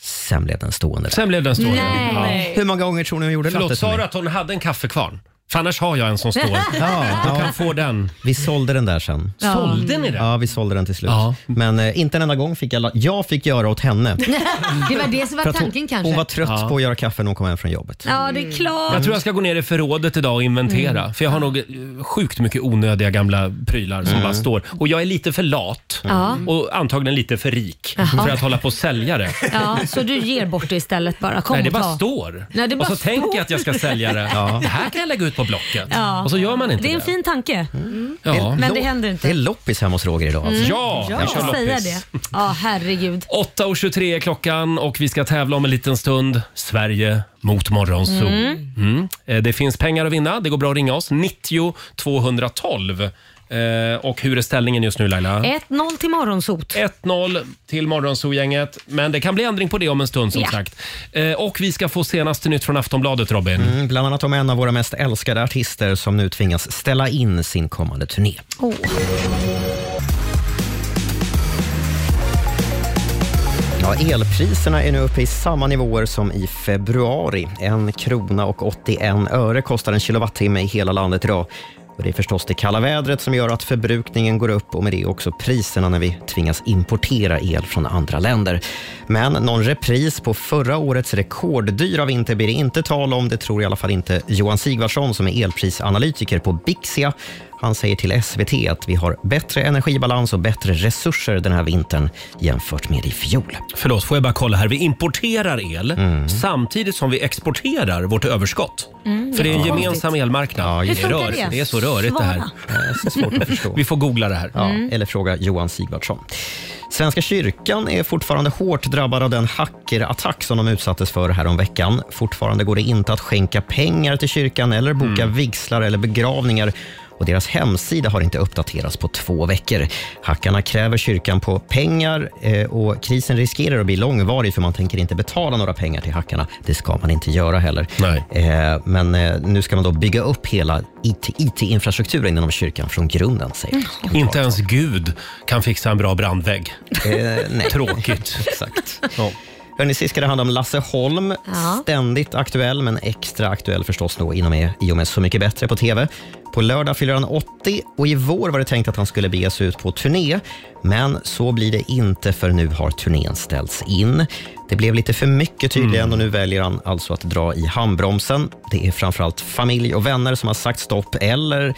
Speaker 3: Sen blev den stående där.
Speaker 1: Sen blev den stående.
Speaker 6: Nej.
Speaker 1: Ja.
Speaker 3: Hur många gånger tror ni hon gjorde latte
Speaker 1: Förlåt,
Speaker 3: till mig?
Speaker 1: sa du att hon hade en kaffekvarn? För annars har jag en som står.
Speaker 3: Ja,
Speaker 1: Du
Speaker 3: ja.
Speaker 1: kan få den.
Speaker 3: Vi sålde den där sen.
Speaker 1: Ja. Sålde ni den?
Speaker 3: Ja, vi sålde den till slut. Men eh, inte en enda gång fick jag, la- jag fick göra åt henne.
Speaker 2: Det var det som
Speaker 3: För
Speaker 2: var
Speaker 3: att
Speaker 2: tanken
Speaker 3: hon,
Speaker 2: kanske.
Speaker 3: Hon var trött på att göra kaffe när hon kom hem från jobbet.
Speaker 2: Ja, det är klart.
Speaker 1: Jag tror jag ska gå ner i förrådet idag och inventera.
Speaker 2: Mm.
Speaker 1: För jag har nog eh, sjukt mycket onödiga gamla prylar som
Speaker 3: Mm.
Speaker 1: bara står. Och jag är lite för lat Mm.
Speaker 2: Ja.
Speaker 1: och antagligen lite för rik
Speaker 2: Jaha.
Speaker 1: för att hålla på och sälja det.
Speaker 2: Ja, så du ger bort det istället bara. Kom
Speaker 1: Nej, det
Speaker 2: och
Speaker 1: bara
Speaker 2: ta.
Speaker 1: står.
Speaker 2: Nej, det bara
Speaker 1: och så
Speaker 2: står.
Speaker 1: tänker jag att jag ska sälja det. Det här kan jag lägga ut på Blocket.
Speaker 2: Ja.
Speaker 1: Och så gör man inte
Speaker 2: Det
Speaker 1: det. Mm.
Speaker 2: är en fin tanke.
Speaker 1: Ja.
Speaker 2: Men det händer inte.
Speaker 3: Det är loppis hemma hos Roger idag.
Speaker 2: Mm.
Speaker 3: Alltså.
Speaker 1: Ja, vi
Speaker 2: jag
Speaker 1: kör
Speaker 2: ska säga
Speaker 1: loppis.
Speaker 2: det. Ja, herregud.
Speaker 1: 8.23 är klockan och vi ska tävla om en liten stund. Sverige mot Morgonzoo. Mm.
Speaker 2: Mm.
Speaker 1: Eh, Det finns pengar att vinna. Det går bra att ringa oss. 90 212. Eh, Och hur är ställningen just nu Laila?
Speaker 2: 1-0 till morgonsot.
Speaker 1: 1-0 till Morgonzoo-gänget. Men det kan bli ändring på det om en stund som
Speaker 2: Ja.
Speaker 1: sagt. Eh, Och vi ska få senaste nytt från Aftonbladet Robin.
Speaker 3: Mm, bland annat om en av våra mest älskade artister som nu tvingas ställa in sin kommande turné.
Speaker 2: Oh.
Speaker 3: Ja, elpriserna är nu uppe i samma nivåer som i februari. En krona och 81 öre kostar en kilowattimme i hela landet idag. Och det är förstås det kalla vädret som gör att förbrukningen går upp och med det också priserna när vi tvingas importera el från andra länder. Men någon repris på förra årets rekorddyra vinter blir det inte tal om. Det tror i alla fall inte Johan Sigvardsson som är elprisanalytiker på Bixia. Han säger till SVT att vi har bättre energibalans och bättre resurser den här vintern jämfört med i fjol.
Speaker 1: Förlåt, får jag bara kolla här. Vi importerar el samtidigt som vi exporterar vårt överskott.
Speaker 6: Mm,
Speaker 1: För det är en
Speaker 6: jättekonstigt.
Speaker 1: gemensam elmarknad.
Speaker 3: Hur
Speaker 1: det, är
Speaker 3: funkar
Speaker 1: rör,
Speaker 3: det?
Speaker 1: det är så rörigt det här.
Speaker 3: Svara. Det är svårt att förstå.
Speaker 1: Vi får googla det här.
Speaker 3: Ja,
Speaker 1: Mm.
Speaker 3: Eller fråga Johan Sigvardsson. Svenska kyrkan är fortfarande hårt drabbad av den hackerattack som de utsattes för häromveckan. Fortfarande går det inte att skänka pengar till kyrkan eller boka
Speaker 1: Mm.
Speaker 3: vigslar eller begravningar. Och Deras hemsida har inte uppdaterats på två veckor. Hackarna kräver kyrkan på pengar eh, och krisen riskerar att bli långvarig för man tänker inte betala några pengar till hackarna. Det ska man inte göra heller. Eh, Men eh, nu ska man då bygga upp hela IT IT-infrastrukturen inom kyrkan från grunden, säger de.
Speaker 1: Inte ens Gud kan fixa en bra brandvägg. Tråkigt.
Speaker 3: Eh, Exakt. Hörrni, sist ska det handla om Lasse Holm. Ständigt aktuell, men extra aktuell förstås då inom er, i och med Så mycket bättre på TV. På lördag fyller han 80 och i vår var det tänkt att han skulle bege sig ut på turné. Men så blir det inte för nu har turnén ställts in. Det blev lite för mycket tydligen och nu väljer han alltså att dra i handbromsen. Det är framförallt familj och vänner som har sagt stopp eller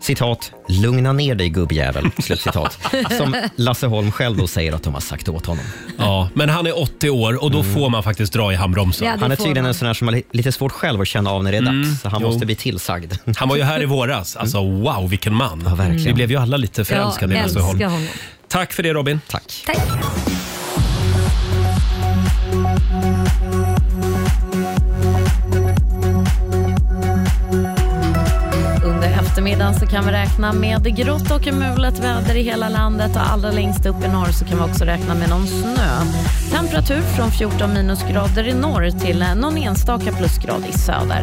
Speaker 3: citat, lugna ner dig gubbjävel, slutcitat, som Lasse Holm själv då säger att de har sagt åt honom.
Speaker 1: Ja, men han är 80 år och då får man faktiskt dra i handbromsen. Mm,
Speaker 3: Ja, det Han är får tydligen man. en sån här som har li- lite svårt själv att känna av när det är dags, så han måste bli tillsagd.
Speaker 1: Han var ju här i våras. Alltså wow, vilken man. Ja,
Speaker 3: verkligen.
Speaker 1: Vi blev ju alla lite
Speaker 2: Jag
Speaker 1: förälskade i Lasse
Speaker 2: älskar
Speaker 1: Holm.
Speaker 2: honom.
Speaker 1: Tack för det Robin.
Speaker 3: Tack.
Speaker 2: Tack.
Speaker 12: Under eftermiddagen så kan vi räkna med grått och mulet väder i hela landet och allra längst upp i norr så kan vi också räkna med någon snö. Temperatur från 14 minusgrader i norr till någon enstaka plusgrad i söder.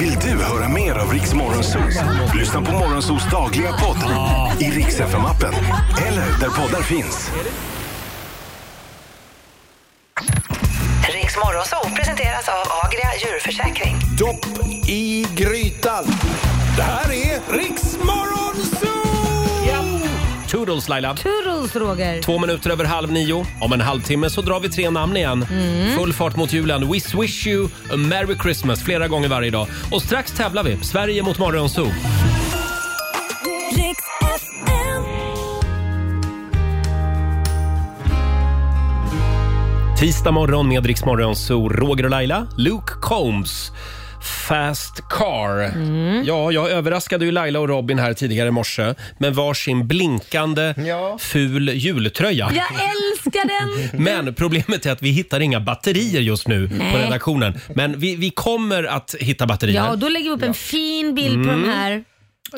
Speaker 4: Vill du höra mer av Riks Morgonzoos? Lyssna på Morgonzoos dagliga podd i Riks FM-appen eller där poddar finns.
Speaker 13: Riks Morgonzoo presenteras av Agria djurförsäkring.
Speaker 4: Dopp i grytan. Det här är Riks Morgonzoo!
Speaker 1: Toodles Laila.
Speaker 2: Toodles Roger.
Speaker 1: Två minuter över halv nio. Om en halvtimme så drar vi tre namn igen.
Speaker 2: Mm.
Speaker 1: Full fart mot julen. We wish you a merry Christmas flera gånger varje dag. Och strax tävlar vi. Sverige mot Morgonzoo.
Speaker 6: Riks FM.
Speaker 1: 1. Tisdag morgon med Rix Morgon, så Roger och Laila, Luke Combs. Fast Car.
Speaker 2: Mm.
Speaker 1: Ja, jag överraskade ju Laila och Robin här tidigare i morse med varsin blinkande ful jultröja.
Speaker 2: Jag älskar den!
Speaker 1: Men problemet är att vi hittar inga batterier just nu på
Speaker 2: Nej.
Speaker 1: redaktionen. Men vi, vi kommer att hitta batterier.
Speaker 2: Ja, och då lägger vi upp en fin bild på
Speaker 1: Mm.
Speaker 2: de här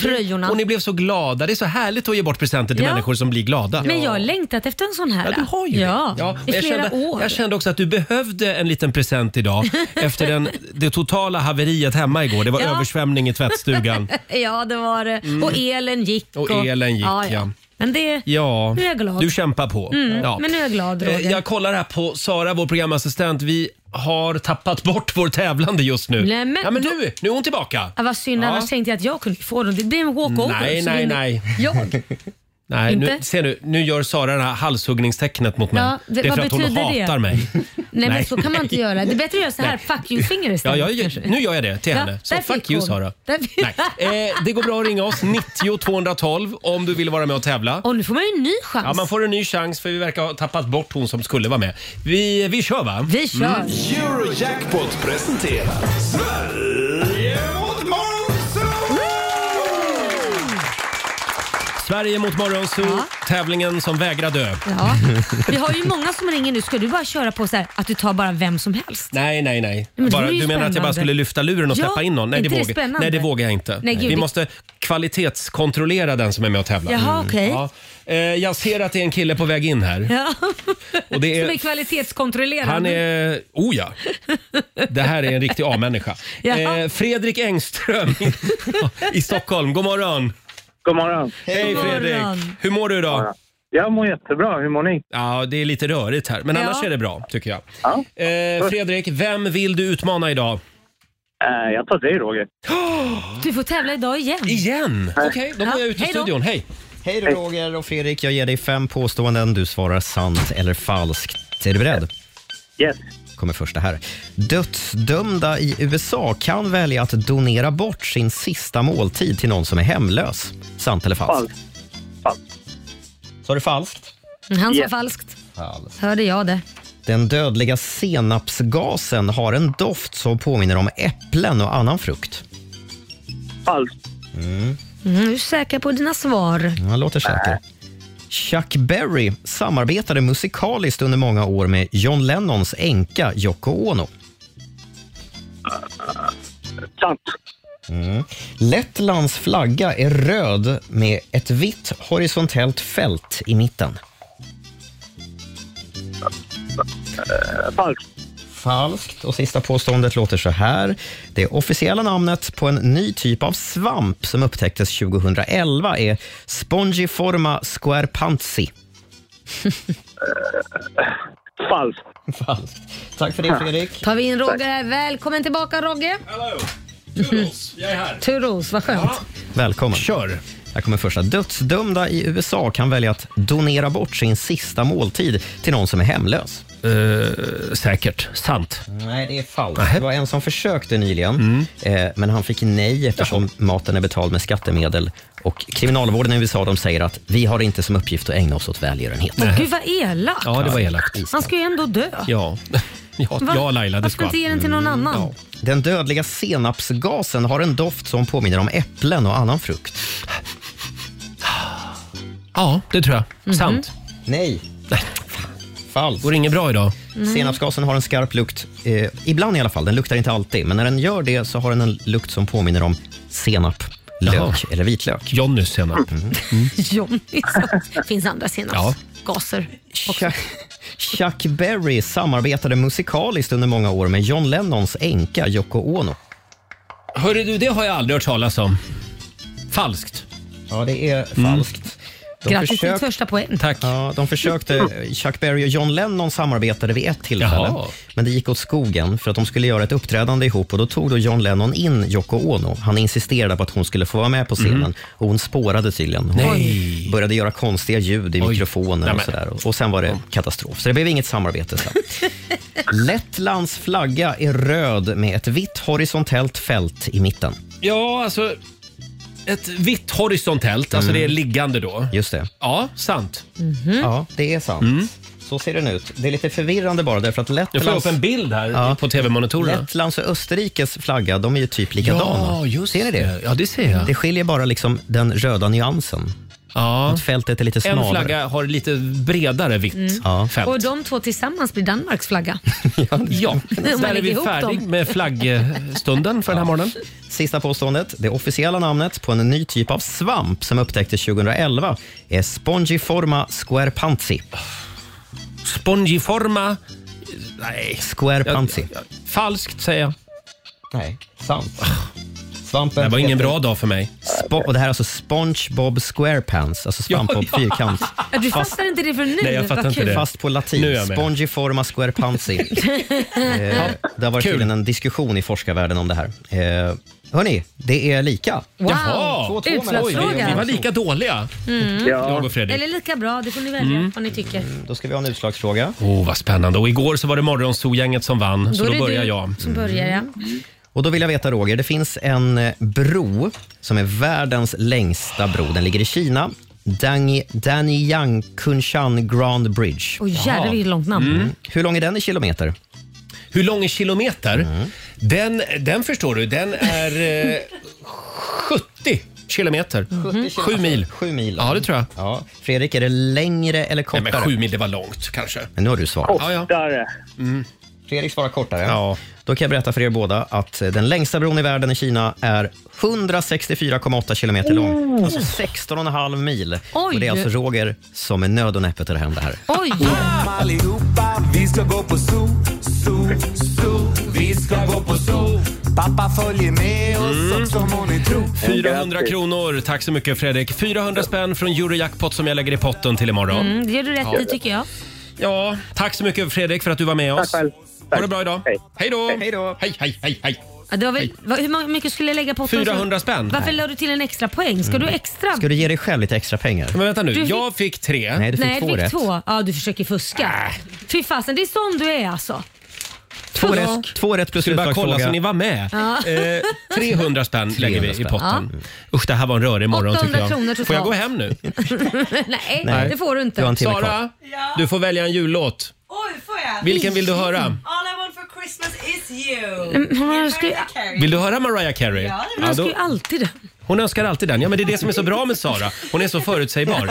Speaker 2: tröjorna.
Speaker 1: Och ni blev så glada. Det är så härligt att ge bort presenter till
Speaker 2: Ja.
Speaker 1: människor som blir glada.
Speaker 2: Men jag har längtat efter en sån här.
Speaker 1: Ja, du har ju
Speaker 2: ja,
Speaker 1: det. Ja,
Speaker 2: i
Speaker 1: men
Speaker 2: flera
Speaker 1: jag, kände,
Speaker 2: år.
Speaker 1: jag kände också att du behövde en liten present idag efter den, det totala haveriet hemma igår. Det var
Speaker 2: Ja.
Speaker 1: översvämning i tvättstugan
Speaker 2: ja, det var det.
Speaker 1: Mm.
Speaker 2: Och elen gick.
Speaker 1: och elen gick. Ja, ja.
Speaker 2: Men det...
Speaker 1: ja.
Speaker 2: Nu är jag glad.
Speaker 1: du kämpar på.
Speaker 2: Mm,
Speaker 1: Ja.
Speaker 2: Men nu är jag glad
Speaker 1: Eh,
Speaker 2: Roger.
Speaker 1: Jag kollar här på Sara, vår programassistent. Vi har tappat bort vår tävlande just nu.
Speaker 2: Nej, men
Speaker 1: ja, men
Speaker 2: då-
Speaker 1: nu, nu är hon tillbaka.
Speaker 2: Ah, vad synd,
Speaker 1: Ja.
Speaker 2: annars tänkte jag att jag kunde få den. Det blir en walkover.
Speaker 1: Nej,
Speaker 2: så
Speaker 1: nej,
Speaker 2: vinner-
Speaker 1: nej.
Speaker 2: Jag?
Speaker 1: Nej, nu,
Speaker 2: Inte?
Speaker 1: ser du, nu gör Sara det här halshuggningstecknet mot mig.
Speaker 2: Ja, det-
Speaker 1: det, är
Speaker 2: vad
Speaker 1: för att hon
Speaker 2: betyder det?
Speaker 1: hatar mig.
Speaker 2: Nej,
Speaker 1: Nej,
Speaker 2: men så kan man inte
Speaker 1: nej.
Speaker 2: göra. Det är bättre att göra så här,
Speaker 1: Nej.
Speaker 2: fuck you finger
Speaker 1: Ja,
Speaker 2: istället.
Speaker 1: jag, gör- nu gör jag det till
Speaker 2: Ja,
Speaker 1: henne. Så
Speaker 2: där
Speaker 1: fuck
Speaker 2: fick
Speaker 1: you
Speaker 2: hon.
Speaker 1: Sara.
Speaker 2: Där fick-
Speaker 1: Nej. Eh, det går bra att ringa oss, 90 212 om du vill vara med och tävla.
Speaker 2: Och nu får man ju en ny chans.
Speaker 1: Ja, man får en ny chans för vi verkar ha tappat bort hon som skulle vara med. Vi, vi kör va? Mm.
Speaker 2: Vi kör.
Speaker 4: Eurojackpot presenterar Sverige mot Morgonzoo!
Speaker 1: Sverige mot Morgonzoo, tävlingen som vägrar dö.
Speaker 2: Ja. Vi har ju många som ringer nu. Ska du bara köra på så här att du tar bara vem som helst?
Speaker 1: Nej, nej, nej.
Speaker 2: Men det
Speaker 1: bara,
Speaker 2: vore
Speaker 1: du
Speaker 2: ju
Speaker 1: menar att jag bara
Speaker 2: spännande.
Speaker 1: skulle lyfta luren och
Speaker 2: Ja,
Speaker 1: släppa in någon? Nej,
Speaker 2: inte det
Speaker 1: vågar,
Speaker 2: spännande?
Speaker 1: nej, det vågar jag inte.
Speaker 2: Nej, gud,
Speaker 1: Vi
Speaker 2: det-
Speaker 1: måste kvalitetskontrollera den som är med och tävlar.
Speaker 2: Jaha, okej.
Speaker 1: Ja. Eh, Jag ser att det är en kille på väg in här.
Speaker 2: Ja.
Speaker 1: Och det är-
Speaker 2: Som är kvalitetskontrollerad.
Speaker 1: Han är... Oh ja! Det här är en riktig A-människa.
Speaker 2: Ja.
Speaker 1: Eh, Fredrik Engström i, i Stockholm. God morgon!
Speaker 14: God morgon!
Speaker 1: Hej
Speaker 14: God
Speaker 1: Fredrik!
Speaker 14: morgon.
Speaker 1: Hur mår du idag?
Speaker 14: Jag mår jättebra. Hur mår ni?
Speaker 1: Ja, det är lite rörigt här, men
Speaker 14: Ja.
Speaker 1: annars är det bra tycker jag. Eh, Fredrik, vem vill du utmana idag?
Speaker 14: Eh, jag tar dig Roger.
Speaker 2: Du får tävla idag igen.
Speaker 1: Igen?
Speaker 3: Okej,
Speaker 1: då går jag ut ur studion. Hej!
Speaker 3: Hej då Roger och Fredrik. Jag ger dig fem påståenden. Du svarar sant eller falskt. Är du beredd?
Speaker 14: Yes.
Speaker 3: kommer första här. Dödsdömda i USA kan välja att donera bort sin sista måltid till någon som är hemlös. Sant eller falskt? Falskt. Sa du falskt?
Speaker 2: Han sa
Speaker 3: Ja.
Speaker 2: falskt.
Speaker 3: Falskt.
Speaker 2: Hörde jag det.
Speaker 3: Den dödliga senapsgasen har en doft som påminner om äpplen och annan frukt.
Speaker 14: Falskt.
Speaker 3: Mm.
Speaker 2: Mm, du är säker på dina svar.
Speaker 3: Han låter säker. Chuck Berry samarbetade musikaliskt under många år med John Lennons änka Yoko Ono.
Speaker 14: Sant.
Speaker 3: Mm. Lettlands flagga är röd med ett vitt horisontellt fält i mitten.
Speaker 14: Eh, falskt.
Speaker 3: Falskt. Och sista påståendet låter så här. Det officiella namnet på en ny typ av svamp som upptäcktes 2011 är Spongiforma squarepantsi.
Speaker 14: Eh, Falskt.
Speaker 3: Falskt. Tack för det, Fredrik.
Speaker 2: Tar vi in Roger här. Välkommen tillbaka Roger.
Speaker 1: Hello. Turos, jag är här.
Speaker 2: Turos, vad skönt.
Speaker 3: Välkommen.
Speaker 1: Kör.
Speaker 3: Här kommer första. Dödsdömda i USA kan välja att donera bort sin sista måltid till någon som är hemlös.
Speaker 1: Eh, säkert. Sant.
Speaker 3: Nej, det är falskt. Det var en som försökte nyligen, eh, men han fick nej eftersom maten är betald med skattemedel. Och kriminalvården i USA de säger att vi har inte som uppgift att ägna oss åt välgörenhet.
Speaker 2: Åh, gud vad elakt.
Speaker 1: Ja, det var elakt.
Speaker 2: Han ska ju ändå dö.
Speaker 1: Ja, ja,
Speaker 2: Va? Varför inte ge den till någon annan?
Speaker 3: Den dödliga senapsgasen har en doft som påminner om äpplen och annan frukt.
Speaker 2: Mhm.
Speaker 1: Ja, det tror jag. Sant.
Speaker 3: Nej. Falskt.
Speaker 1: Går det inget bra idag?
Speaker 2: Nej.
Speaker 3: Senapsgasen har en skarp lukt. Eh, ibland i alla fall. Den luktar inte alltid, men när den gör det så har den en lukt som påminner om senap, lök
Speaker 2: Jaha.
Speaker 3: eller vitlök. Mhm.
Speaker 1: Johnnys senap. Mm.
Speaker 2: Johnny, så finns andra senapsgaser.
Speaker 3: Chuck, Chuck Berry samarbetade musikaliskt under många år med John Lennons änka Yoko Ono.
Speaker 1: Hörru du, det har jag aldrig hört talas om. Falskt.
Speaker 3: Ja, det är falskt.
Speaker 2: Mm. Grattis till ditt första poäng.
Speaker 1: Tack.
Speaker 3: Ja, de försökte, Chuck Berry och John Lennon samarbetade vid ett tillfälle,
Speaker 1: Jaha.
Speaker 3: men det gick åt skogen för att de skulle göra ett uppträdande ihop och då tog då John Lennon in Yoko Ono. Han insisterade på att hon skulle få vara med på scenen
Speaker 1: Mm.
Speaker 3: och hon spårade tydligen. Hon
Speaker 1: Nej.
Speaker 3: började göra konstiga ljud i mikrofonen och
Speaker 1: Nämen.
Speaker 3: sådär och, och sen var det katastrof. Så det blev inget samarbete sen. Lettlands flagga är röd med ett vitt horisontellt fält i mitten.
Speaker 1: Ja, alltså ett vitt horisontellt, alltså
Speaker 3: Mm.
Speaker 1: det är liggande då.
Speaker 3: Just det.
Speaker 1: Ja, sant.
Speaker 3: Ja, det är sant. Så ser den ut. Det är lite förvirrande bara därför att
Speaker 1: Mm. Jag
Speaker 3: Lettlands...
Speaker 1: får upp en bild här på tv-monitorerna.
Speaker 3: Lettlands och Österrikes flagga, de är ju typ likadana.
Speaker 1: Ja, just
Speaker 3: ser ni det?
Speaker 1: det. Ja, det ser jag.
Speaker 3: Det skiljer bara liksom den röda nyansen.
Speaker 1: Ja.
Speaker 3: Att fältet är lite smalare.
Speaker 1: En flagga har lite bredare vitt
Speaker 2: Mm.
Speaker 1: fält.
Speaker 2: Och de två tillsammans blir Danmarks flagga.
Speaker 1: Ja,
Speaker 2: Om man
Speaker 1: där är
Speaker 2: lägger
Speaker 1: vi
Speaker 2: ihop
Speaker 1: färdig
Speaker 2: dem.
Speaker 1: med flaggstunden för den här morgonen.
Speaker 3: Sista påståendet. Det officiella namnet på en ny typ av svamp som upptäcktes 2011 är Spongiforma squarepantsi.
Speaker 1: Spongiforma... Nej.
Speaker 3: Squarepantsi.
Speaker 1: Falskt säger jag. Ah.
Speaker 3: Nej, sant. Svampen
Speaker 1: Det var ingen
Speaker 3: heter-
Speaker 1: bra dag för mig.
Speaker 3: Spo- och det här är alltså SpongeBob SquarePants, alltså SpongeBob fyrkant.
Speaker 2: Ja, du
Speaker 3: Fast-
Speaker 2: fattar inte det för nu? Vad kul.
Speaker 3: Fast på
Speaker 1: Nu är
Speaker 3: latin.
Speaker 1: jag med.
Speaker 3: Spongiforma squarepantsi. Eh, det har varit tydligen en diskussion i forskarvärlden om det här. Eh, hörni, det är lika.
Speaker 2: Wow.
Speaker 1: Jaha.
Speaker 2: Två-två mellan Utslagsfråga.
Speaker 1: Oj, vi- Vi var lika dåliga.
Speaker 2: Mm.
Speaker 1: Jag och Fredrik. Mm.
Speaker 2: Eller lika bra, det får ni välja vad ni tycker.
Speaker 3: Då ska vi ha en utslagsfråga.
Speaker 1: Åh, vad spännande. Och igår så var det Morgonzoo-gänget som vann, så
Speaker 2: är
Speaker 1: då
Speaker 2: det
Speaker 1: börjar
Speaker 2: du
Speaker 1: jag.
Speaker 2: Som börjar jag.
Speaker 3: Och då vill jag veta Roger, det finns en eh, bro som är världens längsta bro. Den ligger i Kina. Dangi- Danyang Kunshan Grand Bridge.
Speaker 2: Åh, jävlar, vilket långt namn. Mm.
Speaker 3: Hur lång är den i kilometer?
Speaker 1: Hur lång är kilometer?
Speaker 3: Mm.
Speaker 1: Den, den förstår du, den är eh, 70 Mm-hmm. kilometer. Sju mil.
Speaker 3: Sju mil.
Speaker 1: Ja, det tror jag.
Speaker 3: Ja. Fredrik, är det längre eller
Speaker 1: Nej,
Speaker 3: kortare?
Speaker 1: men sju mil, det var långt kanske.
Speaker 3: Men nu har du svarat.
Speaker 1: Kortare. Mm.
Speaker 3: Fredrik svarar kortare. Ja. Då kan jag berätta för er båda att eh, den längsta bron i världen i Kina är 164,8 kilometer lång.
Speaker 2: Oh.
Speaker 3: Alltså 16,5 mil.
Speaker 2: Oj.
Speaker 3: Och det är alltså Roger som är nöd och näppe tar hem det här.
Speaker 2: Oj!
Speaker 6: Allihopa, vi ska gå på zoo, zoo, zoo. Vi ska gå på zoo. Pappa följer med oss
Speaker 1: Mm.
Speaker 6: också om hon är tro.
Speaker 1: 400 kronor, tack så mycket Fredrik. 400 spänn från Eurojackpot som jag lägger i potten till imorgon.
Speaker 2: Mm, det gör du rätt i tycker jag.
Speaker 1: Ja, tack så mycket Fredrik för att du var med oss. Tack själv. Ha det bra idag. Hej då! Hej då! Hej, hej, hej, hej!
Speaker 2: Ja, det var väl, vad, hur många- mycket skulle jag lägga på
Speaker 1: 400 spänn.
Speaker 2: Varför
Speaker 1: Nej.
Speaker 2: la du till en extra poäng? Ska du ha extra?
Speaker 3: Ska du ge dig själv lite extra pengar?
Speaker 1: Men vänta nu,
Speaker 2: Du fick-
Speaker 1: jag fick tre.
Speaker 3: Nej, du fick
Speaker 2: Nej,
Speaker 3: två
Speaker 2: du fick
Speaker 3: rätt.
Speaker 2: två. Ja, du försöker fuska. Fy fasen, det är sån du är alltså.
Speaker 3: Två
Speaker 2: Ja.
Speaker 3: rätt, två rätt plus
Speaker 1: Skulle bara kolla
Speaker 3: utslagsfråga.
Speaker 1: så ni var med.
Speaker 2: Ja.
Speaker 1: Eh, 300 spänn lägger vi
Speaker 3: 300
Speaker 1: i
Speaker 3: spänn.
Speaker 1: potten. Usch, det här var en rörig morgon tycker
Speaker 2: 800 kronor
Speaker 1: jag.
Speaker 2: totalt.
Speaker 1: Får jag gå hem nu?
Speaker 2: Nej,
Speaker 1: Nej.
Speaker 2: det får du inte.
Speaker 1: Du har en timme kvar. Sara? Du får välja en jullåt.
Speaker 7: Oj, får jag?
Speaker 1: Vilken vill du höra?
Speaker 7: All I want for Christmas is you.
Speaker 2: Men Mm, hon önskar ju-
Speaker 1: Vill du höra Mariah Carey?
Speaker 2: Ja,
Speaker 1: Ja,
Speaker 2: hon önskar
Speaker 1: då-
Speaker 2: ju alltid det.
Speaker 1: hon önskar alltid den. Ja, men det är det som är så bra med Sara. Hon är så förutsägbar.